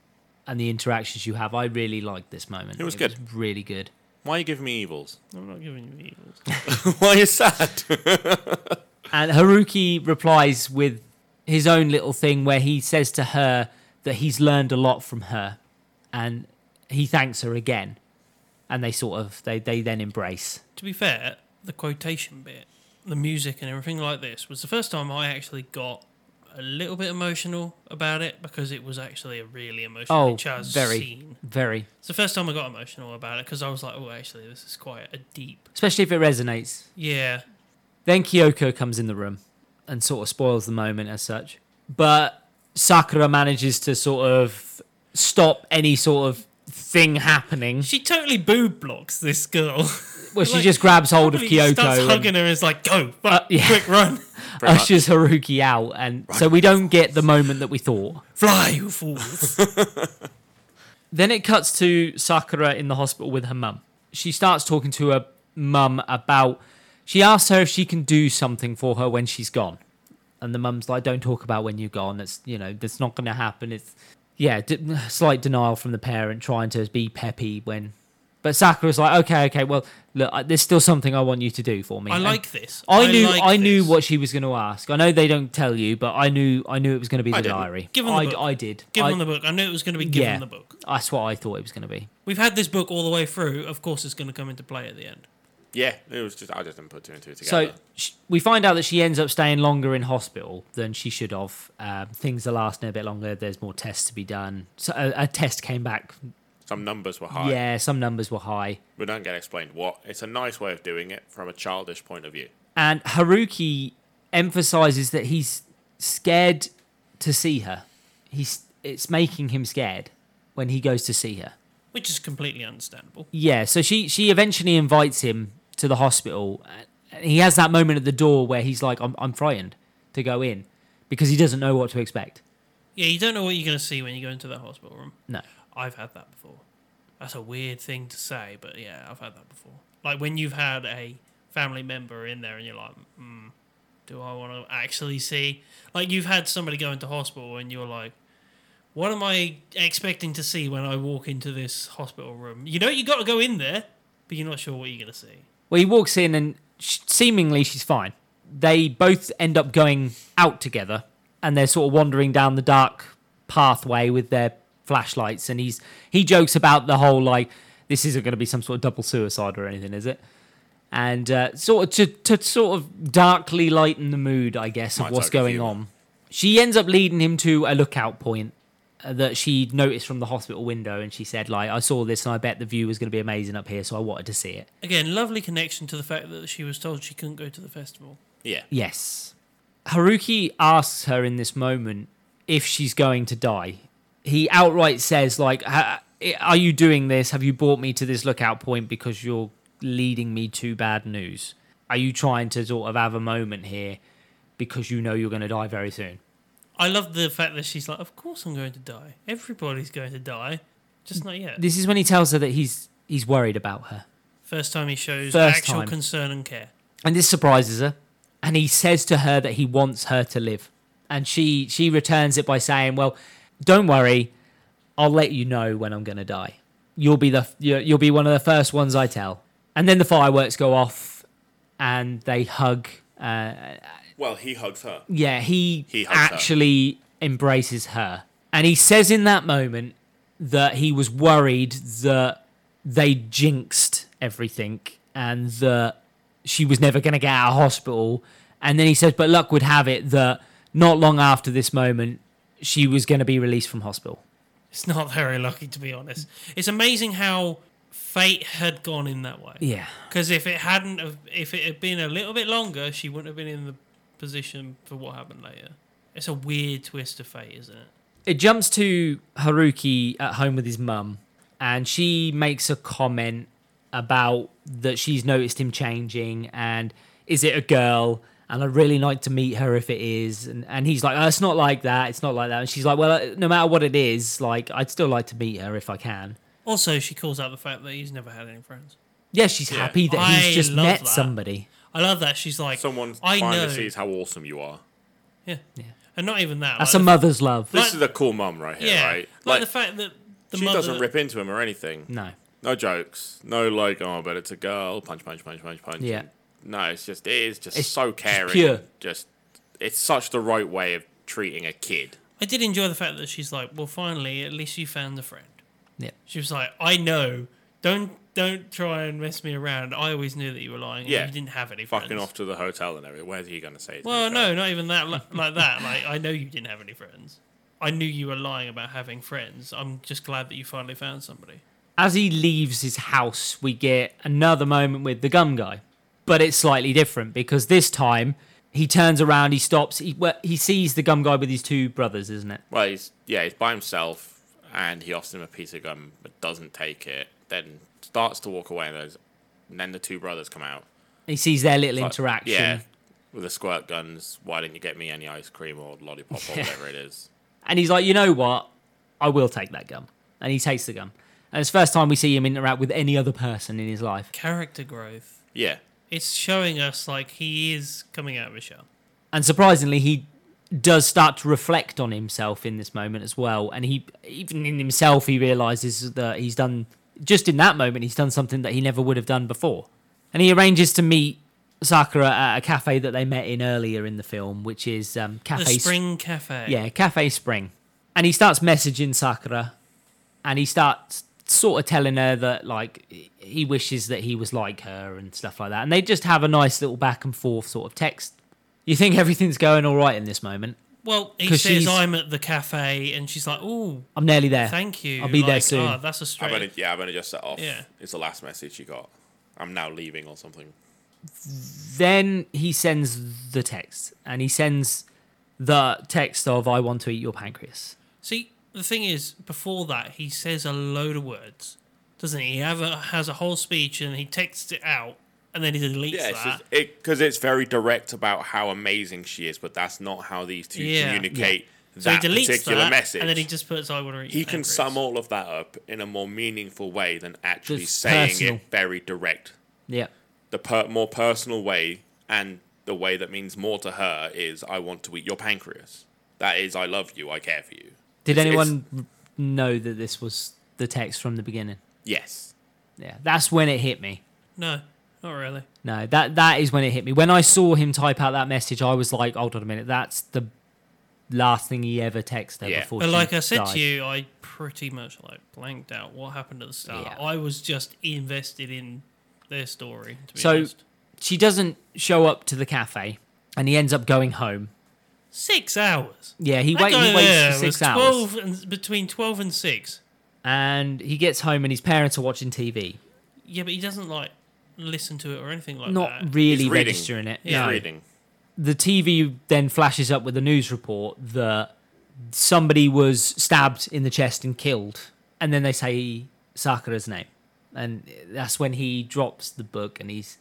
S1: and the interactions you have. I really liked this moment.
S3: It was good.
S1: really good.
S3: Why are you giving me evils?
S2: I'm not giving you evils.
S3: Why are you sad?
S1: And Haruki replies with his own little thing where he says to her that he's learned a lot from her and he thanks her again. And they sort of they, they then embrace.
S2: to be fair, the quotation bit, the music and everything like this was the first time I actually got a little bit emotional about it because it was actually a really emotionally
S1: Oh,
S2: charged
S1: very,
S2: scene.
S1: very.
S2: It's the first time I got emotional about it because I was like, oh, actually, this is quite a deep.
S1: Especially if it resonates.
S2: Yeah.
S1: Then Kyoko comes in the room and sort of spoils the moment as such. But Sakura manages to sort of stop any sort of thing happening.
S2: She totally boob blocks this girl.
S1: Well, she
S2: like-
S1: just grabs hold of Kyoko.
S2: starts
S1: and- Uh,
S2: hugging her and is like, go, fuck,
S1: yeah.
S2: quick, run,
S3: Pretty much.
S1: ushers Haruki out, and so we don't get the moment that we thought.
S2: fly, you fools.
S1: Then it cuts to Sakura in the hospital with her mum. She starts talking to her mum about. She asks her if she can do something for her when she's gone, and the mum's like, "Don't talk about when you're gone. That's you know that's not going to happen." It's yeah, d- slight denial from the parent trying to be peppy when. But Sakura's like, okay, okay, well, look, I- there's still something I want you to do for me.
S2: I
S1: And-
S2: like this.
S1: I knew I,
S2: like
S1: knew
S2: this.
S1: what she was going to ask. I know they don't tell you, but I knew I knew it was going to be the
S3: didn't.
S1: diary.
S2: Give 'em the
S1: I,
S2: book.
S1: I did.
S2: Give
S1: I,
S2: them the book. I knew it was going to be given the book.
S1: That's what I thought it was going to be.
S2: We've had this book all the way through. Of course, it's going to come into play at the end.
S3: Yeah, it was just I just didn't put two and two
S1: So
S3: together.
S1: sh we find out that she ends up staying longer in hospital than she should have. Um, things are lasting a bit longer. There's more tests to be done. So a, a test came back.
S3: Some numbers were high.
S1: Yeah, some numbers were high.
S3: We don't get explained what. It's a nice way of doing it from a childish point of view.
S1: And Haruki emphasizes that he's scared to see her. He's it's making him scared when he goes to see her.
S2: Which is completely understandable.
S1: Yeah, so she she eventually invites him to the hospital. And he has that moment at the door where he's like, "I'm I'm frightened to go in," because he doesn't know what to expect.
S2: Yeah, you don't know what you're going to see when you go into that hospital room.
S1: No,
S2: I've had that before. That's a weird thing to say, but yeah, I've had that before. Like when you've had a family member in there and you're like, mm, do I want to actually see? Like you've had somebody go into hospital and you're like, what am I expecting to see when I walk into this hospital room? You know, you got to go in there, but you're not sure what you're going to see.
S1: well, he walks in and sh seemingly she's fine. They both end up going out together, and they're sort of wandering down the dark pathway with their flashlights. And he's he jokes about the whole like, "This isn't going to be some sort of double suicide or anything, is it?" And uh, sort of to, to sort of darkly lighten the mood, I guess, of
S3: Might
S1: what's
S3: take a
S1: going
S3: few.
S1: on. She ends up leading him to a lookout point uh, that she'd noticed from the hospital window, and she said, "Like, I saw this, and I bet the view was going to be amazing up here, so I wanted to see it."
S2: Again, lovely connection to the fact that she was told she couldn't go to the festival.
S3: Yeah.
S1: Yes. Haruki asks her in this moment if she's going to die. He outright says, like, "Ha- are you doing this? Have you brought me to this lookout point because you're leading me to bad news? Are you trying to sort of have a moment here because you know you're going to die very soon?
S2: I love the fact that she's like, of course I'm going to die. Everybody's going to die, just not yet.
S1: This is when he tells her that he's he's worried about her.
S2: First time he shows
S1: First
S2: actual
S1: time.
S2: concern and care.
S1: and this surprises her and he says to her that he wants her to live and she she returns it by saying well don't worry i'll let you know when i'm going to die you'll be the you- you'll be one of the first ones i tell and then the fireworks go off and they hug uh,
S3: Well, he hugs her.
S1: yeah he,
S3: He hugs her.
S1: actually embraces her and he says in that moment that he was worried that they jinxed everything and that she was never going to get out of hospital and then he says but luck would have it that not long after this moment she was going to be released from hospital
S2: It's not very lucky, to be honest. It's amazing how fate had gone in that way.
S1: yeah
S2: Because if it hadn't, have- if it had been a little bit longer, she wouldn't have been in the position for what happened later. It's a weird twist of fate, isn't it?
S1: it jumps to Haruki at home with his mum, and she makes a comment about that she's noticed him changing, and is it a girl? And I'd really like to meet her if it is. And, and he's like, oh, it's not like that. It's not like that. And she's like, well, uh, no matter what it is, like, I'd still like to meet her if I can.
S2: Also, she calls out the fact that he's never had any friends.
S1: Yeah, she's
S3: Yeah.
S1: happy that
S2: I
S1: he's just
S2: love
S1: met
S2: that.
S1: somebody.
S2: I love that. She's like,
S3: Someone
S2: I
S3: finally
S2: know.
S3: sees how awesome you are.
S2: Yeah. And not even that.
S1: That's
S2: like
S1: a mother's love.
S3: This
S2: Like-
S3: is a cool mum right
S2: the,
S3: here,
S2: yeah.
S3: right?
S2: Like,
S3: Like,
S2: the fact that the
S3: she
S2: mother.
S3: doesn't rip into him or anything.
S1: No.
S3: No jokes. No like, oh, but it's a girl. Punch, punch, punch, punch, punch.
S1: Yeah.
S3: No, it's just it is just
S1: It's
S3: so
S1: just
S3: caring.
S1: pure.
S3: Just it's such the right way of treating a kid.
S2: I did enjoy the fact that she's like, well, finally, at least you found a friend.
S1: Yeah.
S2: She was like, I know. Don't don't try and mess me around. I always knew that you were lying. and
S3: Yeah.
S2: you didn't have any
S3: Fucking
S2: friends.
S3: off to the hotel and everything. Where's he going to say? he's
S2: Well,
S3: gonna
S2: no,
S3: go?
S2: not even that. Like, like that. Like I know you didn't have any friends. I knew you were lying about having friends. I'm just glad that you finally found somebody.
S1: As he leaves his house, we get another moment with the gum guy, but it's slightly different because this time he turns around, he stops, he well, he sees the gum guy with his two brothers, isn't it?
S3: Well, he's yeah, he's by himself, and he offers him a piece of gum, but doesn't take it. Then starts to walk away, and, there's, and then the two brothers come out.
S1: He sees their little
S3: Like,
S1: interaction.
S3: yeah, with the squirt guns. Why didn't you get me any ice cream or lollipop or
S1: Yeah.
S3: whatever it is?
S1: And he's like, you know what? I will take that gum. And he takes the gum. And it's the first time we see him interact with any other person in his life.
S2: Character growth.
S3: Yeah,
S2: It's showing us like he is coming out of his shell.
S1: And surprisingly, he does start to reflect on himself in this moment as well. And he, even in himself, he realizes that he's done, just in that moment, he's done something that he never would have done before. And he arranges to meet Sakura at a cafe that they met in earlier in the film, which is um,
S2: The
S1: Cafe
S2: Spring Cafe.
S1: Yeah, Cafe Spring. And he starts messaging Sakura and he starts sort of telling her that like he wishes that he was like her and stuff like that. And they just have a nice little back and forth sort of text. You think everything's going all right in this moment?
S2: Well, he
S1: 'Cause
S2: says
S1: she's-
S2: I'm at the cafe, and she's like, "Oh,
S1: I'm nearly there.
S2: thank you.
S1: I'll be there
S2: Like,
S1: soon.
S2: "Ah, that's a
S3: I'm
S2: straight.
S3: gonna, yeah, I'm gonna just set off.
S2: Yeah.
S3: it's the last message you got. I'm now leaving or something.
S1: then he sends the text and he sends the text of I want to eat your pancreas.
S2: See, the thing is, before that, he says a load of words, doesn't he? He have a, has a whole speech, and he texts it out, and then he deletes
S3: Yeah, it's
S2: that.
S3: just, it because it's very direct about how amazing she is, but that's not how these two
S2: Yeah.
S3: communicate
S2: so he
S3: that
S2: deletes
S3: particular
S2: that,
S3: message.
S2: and then he just puts, "I want to eat."
S3: he can
S2: pancreas."
S3: sum all of that up in a more meaningful way than actually
S1: That's
S3: saying
S1: personal.
S3: it very direct.
S1: Yeah.
S3: The per- more personal way and the way that means more to her is I want to eat your pancreas. That is I love you, I care for you.
S1: Did
S3: It's- it's-
S1: anyone know that this was the text from the beginning?
S3: Yes.
S1: Yeah. That's when it hit me.
S2: No, not really.
S1: No, that that is when it hit me. When I saw him type out that message, I was like, "Hold on a minute, that's the last thing he ever texted her
S3: Yeah.
S1: before."
S2: But
S1: she
S2: like I said
S1: died.
S2: to you, I pretty much like blanked out what happened at the start.
S1: Yeah.
S2: I was just invested in their story. To be
S1: So-
S2: honest.
S1: she doesn't show up to the cafe, and he ends up going home.
S2: six hours.
S1: Yeah, he,
S2: That
S1: wait,
S2: guy
S1: he waits
S2: there
S1: for
S2: was
S1: six hours,
S2: 12 and, between 12 and 6.
S1: and he gets home, and his parents are watching TV,
S2: Yeah, but he doesn't like listen to it or anything like
S1: not really
S2: that.
S3: Uh, He's reading.
S1: registering it.
S2: Yeah.
S3: He's
S1: no.
S3: reading.
S1: the TV then flashes up with a news report that somebody was stabbed in the chest and killed, and then they say Sakura's name, and that's when he drops the book and he's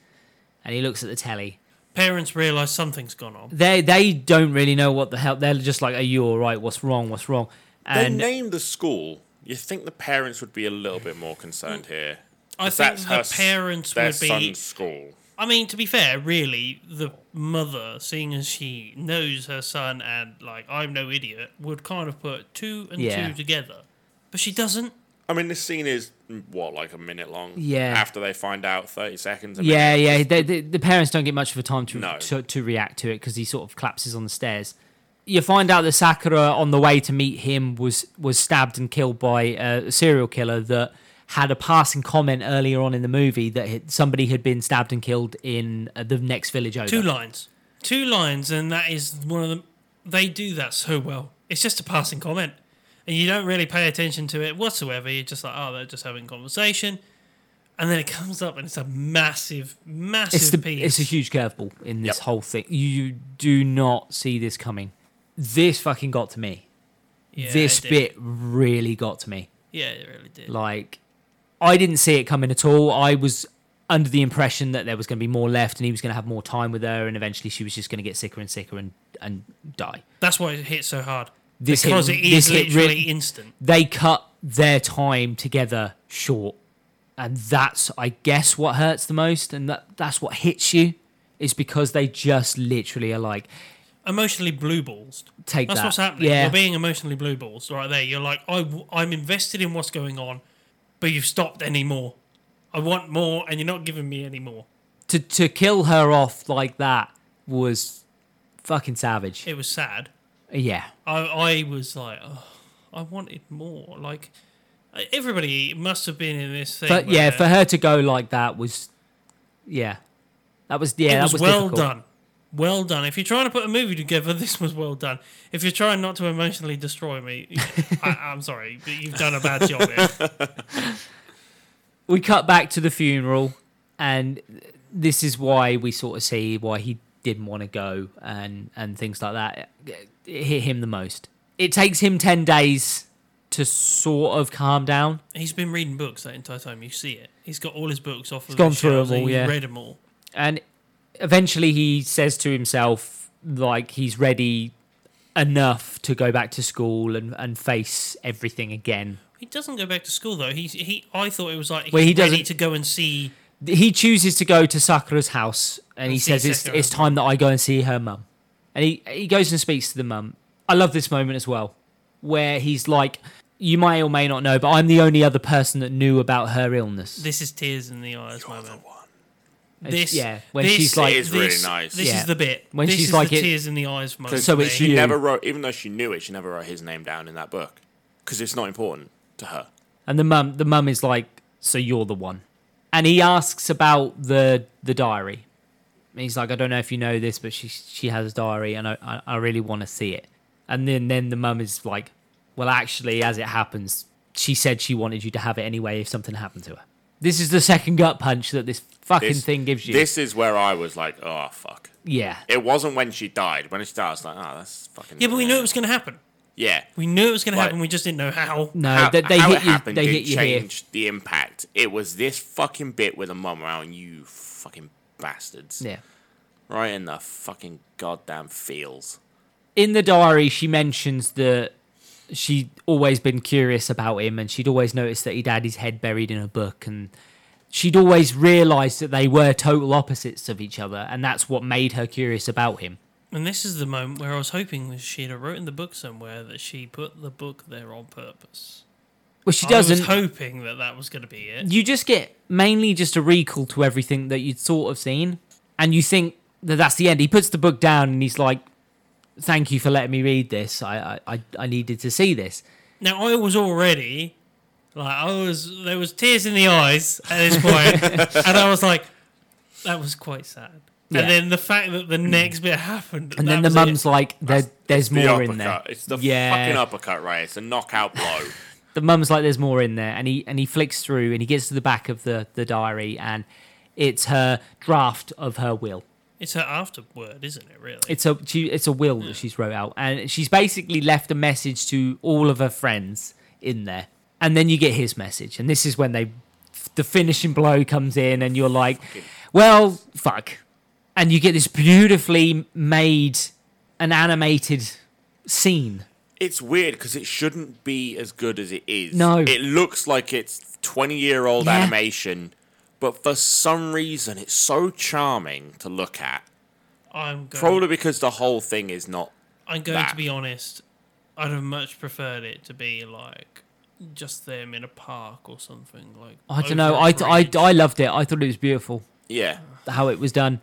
S1: and he looks at the telly.
S2: Parents realize something's gone on.
S1: They they don't really know what the hell. They're just like, "Are you all right? What's wrong? What's wrong?"
S3: They
S1: And
S3: named the school. You think the parents would be a little bit more concerned here.
S2: I
S3: 'Cause
S2: think
S3: that's
S2: the
S3: her s-
S2: parents
S3: their
S2: would be.
S3: son's school.
S2: I mean, to be fair, really, the mother, seeing as she knows her son and like I'm no idiot, would kind of put two and
S1: Yeah.
S2: two together, but she doesn't.
S3: I mean, this scene is mm, what like a minute long.
S1: Yeah.
S3: After they find out, thirty seconds. a
S1: yeah,
S3: minute.
S1: yeah, they, they, the parents don't get much of a time to
S3: No.
S1: to, to react to it because he sort of collapses on the stairs. You find out that Sakura, on the way to meet him, was was stabbed and killed by a serial killer that had a passing comment earlier on in the movie that had- somebody had been stabbed and killed in uh, the next village over.
S2: Two lines, two lines, and that is one of them. They do that so well. It's just a passing comment, and you don't really pay attention to it whatsoever. You're just like, oh, they're just having conversation, and then it comes up, and it's a massive, massive
S1: it's the,
S2: piece.
S1: it's a huge curveball in this
S3: Yep.
S1: whole thing. You do not see this coming. This fucking got to me.
S2: Yeah,
S1: this
S2: it did.
S1: bit really got to me.
S2: Yeah, it really did.
S1: Like, I didn't see it coming at all. I was under the impression that there was going to be more left, and he was going to have more time with her, and eventually she was just going to get sicker and sicker and and die.
S2: That's why it hit so hard.
S1: This hit-
S2: because it
S1: this
S2: is
S1: hit
S2: literally
S1: really-
S2: instant.
S1: They cut their time together short, and that's, I guess, what hurts the most, and that that's what hits you, is because they just literally are like,
S2: Emotionally blue balls.
S1: take
S2: That's
S1: that.
S2: what's happening.
S1: Yeah,
S2: You're being emotionally blue balls right there. You're like, I, am invested in what's going on, but you've stopped any more. I want more, and you're not giving me any more.
S1: to to kill her off like that was fucking savage.
S2: It was sad.
S1: yeah.
S2: I, I was like, oh, I wanted more. Like, Everybody must have been in this thing.
S1: But yeah,
S2: where
S1: for her to go like that was, yeah, that was yeah,
S2: it
S1: that
S2: was,
S1: was,
S2: well
S1: difficult.
S2: done. Well done. If you're trying to put a movie together, this was well done. If you're trying not to emotionally destroy me, I, I'm sorry, but you've done a bad job. Here.
S1: we cut back to the funeral, and this is why we sort of see why he didn't want to go and and things like that. It hit him the most. It takes him ten days to sort of calm down.
S2: He's been reading books that entire time. You see it. He's got all his books off. He's of
S1: gone
S2: his
S1: through 'em
S2: shelves and
S1: all,
S2: He's
S1: yeah.
S2: read them all.
S1: and eventually he says to himself like he's ready enough to go back to school and, and face everything again
S2: He doesn't go back to school though. He he. I thought it was like he's
S1: Well, he
S2: ready
S1: doesn't-
S2: to go and see.
S1: he chooses to go to sakura's house and he
S2: And see
S1: says it's,
S2: Sakura.
S1: it's time that i go and see her mum and he, he goes and speaks to the mum i love this moment as well where he's like you may or may not know but i'm the only other person that knew about her illness
S2: This is tears in the eyes moment.
S1: It's-
S2: This
S1: yeah when
S2: this-
S1: she's like
S3: It is really
S2: this-
S3: nice.
S2: This
S1: Yeah.
S2: is the bit.
S1: When
S2: this
S1: she's
S2: is
S1: like
S2: the
S1: it-
S2: tears in the eyes moment.
S1: So it's
S2: mate.
S3: She
S1: you.
S3: never wrote, even though she knew it, she never wrote his name down in that book because it's not important to her.
S1: And the mum, the mum is like, "So you're the one," and he asks about the the diary. And he's like, "I don't know if you know this, but she she has a diary, and I I, I really want to see it." And then then the mum is like, "Well, actually, as it happens, she said she wanted you to have it anyway if something happened to her." This is the second gut punch that this fucking
S3: This
S1: thing gives you.
S3: This is where I was like, oh fuck.
S1: yeah,
S3: It wasn't when she died. When she died, I was like, oh, that's fucking.
S2: Yeah, but we knew it was going to happen.
S3: Yeah.
S2: We knew it was going
S3: Right.
S2: to happen. We just didn't know how.
S1: no,
S3: how,
S1: Uh, they, they
S3: how
S1: hit
S3: it
S1: you.
S3: happened
S1: they
S3: did
S1: hit you here.
S3: change the impact. It was this fucking bit with a mum around you, fucking bastards.
S1: Yeah.
S3: Right in the fucking goddamn feels.
S1: in the diary she mentions that she'd always been curious about him and she'd always noticed that he'd had his head buried in a book and she'd always realized that they were total opposites of each other and that's what made her curious about him
S2: And this is the moment where I was hoping that she'd have written the book somewhere that she put the book there on purpose.
S1: well she
S2: I was
S1: doesn't
S2: hoping that that was going to be it.
S1: you just get mainly just a recall to everything that you'd sort of seen and you think that that's the end he puts the book down and he's like thank you for letting me read this i i, I- I needed to see this
S2: Now I was already like I was there was tears in the eyes at this point, and I was like, that was quite sad.
S1: Yeah. Mm.
S2: And then the fact that the next bit happened,
S1: and then the mum's like there, there's
S3: The
S1: more
S3: uppercut.
S1: in there
S3: It's the
S1: Yeah.
S3: fucking uppercut, right? It's a knockout blow.
S1: the mum's like there's more in there and he and he flicks through and he gets to the back of the the diary and it's her draft of her will
S2: it's her afterword, isn't it? Really,
S1: it's a she, it's a will that she's wrote out and she's basically left a message to all of her friends in there and then you get his message and this is when they the finishing blow comes in and you're like well fuck and you get this beautifully made and animated scene
S3: it's weird because it shouldn't be as good as it is.
S1: No.
S3: It looks like it's 20 year old
S1: Yeah.
S3: animation, but for some reason, it's so charming to look at.
S2: I'm going,
S3: Probably because the whole thing is not.
S2: I'm going
S3: that.
S2: to be honest. I'd have much preferred it to be like just them in a park or something like.
S1: i don't know
S2: over a
S1: I, I
S2: bridge.
S1: i loved it i thought it was beautiful
S3: Yeah.
S1: how it was done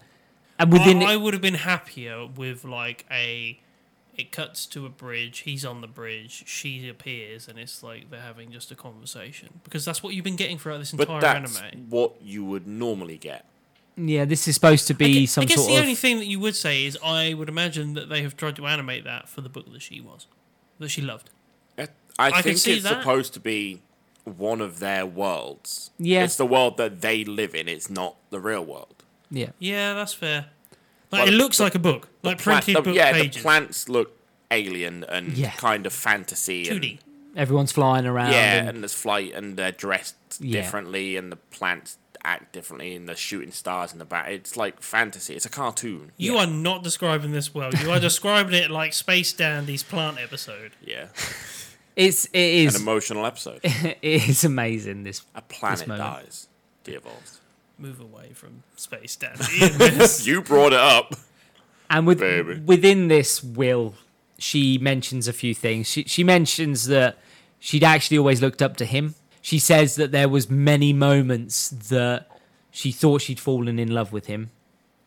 S1: and within
S2: I, I would have been happier with like a. It cuts to a bridge. He's on the bridge. She appears, and it's like they're having just a conversation because that's what you've been getting throughout this
S3: But
S2: entire
S3: that's
S2: anime.
S3: what you would normally get.
S1: Yeah, this is supposed to
S2: I
S1: be
S2: gue-
S1: some
S2: I guess
S1: sort
S2: the
S1: of.
S2: only thing that you would say is I would imagine that they have tried to animate that for the book that she was, that she loved.
S3: I, I
S2: can
S3: think
S2: see
S3: it's
S2: that.
S3: supposed to be one of their worlds.
S1: Yeah.
S3: It's the world that they live in, it's not the real world.
S1: yeah,
S2: Yeah, that's fair. Like
S3: Well,
S2: it looks
S3: the-
S2: like a book, like
S3: Plant-
S2: printed
S3: the-
S2: book
S3: yeah, the
S2: pages.
S3: plants look alien and
S1: Yeah.
S3: kind of fantasy.
S2: 2D.
S3: And,
S1: everyone's flying around.
S3: yeah,
S1: and-
S3: and there's flight and they're dressed
S1: Um, Yeah.
S3: differently and the plants act differently and they're shooting stars in the back. It's like fantasy. It's a cartoon.
S2: You are not describing this well. You are describing it like Space Dandy's plant episode.
S3: Yeah.
S1: it's it
S3: An
S1: is
S3: emotional episode.
S1: it is amazing. This
S3: A planet
S1: moment.
S3: dies. De-evolves.
S2: Move away from Space Dandy. in this.
S3: You brought it up.
S1: and with
S3: Baby.
S1: within this will, she mentions a few things. She she mentions that she'd actually always looked up to him. She says that there was many moments that she thought she'd fallen in love with him,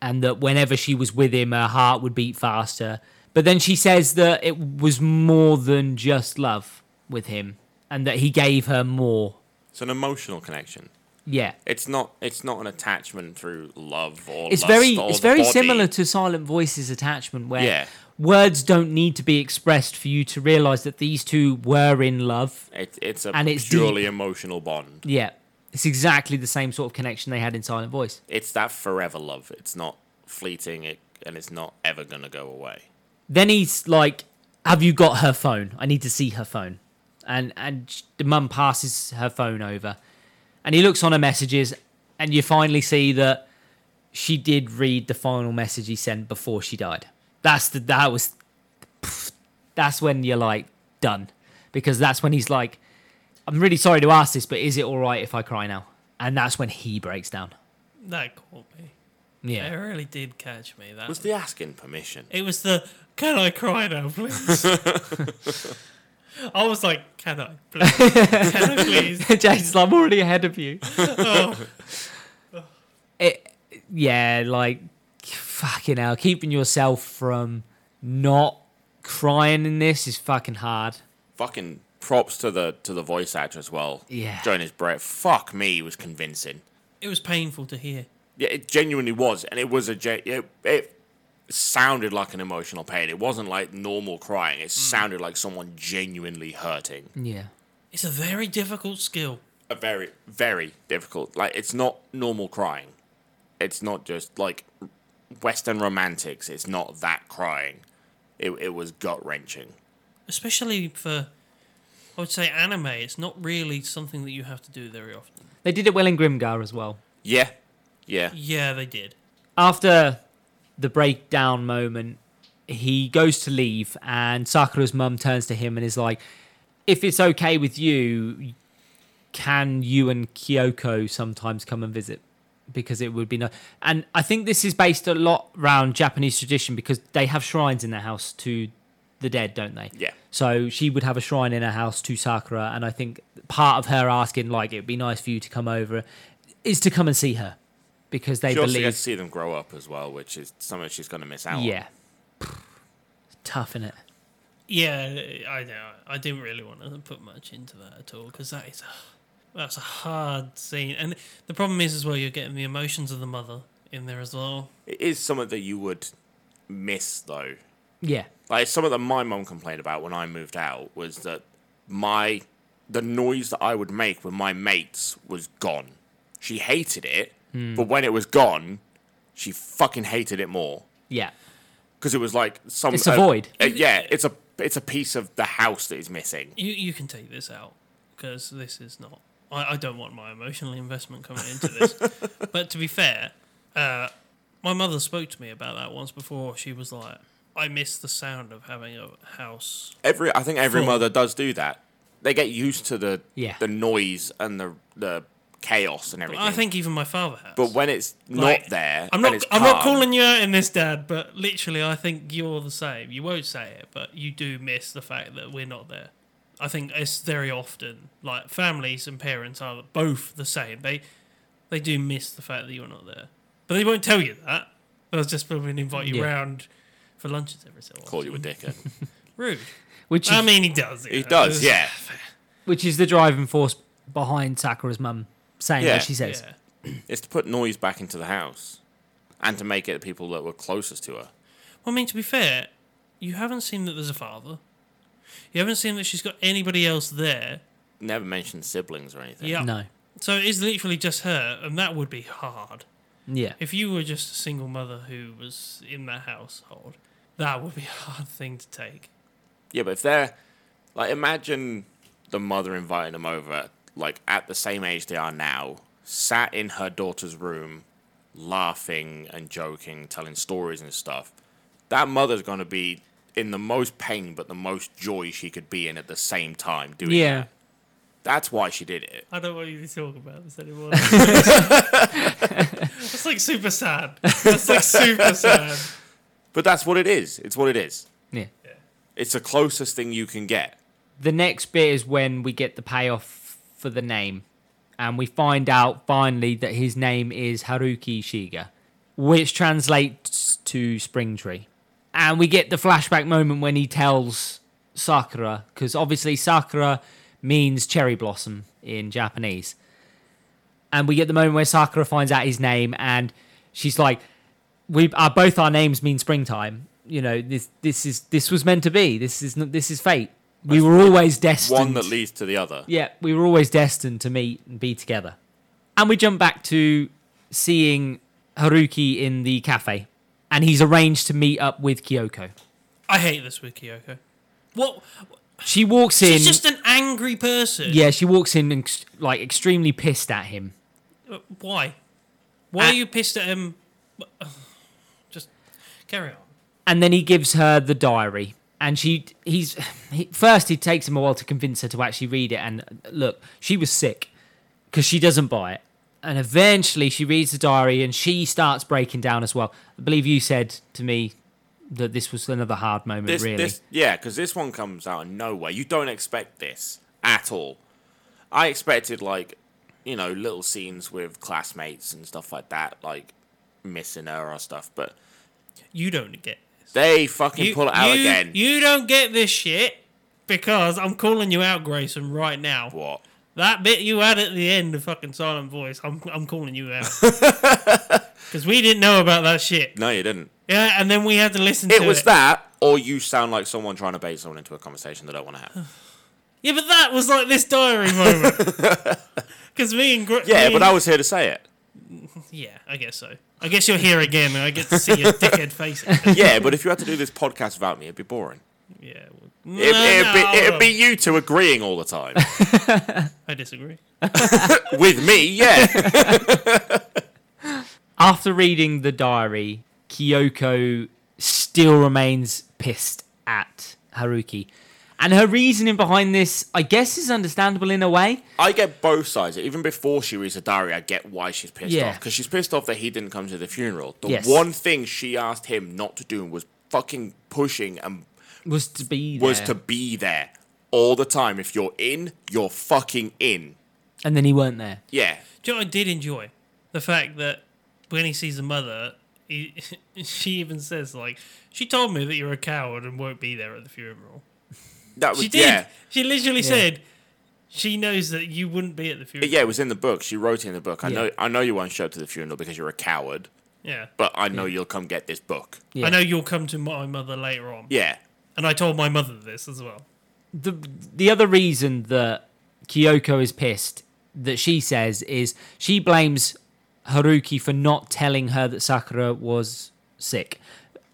S1: and that whenever she was with him, her heart would beat faster. But then she says that it was more than just love with him. and that he gave her more.
S3: It's an emotional connection.
S1: Yeah.
S3: It's not. It's not an attachment through love or.
S1: It's
S3: lust
S1: very
S3: or
S1: it's
S3: the
S1: very
S3: body.
S1: similar to Silent Voices attachment where
S3: Yeah.
S1: words don't need to be expressed for you to realize that these two were in love.
S3: It, it's a
S1: and it's
S3: purely emotional bond.
S1: Yeah. It's exactly the same sort of connection they had in Silent Voice.
S3: It's that forever love. It's not fleeting. It and it's not ever gonna go away.
S1: then he's like, "Have you got her phone? I need to see her phone." And and sh- the mum passes her phone over, and he looks on her messages, and you finally see that she did read the final message he sent before she died. That's the that was, that's when you're like done, because that's when he's like, "I'm really sorry to ask this, but is it all right if I cry now?" And that's when he breaks down.
S2: That caught me. It
S1: Yeah,
S2: really did catch me. That
S3: Was the asking permission?
S2: it was the can I cry now, please? I was like, can I, please? Can I, please?
S1: Jason's like, "I'm already ahead of you."
S2: Oh,
S1: it, yeah, like fucking hell, keeping yourself from not crying in this is fucking hard.
S3: Fucking props to the to the voice actor as well.
S1: Yeah.
S3: During his breath, fuck me, he was convincing.
S2: it was painful to hear.
S3: Yeah, it genuinely was, and it was a gen- it, it sounded like an emotional pain. It wasn't like normal crying.
S1: Mm.
S3: It sounded like someone genuinely hurting.
S1: Yeah,
S2: It's a very difficult skill.
S3: A very very difficult. Like it's not normal crying. It's not just like Western romantics. It's not that crying. It it was gut wrenching.
S2: especially for I would say anime. It's not really something that you have to do very often.
S1: they did it well in Grimgar as well.
S3: Yeah, yeah.
S2: Yeah, they did.
S1: After the breakdown moment, he goes to leave, and Sakura's mum turns to him and is like, "If it's okay with you, can you and Kyoko sometimes come and visit?" Because it would be no, and I think this is based a lot around Japanese tradition because they have shrines in their house to the dead, don't they?
S3: Yeah.
S1: So she would have a shrine in her house to Sakura, and I think part of her asking, like, it'd be nice for you to come over, is to come and see her because they
S3: She also
S1: believe,
S3: gets to see them grow up as well, which is something she's going to miss out. on.
S1: yeah, tough in it.
S2: Yeah, I know. I didn't really want to put much into that at all because that is a, that's a hard scene. And the problem is as well, you're getting the emotions of the mother in there as well.
S3: it is something that you would miss though.
S1: Yeah,
S3: like something that my mum complained about when I moved out was that my the noise that I would make with my mates was gone. She hated it,
S1: Hmm.
S3: but when it was gone, she fucking hated it more
S1: yeah,
S3: because it was like some
S1: It's a void.
S3: uh, yeah, it's a it's a piece of the house that is missing.
S2: You you can take this out because this is not. I, I don't want my emotional investment coming into this. but to be fair, uh, my mother spoke to me about that once before. She was like, "I miss the sound of having a house."
S3: Every I think every
S2: Full.
S3: mother does do that. They get used to the
S1: Yeah.
S3: the noise and the the chaos and everything.
S2: I think even my father has.
S3: but when it's not
S2: Like,
S3: there,
S2: I'm not.
S3: and it's
S2: I'm not
S3: calm-
S2: calling you out in this, Dad. But literally, I think you're the same. You won't say it, but you do miss the fact that we're not there. I think it's very often like families and parents are both the same. They they do miss the fact that you're not there, but they won't tell you that. They'll just probably invite you
S1: Yeah.
S2: round for lunches every so often.
S3: Call you a dickhead.
S2: rude.
S1: which is,
S2: I mean, he does.
S3: He does, yeah.
S1: which is the driving force behind Sakura's mum saying
S3: Yeah.
S1: what she says.
S2: Yeah.
S3: It's to put noise back into the house and to make it the people that were closest to her.
S2: Well, I mean, to be fair, you haven't seen that there's a father. You haven't seen that she's got anybody else there.
S3: Never mentioned siblings or anything.
S2: Yeah.
S1: No,
S2: So it is literally just her, and that would be hard.
S1: yeah,
S2: If you were just a single mother who was in that household, that would be a hard thing to take.
S3: Yeah, but if they're like, imagine the mother inviting them over, like at the same age they are now, sat in her daughter's room, laughing and joking, telling stories and stuff. That mother's gonna be in the most pain, but the most joy she could be in at the same time doing.
S1: yeah.
S3: That's why she did it.
S2: I don't want you to talk about this anymore. That's like super sad. That's like super sad.
S3: But that's what it is. It's what it is.
S1: yeah.
S3: It's the closest thing you can get.
S1: the next bit is when we get the payoff for the name and we find out finally that his name is haruki shiga which translates to spring tree and we get the flashback moment when he tells sakura because obviously sakura means cherry blossom in Japanese. And we get the moment where Sakura finds out his name, and she's like, "We are both our names mean springtime. You know, this this is this was meant to be. This is not- this is fate. We were always destined.
S3: One that leads to the other.
S1: Yeah, we were always destined to meet and be together. And we jump back to seeing Haruki in the cafe, and he's arranged to meet up with Kyoko.
S2: I hate this with Kyoko. What?
S1: She walks in.
S2: She's just an angry person.
S1: yeah, she walks in and ex- like extremely pissed at him.
S2: Uh, Why? Why
S1: Ah.
S2: are you pissed at him? Just carry on.
S1: and then he gives her the diary and she he's he, first it takes him a while to convince her to actually read it and look she was sick because she doesn't buy it and eventually she reads the diary and she starts breaking down as well i believe you said to me that this was another hard moment
S3: This,
S1: really
S3: this, yeah, because this one comes out of nowhere. You don't expect this at all. I expected like, you know, little scenes with classmates and stuff like that, like missing her or stuff. But
S2: You don't get this.
S3: they fucking pull it out
S2: you,
S3: again.
S2: You don't get this shit because I'm calling you out, Grayson, right now.
S3: what?
S2: That bit you had at the end of fucking Silent Voice, I'm, I'm calling you out. Because we didn't know about that shit.
S3: No, you didn't.
S2: Yeah, and then we had to listen
S3: It
S2: to
S3: was
S2: it.
S3: that, or you sound like someone trying to bait someone into a conversation they don't want to have.
S2: Yeah, but that was like this diary moment. Because me and Gr-
S3: Yeah,
S2: me
S3: but
S2: and-
S3: I was here to say it.
S2: Yeah, I guess so. I guess you're here again, and I get to see your dickhead face. again.
S3: Yeah, but if you had to do this podcast without me, it'd be boring.
S2: yeah. well,
S3: It,
S2: no,
S3: it'd,
S2: no,
S3: be, it'd be you two agreeing all the time.
S2: I disagree.
S3: With me, yeah.
S1: after reading the diary, Kyoko still remains pissed at Haruki. And her reasoning behind this, I guess, is understandable in a way.
S3: I get both sides. Even before she reads the diary, I get why she's pissed
S1: Yeah.
S3: off. Because she's pissed off that he didn't come to the funeral. The
S1: Yes.
S3: one thing she asked him not to do was fucking pushing and
S1: Was to be there.
S3: was to be there all the time. If you're in, you're fucking in.
S1: and then he weren't there.
S3: Yeah.
S2: Do you know what I did enjoy? The fact that when he sees the mother, he, she even says, like, she told me that you're a coward and won't be there at the funeral.
S3: That was
S2: She did.
S3: yeah.
S2: She literally said, she knows that you wouldn't be at the funeral.
S3: Yeah, it was in the book. She wrote it in the book. I
S1: Yeah.
S3: know I know you won't show up to the funeral because you're a coward,
S2: Yeah.
S3: but I know you'll come get this book.
S1: Yeah.
S2: I know you'll come to my mother later on.
S3: Yeah.
S2: And I told my mother this as well.
S1: the the other reason that Kyoko is pissed that she says is she blames Haruki for not telling her that Sakura was sick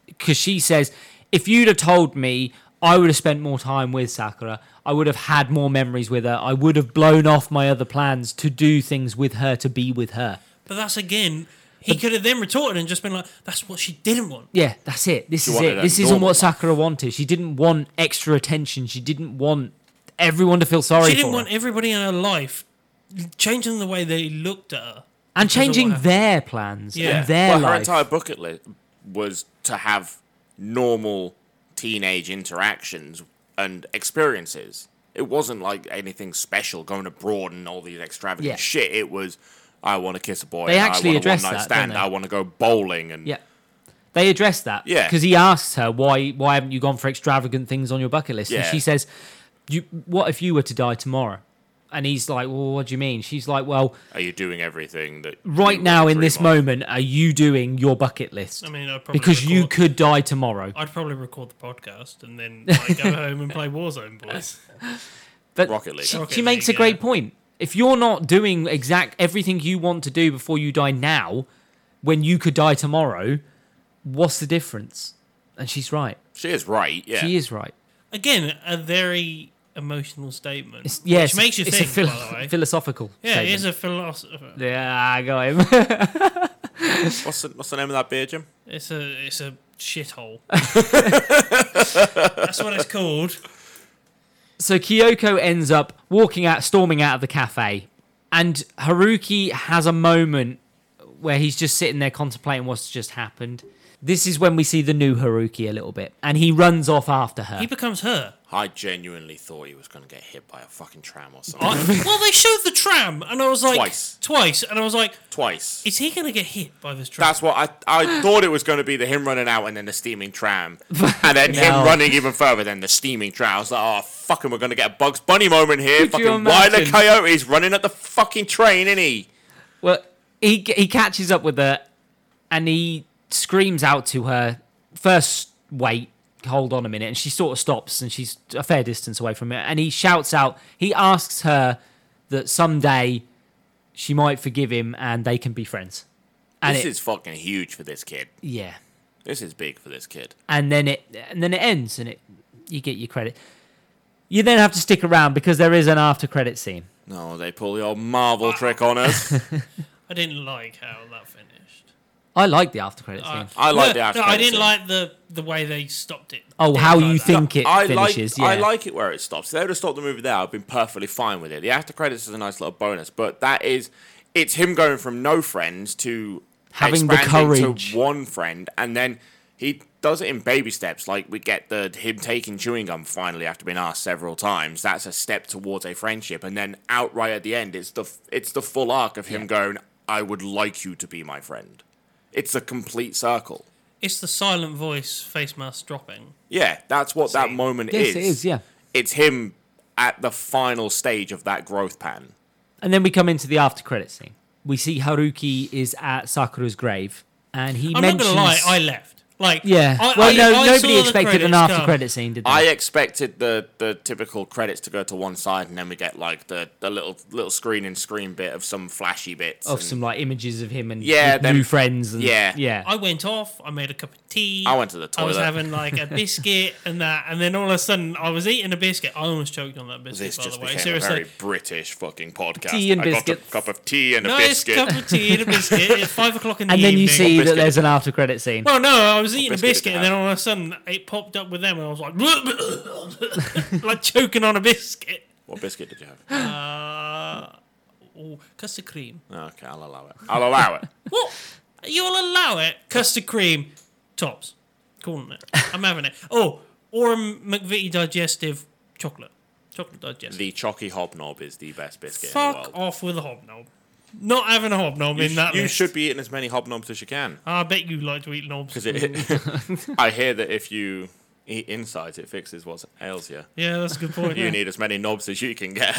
S1: because she says if you'd have told me I would have spent more time with Sakura I would have had more memories with her I would have blown off my other plans to do things with her to be with her
S2: But that's again, he could have then retorted and just been like, that's what she didn't want.
S1: yeah that's it this is
S3: wanted
S1: it
S3: a
S1: this isn't
S3: normal
S1: what
S3: life.
S1: Sakura wanted she didn't want extra attention she didn't want everyone to feel sorry
S2: She didn't
S1: for
S2: want
S1: her.
S2: everybody in her life changing the way they looked at her.
S1: and changing
S2: happened.
S1: their plans
S2: Yeah.
S1: and their
S3: well, her
S1: life
S3: entire bucket list was to have normal teenage interactions and experiences. It wasn't like anything special going abroad and all these extravagant
S1: Yeah.
S3: shit. It was I want to kiss a boy.
S1: They
S3: and
S1: actually
S3: I want
S1: address
S3: a one night
S1: that, don't
S3: stand.
S1: they?
S3: I want to go bowling and
S1: Yeah. They address that.
S3: Yeah.
S1: Because he asks her, why why haven't you gone for extravagant things on your bucket list? And
S3: Yeah.
S1: she says, you, what if you were to die tomorrow? And he's like, well, what do you mean? She's like, well,
S3: are you doing everything that
S1: right
S3: you
S1: now
S3: would
S1: in this
S3: dream of?
S1: moment, are you doing your bucket list?
S2: I mean, I'd probably
S1: because you
S2: record-
S1: could die tomorrow.
S2: I'd probably record the podcast and then like, go home and play Warzone, boys.
S1: But
S3: Rocket League.
S1: She,
S2: Rocket
S1: she makes
S2: League,
S1: a great
S2: yeah.
S1: point. If you're not doing exact everything you want to do before you die now, when you could die tomorrow, what's the difference? And she's right.
S3: She is right. Yeah,
S1: She is right.
S2: Again, a very emotional statement.
S1: It's, yeah,
S2: which
S1: it's-
S2: makes you
S1: it's
S2: think.
S1: a philo-
S2: by the way,
S1: philosophical.
S2: yeah,
S1: statement.
S2: it is a philosopher.
S1: Yeah, I got him.
S3: What's the, what's the name of that beer, Jim?
S2: It's a it's a shithole. That's what it's called.
S1: so Kyoko ends up walking out, storming out of the cafe, and Haruki has a moment where he's just sitting there contemplating what's just happened. This is when we see the new Haruki a little bit, and he runs off after her.
S2: He becomes her.
S3: I genuinely thought he was going to get hit by a fucking tram or something.
S2: I, well, they showed the tram, and I was like,
S3: Twice.
S2: twice, and I was like,
S3: Twice.
S2: is he gonna get hit by this tram?
S3: That's what I I thought it was going to be the him running out and then the steaming tram, and then
S1: hell.
S3: him running even further than the steaming tram. I was like, oh fucking, we're going to get a Bugs Bunny moment here.
S1: Could you
S3: fucking why the
S1: imagine?
S3: coyotes running at the fucking train, is he?
S1: Well, he he catches up with her, and he screams out to her, "First, wait, hold on a minute." And she sort of stops, and she's a fair distance away from it. And he shouts out, he asks her that someday she might forgive him, and they can be friends. And
S3: This
S1: it-
S3: is fucking huge for this kid.
S1: yeah,
S3: This is big for this kid.
S1: and then it and then it ends, and it you get your credit. You then have to stick around because there is an after credit scene.
S3: No, they pull the old Marvel trick on us.
S2: I didn't like how that finished.
S1: I like the after credit scene.
S3: I like the
S2: no,
S3: after
S2: no, I
S3: credit
S2: didn't
S3: scene.
S2: like the the way they stopped it.
S1: Oh,
S2: Didn't
S1: how
S2: like
S1: you
S2: that.
S1: think it
S3: I
S1: finishes?
S3: like I
S1: yeah.
S3: like it where it stops. If they would have stopped the movie there, I've been perfectly fine with it. The after credits is a nice little bonus, but that is it's him going from no friends to
S1: Having the
S3: expanding
S1: courage.
S3: to one friend, and then he does it in baby steps. Like we get the him taking chewing gum finally after being asked several times. That's a step towards a friendship, and then outright at the end, it's the it's the full arc of him going, "I would like you to be my friend." It's a complete circle.
S2: It's the silent voice face mask dropping.
S3: Yeah, that's what that
S2: See?
S3: moment
S1: Yes,
S3: is.
S1: it is, yeah.
S3: It's him at the final stage of that growth pan.
S1: And then we come into the after credit scene. We see Haruki is at Sakura's grave, and he
S2: I'm
S1: mentions.
S2: not gonna lie, I left. Like
S1: yeah.
S2: I,
S1: well,
S2: I-
S1: no,
S2: I saw
S1: nobody
S2: the
S1: expected an
S2: credits
S1: after
S2: come.
S1: credit scene, did they?
S3: I expected the, the typical credits to go to one side, and then we get like the, the little little screen and screen bit of some flashy bits.
S1: of
S3: and
S1: some like images of him and
S3: Yeah,
S1: with
S3: them-
S1: new friends. And,
S3: yeah.
S1: yeah.
S2: I went off. I made a cup of tea.
S3: I went to the
S2: I was
S3: toilet.
S2: having like a biscuit and that, and then all of a sudden I was eating a biscuit. I almost choked on that biscuit.
S3: this
S2: by
S3: just
S2: the way,
S3: became
S2: seriously.
S3: a very British fucking podcast.
S1: Tea and
S3: I
S1: biscuits.
S3: got a cup of tea and a
S2: nice
S3: biscuit.
S2: cup of tea and a biscuit at five o'clock in the
S1: and then
S2: evening.
S1: you see that
S3: biscuit.
S1: there's an after credit scene.
S2: Well, no, I was eating a
S3: biscuit
S2: biscuit,
S3: did
S2: and
S3: that.
S2: then all of a sudden it popped up with them, and I was like, like choking on a biscuit.
S3: What biscuit did you have?
S2: Uh, ooh, custard cream.
S3: Okay, I'll allow it. I'll allow it.
S2: What? You'll allow it? Custard cream tops. Calling it. I'm having it. Oh, or a McVitie digestive chocolate. Chocolate digestive.
S3: The Chalky Hobnob is the best biscuit in the
S2: Fuck
S3: world.
S2: off with a hobnob. Not having a hobnob
S3: You,
S2: in
S3: sh-
S2: that
S3: you
S2: list.
S3: should be eating as many hobnobs as you can.
S2: I bet you like to eat knobs.
S3: Because it, I hear that if you eat insides, it fixes what ails you.
S2: Yeah, that's a good point.
S3: You need as many knobs as you can get.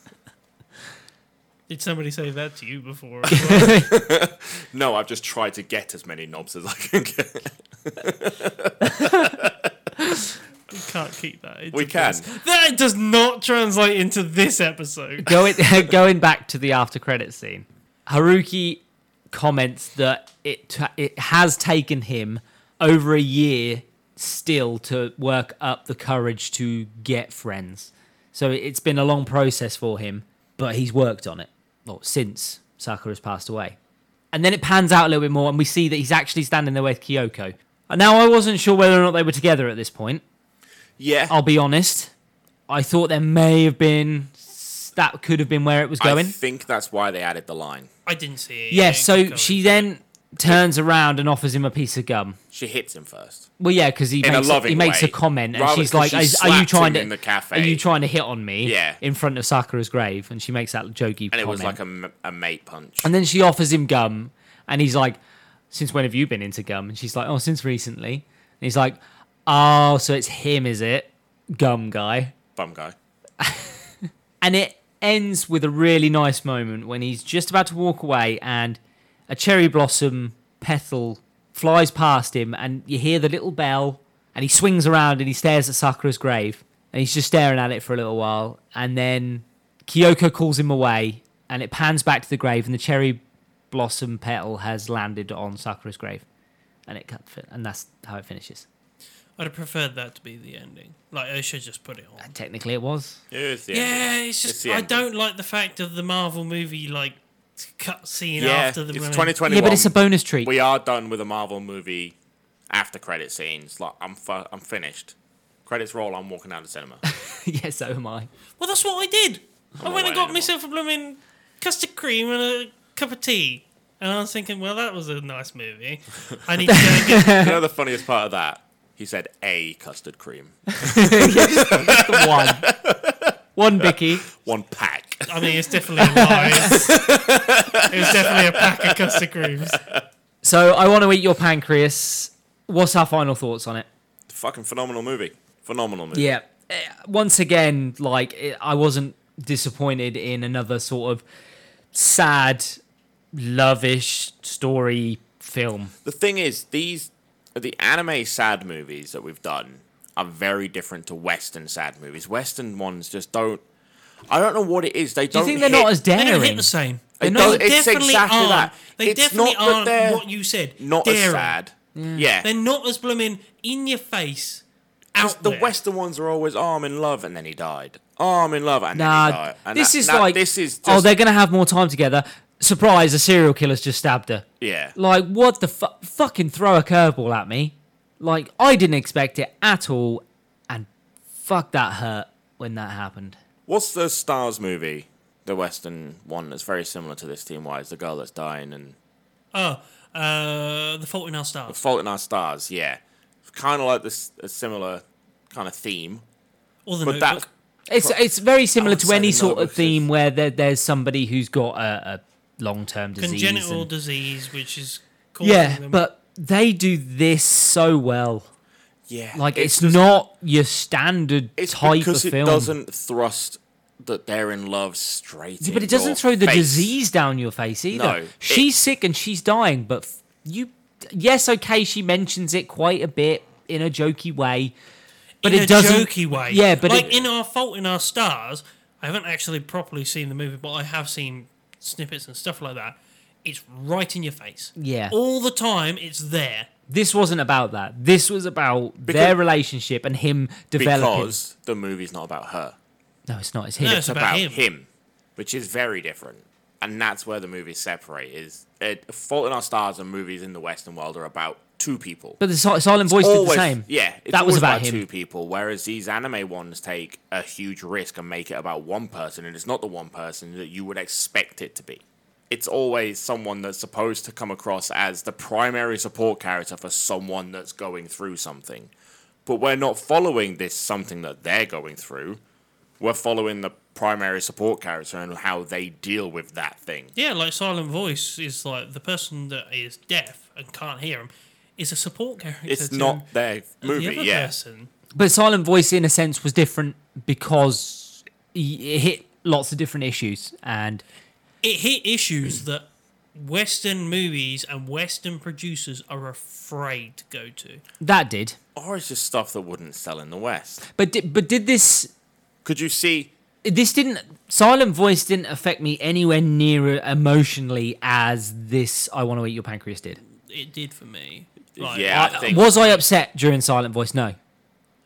S2: Did somebody say that to you before? as well?
S3: no, I've just tried to get as many knobs as I can get.
S2: we can't keep that. It's
S3: We
S2: a
S3: can.
S2: best. That does not translate into this episode.
S1: going going back to the after credit scene, Haruki comments that it ta- it has taken him over a year still to work up the courage to get friends. So it's been a long process for him, but he's worked on it. Well, since Sakura's passed away. And then it pans out a little bit more, and we see that he's actually standing there with Kyoko. And now I wasn't sure whether or not they were together at this point.
S3: Yeah.
S1: I'll be honest. I thought there may have been that could have been where it was
S3: I
S1: going.
S3: think that's why they added the line.
S2: I didn't see it.
S1: yeah,
S2: Keep
S1: so
S2: going.
S1: she then turns around and offers him a piece of gum.
S3: She hits him first.
S1: Well, yeah, because he
S3: In a
S1: makes
S3: loving
S1: he makes
S3: way.
S1: a comment and
S3: Rather-
S1: she's
S3: 'cause
S1: like,
S3: she
S1: "Is- "Are you
S3: slapped
S1: trying
S3: him
S1: to
S3: in the cafe."
S1: Are you trying to hit on me?"
S3: Yeah.
S1: in front of Sakura's grave, and she makes that jokey
S3: And
S1: comment.
S3: it was like a, m- a mate punch.
S1: And then she offers him gum, and he's like, "Since when have you been into gum?" And she's like, "Oh, since recently." And he's like, "Oh, so it's him, is it, gum guy?"
S3: Bum guy.
S1: and it ends with a really nice moment when he's just about to walk away and a cherry blossom petal flies past him and you hear the little bell and he swings around and he stares at Sakura's grave and he's just staring at it for a little while and then Kyoko calls him away and it pans back to the grave and the cherry blossom petal has landed on Sakura's grave and it cut and that's how it finishes
S2: I'd have preferred that to be the ending. Like, I should just put it on.
S1: and technically it was
S3: Here's the end.
S2: Yeah, it's just
S3: It's the
S2: I
S3: ending.
S2: don't like the fact of the Marvel movie like cut scene
S3: Yeah,
S2: after the
S3: it's
S2: movie.
S3: 2021.
S1: yeah but it's a bonus treat
S3: we are done with a Marvel movie after credit scenes. Like I'm, fu- I'm finished. Credits roll. I'm walking out of the cinema.
S1: yeah so am I
S2: Well, that's what I did. i went
S3: not
S2: and
S3: waiting
S2: got
S3: anymore.
S2: myself a blooming custard cream and a cup of tea, and I was thinking, well, that was a nice movie. I need to go and get
S3: you know the funniest part of that? He said a custard cream,
S1: The one. One Bicky.
S3: one pack.
S2: I mean, it's definitely a lie. it was definitely a pack of custard creams.
S1: So I want to eat your pancreas. What's our final thoughts on it?
S3: Fucking phenomenal movie. Phenomenal movie.
S1: Yeah. Eh, Once again, like eh, I wasn't disappointed in another sort of sad, lovish story film.
S3: The thing is, these the anime sad movies that we've done are very different to Western sad movies. Western ones just don't. I don't know what it is. They
S1: Do
S3: don't.
S1: you think they're
S3: hit-
S1: not as
S2: They don't
S1: daring?
S2: hit the same.
S3: They
S2: They
S3: don't- it's
S2: definitely
S3: exactly
S2: aren't.
S3: that.
S2: They
S3: It's
S2: definitely
S3: not that they're
S2: aren't what you said.
S3: not as
S2: daring.
S3: sad? Yeah.
S2: They're not as blooming in your face. Out
S3: the
S2: there.
S3: Western ones are always arm in love, and then he died. Arm in love, and then he
S1: Nah,
S3: died. And
S1: this
S3: that-
S1: is
S3: that-
S1: like
S3: this is just,
S1: oh, they're gonna have more time together. Surprise! A serial killer's just stabbed her.
S3: yeah.
S1: Like what the fuck? Fucking throw a curveball at me. Like I didn't expect it at all, and fuck that hurt when that happened.
S3: What's the Stars movie? The Western one that's very similar to this team wise. The girl that's dying and
S2: Oh, uh, the Fault in Our
S3: The
S2: Stars.
S3: Fault in Our Stars. Yeah, kind of like this a similar kind of theme,
S2: Or the
S3: but that
S2: Notebook.
S1: It's it's very similar
S3: would
S1: to
S3: say
S1: any
S3: no,
S1: sort of
S3: it's
S1: theme
S3: just-
S1: where there, there's somebody who's got a, a long term disease.
S2: congenital
S1: and-
S2: disease, which is causing
S1: yeah,
S2: them.
S1: but they do this so well.
S3: yeah,
S1: Like it's,
S3: just-
S1: not your standard
S3: It's
S1: type of
S3: because it
S1: film.
S3: doesn't thrust that they're in love straight.
S1: Yeah, but
S3: in
S1: it doesn't
S3: your
S1: throw the
S3: face.
S1: disease down your face either.
S3: No,
S1: she's sick and she's dying, but f- you, yes, okay, she mentions it quite a bit in a jokey way, but
S2: in
S1: it
S2: a
S1: doesn't.
S2: jokey way.
S1: Yeah, but
S2: like
S1: it-
S2: in our Fault in Our Stars, I haven't actually properly seen the movie, but I have seen snippets and stuff like that. It's right in your face.
S1: Yeah.
S2: all the time. It's there.
S1: This wasn't about that. This was about their
S3: Because-
S1: relationship and him developing.
S3: because the movie's not about her.
S1: no, it's not. It's him.
S2: No,
S1: it's
S2: it's
S3: about
S2: about
S3: him.
S2: him.
S3: which is very different. And that's where the movies separate. Is it, Fault in Our Stars and movies in the Western world are about two people.
S1: but the Si- Silent Voice did the
S3: Always-
S1: same.
S3: Yeah, it's
S1: that was
S3: always
S1: about,
S3: about,
S1: him.
S3: two people. Whereas these anime ones take a huge risk and make it about one person, and it's not the one person that you would expect it to be. It's always someone that's supposed to come across as the primary support character for someone that's going through something. But we're not following this something that they're going through. We're following the primary support character and how they deal with that thing.
S2: Yeah, like Silent Voice is like the person that is deaf and can't hear him is a support character.
S3: It's
S2: to
S3: not their
S2: the
S3: movie,
S2: other
S3: yeah.
S2: person.
S1: But Silent Voice, in a sense, was different because he- it hit lots of different issues and.
S2: It hit issues that Western movies and Western producers are afraid to go to.
S1: That did,
S3: Or it's just stuff that wouldn't sell in the West.
S1: but di- but did this
S3: Could you see
S1: this didn't silent voice didn't affect me anywhere near emotionally as this i want to eat your pancreas did
S2: It did for me.
S3: Yeah, I think-
S1: was i upset during silent voice no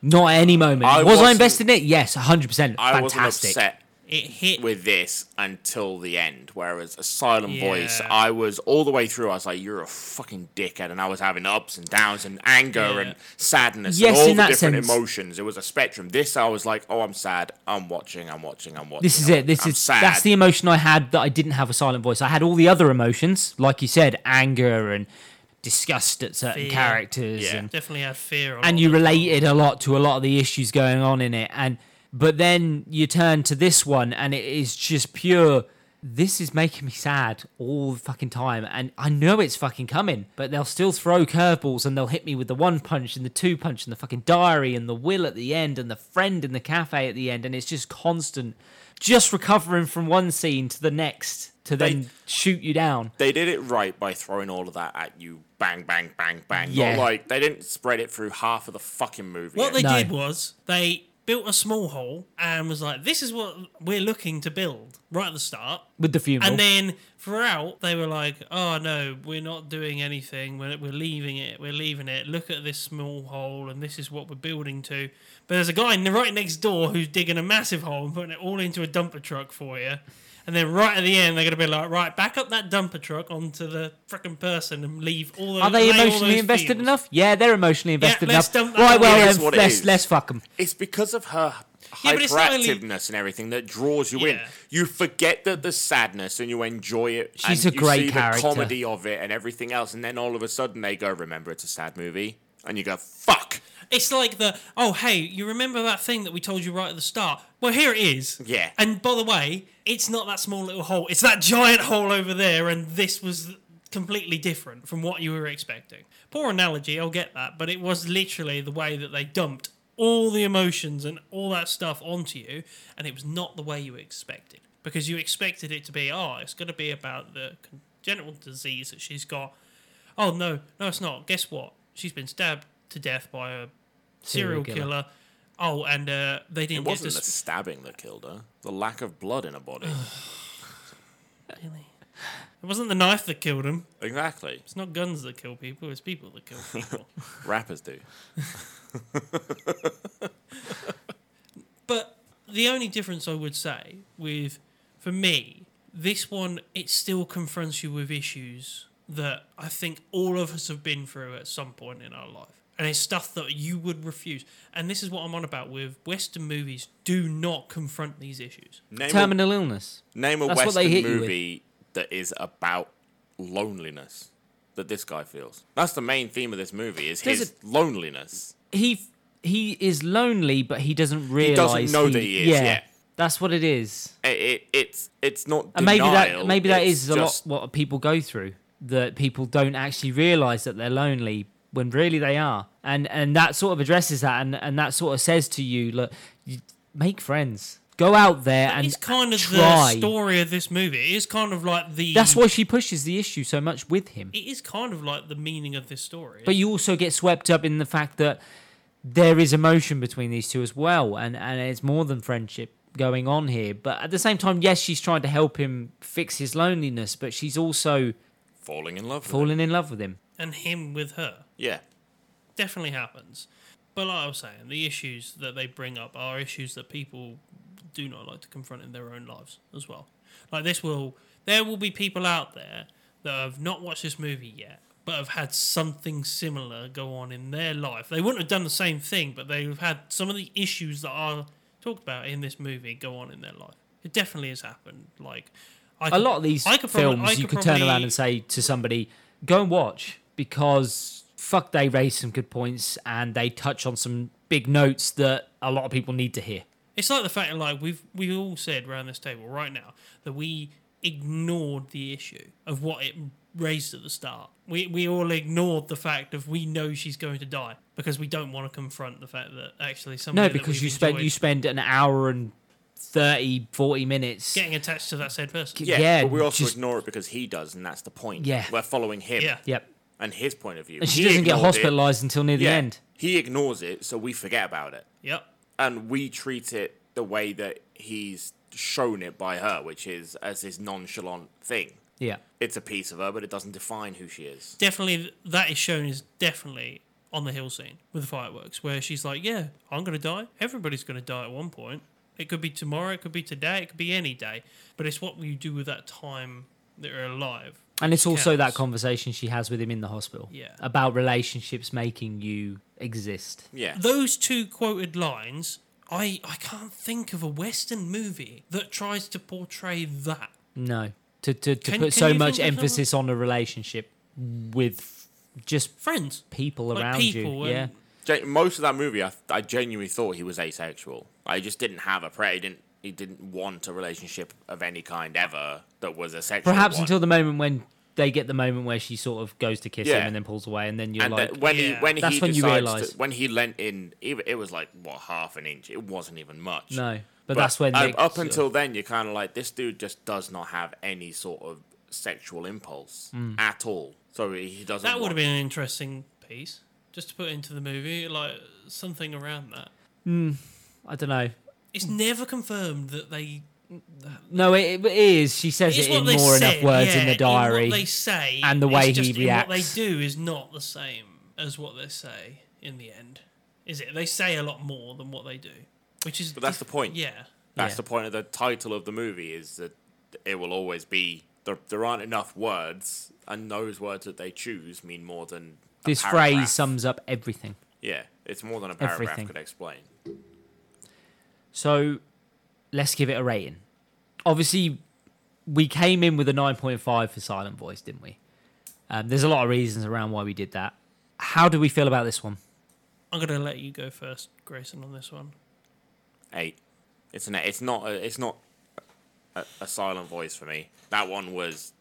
S1: not at any moment
S3: I
S1: was i
S3: wasn't-
S1: invested in it yes 100%
S3: I wasn't
S1: fantastic
S3: upset
S2: it hit
S3: with this until the end. Whereas Asylum Voice,
S2: Yeah.
S3: I was all the way through. I was like, "You're a fucking dickhead," and I was having ups and downs and anger
S2: Yeah.
S3: and sadness
S1: Yes,
S3: and all
S1: in
S3: the
S1: that
S3: different
S1: sense.
S3: emotions. It was a spectrum. This, I was like, "Oh, I'm sad. I'm watching. I'm watching. I'm watching."
S1: this is
S3: I'm
S1: it this
S3: watching. I'm
S1: is that's the emotion i had that i didn't have a silent voice i had all the other emotions like you said anger and disgust at certain
S2: Fear.
S1: characters
S3: Yeah.
S1: and
S2: definitely had fear. a lot
S1: and you
S2: of the time.
S1: related a lot to a lot of the issues going on in it and but then you turn to this one and it is just pure this is making me sad all the fucking time and i know it's fucking coming but they'll still throw curveballs and they'll hit me with the one punch and the two punch and the fucking diary and the will at the end and the friend in the cafe at the end and it's just constant just recovering from one scene to the next to
S3: They-
S1: then shoot you down
S3: they did it right by throwing all of that at you. Bang, bang, bang, bang.
S1: Yeah.
S3: Not like they didn't spread it through half of the fucking movie.
S2: What they
S1: No.
S2: did was they built a small hall and was like, "This is what we're looking to build right at the start."
S1: with the funeral
S2: And then throughout, they were like, "Oh no, we're not doing anything. We're we're leaving it. We're leaving it. Look at this small hole, and this is what we're building to." But there's a guy in the right next door who's digging a massive hole and putting it all into a dumper truck for you. And then right at the end, they're gonna be like, "Right, back up that dumper truck onto the frickin' person and leave all the."
S1: Are they
S2: lay all
S1: emotionally
S2: those
S1: invested
S2: fields."
S1: enough? Yeah, they're emotionally invested
S2: let's
S1: enough.
S2: dump that
S1: Right,
S2: on
S1: well,
S2: them.
S3: Here's
S1: then,
S3: what it
S1: let's,
S3: is.
S1: let's fuck them.
S3: It's because of her
S2: Yeah, but it's not only-
S3: hyperactiveness and everything that draws you in.
S2: Yeah.
S3: You forget that the sadness and you enjoy it.
S1: She's
S3: and
S1: a
S3: you
S1: great
S3: see
S1: character.
S3: The comedy of it and everything else, and then all of a sudden they go, "Remember, it's a sad movie," and you go, "Fuck."
S2: It's like the oh hey, you remember that thing that we told you right at the start? Well, here it is.
S3: Yeah.
S2: And by the way, it's not that small little hole. It's that giant hole over there, and this was completely different from what you were expecting. Poor analogy, I'll get that, but it was literally the way that they dumped all the emotions and all that stuff onto you, and it was not the way you expected because you expected it to be oh, it's going to be about the congenital disease that she's got. Oh no, no, it's not. Guess what? She's been stabbed to death by a serial,
S1: Serial
S2: killer.
S1: killer.
S2: Oh, and uh, they didn't
S3: It
S2: get
S3: wasn't
S2: this.
S3: the stabbing that killed her. The lack of blood in her body.
S2: Really? It wasn't the knife that killed him.
S3: exactly.
S2: It's not guns that kill people. It's people that kill people.
S3: Rappers do.
S2: but the only difference I would say with, for me, this one it still confronts you with issues that I think all of us have been through at some point in our life, and it's stuff that you would refuse. And this is what I'm on about with Western movies. Do not confront these issues.
S3: Name
S1: Terminal illness.
S3: a, name a
S1: That's what they
S3: Western
S1: hit you with.
S3: movie that is about loneliness that this guy feels. That's the main theme of this movie is
S1: There's
S3: his loneliness.
S1: He he is lonely, but he doesn't realize.
S3: doesn't know that he is, yeah.
S1: that's what it is.
S3: It, it, it's it's not
S1: And maybe
S3: denial.
S1: that maybe that
S3: it's
S1: is a
S3: just-
S1: lot what people go through. That people don't actually realize that they're lonely when really they are, and and that sort of addresses that, and and that sort of says to you, look, you make friends, go out there and
S2: it's kind of
S1: try.
S2: the story of this movie. It is kind of like the
S1: That's why she pushes the issue so much with him.
S2: it is kind of like the meaning of this story.
S1: But you also get swept up in the fact that there is emotion between these two as well, and and it's more than friendship going on here. But at the same time, yes, she's trying to help him fix his loneliness, but she's also
S3: falling in love. with him.
S1: falling in love with him.
S2: and him with her.
S3: Yeah.
S2: definitely happens. But like I was saying, the issues that they bring up are issues that people do not like to confront in their own lives as well. Like this will, there will be people out there that have not watched this movie yet, but have had something similar go on in their life. They wouldn't have done the same thing, but they've had some of the issues that are talked about in this movie go on in their life. It definitely has happened. Like I
S1: a
S2: could-
S1: lot of these
S2: I could probably-
S1: films
S2: I
S1: you could turn
S2: probably-
S1: around and say to somebody go and watch because fuck they raise some good points and they touch on some big notes that a lot of people need to hear
S2: It's like the fact that like we've we all said around this table right now that we ignored the issue of what it raised at the start. We we all ignored the fact of we know she's going to die because we don't want to confront the fact that actually somebody
S1: no
S2: that
S1: because
S2: we've
S1: you spend
S2: enjoyed
S1: you spend an hour and 30 40 minutes
S2: getting attached to that said person.
S3: Yeah,
S1: Yeah,
S3: but we also
S1: just-
S3: ignore it because he does, and that's the point.
S1: Yeah.
S3: we're following him
S2: Yeah.
S1: yep
S3: and his point of view.
S1: and she
S3: He
S1: doesn't get
S3: ignored it.
S1: hospitalized until near the
S3: Yeah.
S1: end
S3: He ignores it, so we forget about it,
S2: Yep.
S3: and we treat it the way that he's shown it by her, which is as his nonchalant thing.
S1: yeah
S3: It's a piece of her, but it doesn't define who she is.
S2: Definitely that is shown is definitely on the hill scene with the fireworks where she's like, "Yeah, I'm going to die. Everybody's going to die at one point. It could be tomorrow, it could be today, it could be any day, but it's what you do with that time that you're alive."
S1: and it's also that
S2: counts.
S1: conversation she has with him in the hospital
S2: Yeah.
S1: about relationships making you exist
S3: Yeah,
S2: those two quoted lines I, I can't think of a Western movie that tries to portray that.
S1: No, to to, to
S2: Can-
S1: put
S2: can
S1: so
S2: you
S1: much
S2: think of
S1: emphasis on a relationship with f- just
S2: Friends.
S1: people
S2: Like
S1: around
S2: people
S1: you. Yeah,
S2: and-
S3: Gen- most of that movie, I, I genuinely thought he was asexual. I just didn't have a pre. He didn't. He didn't want a relationship of any kind ever that was a sexual.
S1: perhaps
S3: one.
S1: until the moment when they get the moment where she sort of goes to kiss him
S3: Yeah.
S1: and then pulls away, and then you're
S3: and
S1: like,
S3: that when
S2: Yeah.
S3: he when
S1: That's
S3: he
S1: when you
S3: decides
S1: realise.
S3: to- when he lent in, it it was like what half an inch. It wasn't even much.
S1: no. But, that's when
S2: Uh,
S3: up,
S1: Nick
S3: up
S1: sort of-
S3: until then, you're kind of like this dude just does not have any sort of sexual impulse
S1: Mm.
S3: at all. So he he doesn't.
S2: That would have
S3: want-
S2: been an interesting piece just to put into the movie, like something around that.
S1: I don't know.
S2: It's
S1: Hmm.
S2: never confirmed that they.
S1: No, it, it is. She says
S2: It's
S1: it
S2: what
S1: in
S2: they
S1: more
S2: said,
S1: enough words
S2: yeah,
S1: in the
S2: what
S1: diary.
S2: they say
S1: and the
S2: it's
S1: way he
S2: just in What
S1: reacts.
S2: they do is not the same as what they say in the end, is it? They say a lot more than what they do, which is.
S3: But that's the point.
S2: Yeah.
S3: That's
S1: Yeah.
S3: the point of the title of the movie is that it will always be there. There aren't enough words, and those words that they choose mean more than a
S1: this
S3: paragraph.
S1: phrase sums up everything.
S3: Yeah, it's more than a paragraph
S1: everything.
S3: could explain.
S1: So let's give it a rating. Obviously, we came in with a 9.5 for Silent Voice, didn't we? Um, there's a lot of reasons around why we did that. How do we feel about this one?
S2: I'm gonna let you go first, Grayson, on this one.
S3: eight. It's an eight. It's not. A, it's not a, a silent voice for me. That one was.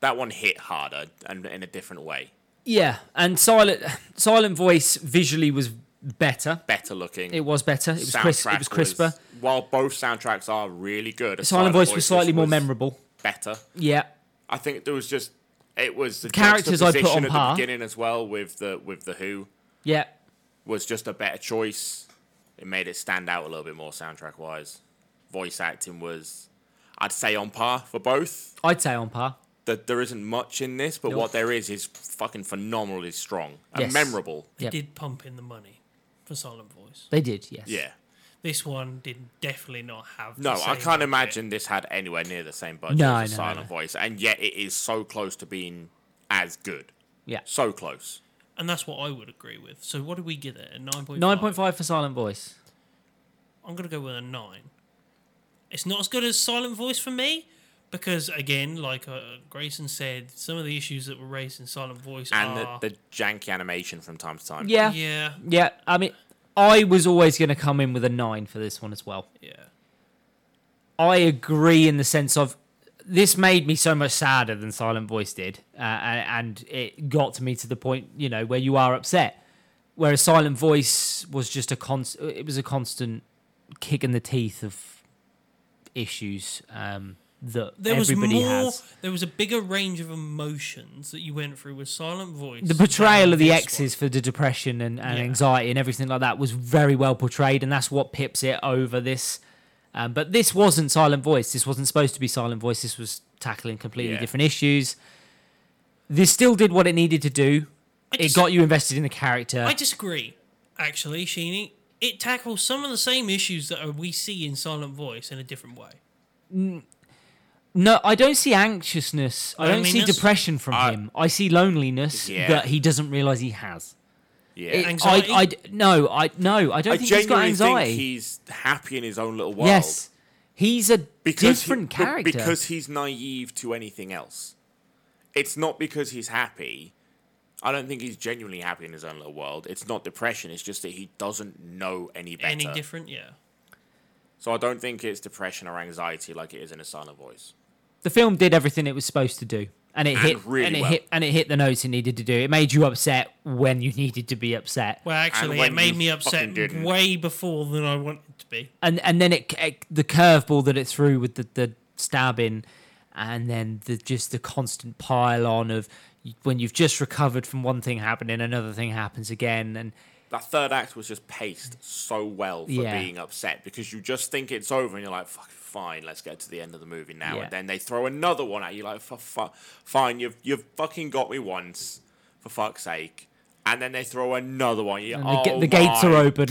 S3: That one hit harder and in a different way.
S1: Yeah, and silent silent voice visually was better.
S3: Better looking.
S1: It was better. It was crisp,
S3: Soundtrack
S1: it was crisper.
S3: while both soundtracks are really good, a
S1: silent voice was
S3: Voices
S1: slightly more
S3: was
S1: memorable.
S3: Better.
S1: Yeah.
S3: I think there was just it was the
S1: Characters I put
S3: juxtaposition
S1: on
S3: at
S1: par.
S3: the beginning as well with the with the Who
S1: Yeah.
S3: was just a better choice. It made it stand out a little bit more soundtrack wise. Voice acting was, I'd say, on par for both.
S1: I'd say on par.
S3: That there isn't much in this, but
S1: Nope.
S3: what there is is fucking phenomenally strong and
S1: Yes.
S3: memorable.
S2: They
S1: Yep.
S2: did pump in the money for Silent Voice.
S1: They did, yes.
S3: Yeah.
S2: This one did definitely not have. the
S3: No, I
S2: same
S3: can't
S2: budget.
S3: imagine this had anywhere near the same budget
S1: No,
S3: as a
S1: no,
S3: Silent
S1: no.
S3: Voice, and yet it is so close to being as good.
S1: Yeah.
S3: So close.
S2: And that's what I would agree with. So what did we give it? A nine point
S1: Nine point five for silent voice.
S2: I'm gonna go with a nine. It's not as good as Silent Voice for me because, again, like uh, Grayson said, some of the issues that were raised in Silent Voice
S3: And
S2: are
S3: the, the janky animation from time to time.
S1: Yeah. Yeah.
S2: yeah,
S1: I mean I was always gonna come in with a nine for this one as well.
S2: yeah,
S1: I agree in the sense of this made me so much sadder than Silent Voice did, uh, and and it got to me to the point you know where you are upset. Whereas Silent Voice was just a const, it was a constant kick in the teeth of issues um, that
S2: There was
S1: everybody
S2: more.
S1: has.
S2: There was a bigger range of emotions that you went through with Silent Voice.
S1: the portrayal
S2: than
S1: of the
S2: this
S1: exes for the depression and, and
S2: Yeah.
S1: anxiety and everything like that was very well portrayed, and that's what pips it over this. Um, but this wasn't Silent Voice. This wasn't supposed to be Silent Voice. This was tackling completely
S3: Yeah.
S1: different issues. This still did what it needed to do.
S2: I
S1: it
S2: just-
S1: got you invested in the character.
S2: I disagree, actually, Sheeny. It tackles some of the same issues that uh, we see in Silent Voice in a different way.
S1: no, I don't see anxiousness. I don't see
S2: Loneliness?
S1: depression from
S3: I-
S1: him. I see loneliness
S3: Yeah.
S1: that he doesn't realize he has.
S3: Yeah.
S1: It- I-
S2: Anxiety?
S1: I, d- no, I no, I don't
S3: I
S1: think he's got
S3: genuinely
S1: anxiety.
S3: think he's happy in his own little world.
S1: yes, he's a
S3: because he-
S1: different
S3: be-
S1: character.
S3: because he's naive to anything else. It's not because he's happy. I don't think he's genuinely happy in his own little world. It's not depression. It's just that he doesn't know any better.
S2: Any different? Yeah.
S3: so I don't think it's depression or anxiety like it is in a silent voice.
S1: the film did everything it was supposed to do, and it
S3: And
S1: hit
S3: really
S1: and it
S3: well.
S1: hit and it hit the notes it needed to do. It made you upset when you needed to be upset,
S2: Well, actually,
S3: when
S2: it made
S3: you
S2: me
S3: fucking
S2: upset
S3: didn't.
S2: way before than I wanted to be.
S1: and and then it, it the curveball that it threw with the the stabbing, and then the just the constant pile on of when you've just recovered from one thing happening, another thing happens again, and
S3: That third act was just paced so well for
S1: Yeah.
S3: being upset because you just think it's over and you're like, fuck, fine, let's get to the end of the movie now.
S1: Yeah.
S3: And then they throw another one at you, like, for fu- fine, you've, you've fucking got me once, for fuck's sake. And then they throw another one. You,
S1: And
S3: oh,
S1: the ga- the gates
S3: my
S1: are open and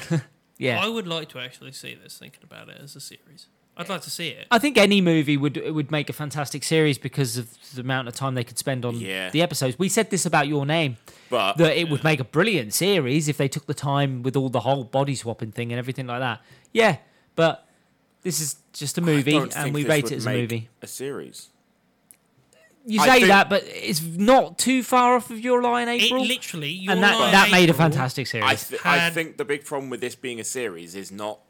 S3: God.
S1: yeah.
S2: I would like to actually see this. Thinking about it as a series, I'd like to see it.
S1: I think any movie would it would make a fantastic series because of the amount of time they could spend on
S3: Yeah.
S1: the episodes. We said this about your name.
S3: but
S1: that it would make a brilliant series if they took the time with all the whole body swapping thing and everything like that. Yeah, but this is just a
S3: I
S1: movie,
S3: don't
S1: and
S3: think
S1: we
S3: this
S1: rate
S3: would
S1: it as a
S3: make
S1: movie.
S3: A series.
S1: You
S3: I
S1: say
S3: think-
S1: that, but it's not too far off of your line,
S2: It
S1: April.
S2: literally, Your
S1: and that
S2: Lie in
S1: that made a
S2: April-
S1: fantastic series.
S3: I, th- I
S2: had-
S3: think the big problem with this being a series is not.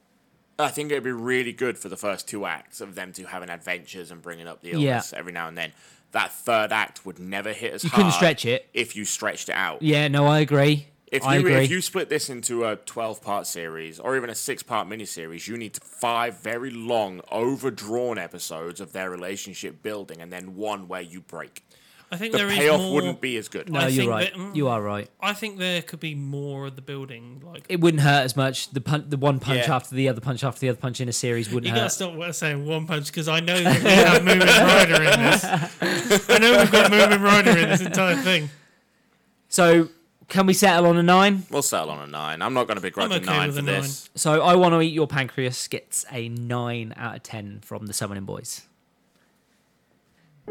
S3: I think it'd be really good for the first two acts of them two having adventures and bringing up the
S1: Yeah.
S3: illness every now and then. That third act would never hit as
S1: You
S3: hard.
S1: couldn't stretch it.
S3: if you stretched it out.
S1: yeah, no, I agree.
S3: If you
S1: I agree.
S3: if you split this into a twelve part series or even a six part miniseries, you need five very long, overdrawn episodes of their relationship building, and then one where you break.
S2: I think
S3: The
S2: there is
S3: payoff
S2: more-
S3: wouldn't be as good.
S1: no,
S2: I
S1: you're
S2: think
S1: right.
S2: that- mm.
S1: you are right.
S2: I think there could be more of the building. Like
S1: It wouldn't hurt as much. The pun- the one punch
S3: Yeah.
S1: after the other punch after the other punch in a series wouldn't
S2: You
S1: hurt.
S2: gotta stop wa- saying one punch because I know that we have moving rider in this. I know we've got moving rider in this entire thing.
S1: So can we settle on a nine?
S3: We'll settle on a nine. I'm not going to begrudge
S2: okay
S3: a nine
S2: with
S3: for
S2: a nine.
S3: this.
S1: So I want to eat your pancreas gets a nine out of ten from the summoning boys.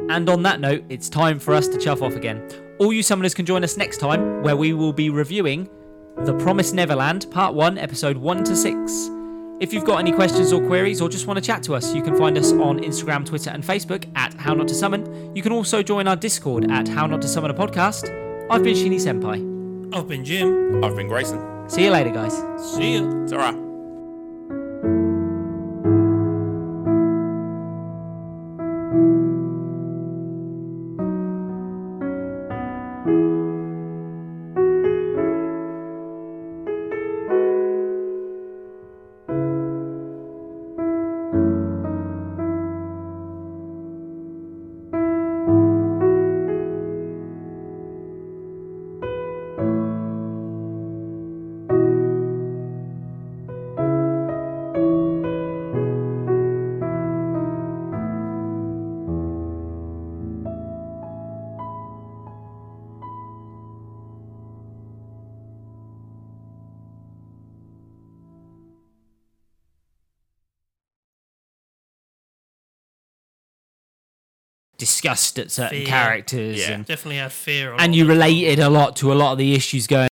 S1: And on that note, it's time for us to chuff off again. All you summoners can join us next time, where we will be reviewing The Promised Neverland, Part 1, Episode 1 to 6. If you've got any questions or queries or just want to chat to us, you can find us on Instagram, Twitter, and Facebook at How Not to Summon. You can also join our Discord at How Not to Summon a Podcast. I've been Shini Senpai.
S2: I've been Jim.
S3: I've been Grayson.
S1: See you later, guys.
S2: See ya.
S3: It's all right.
S1: Disgust at certain
S2: Fear.
S1: characters
S3: Yeah.
S1: and,
S2: Definitely had fear. on
S1: and
S2: all
S1: you
S2: those
S1: related a lot to a lot of the issues going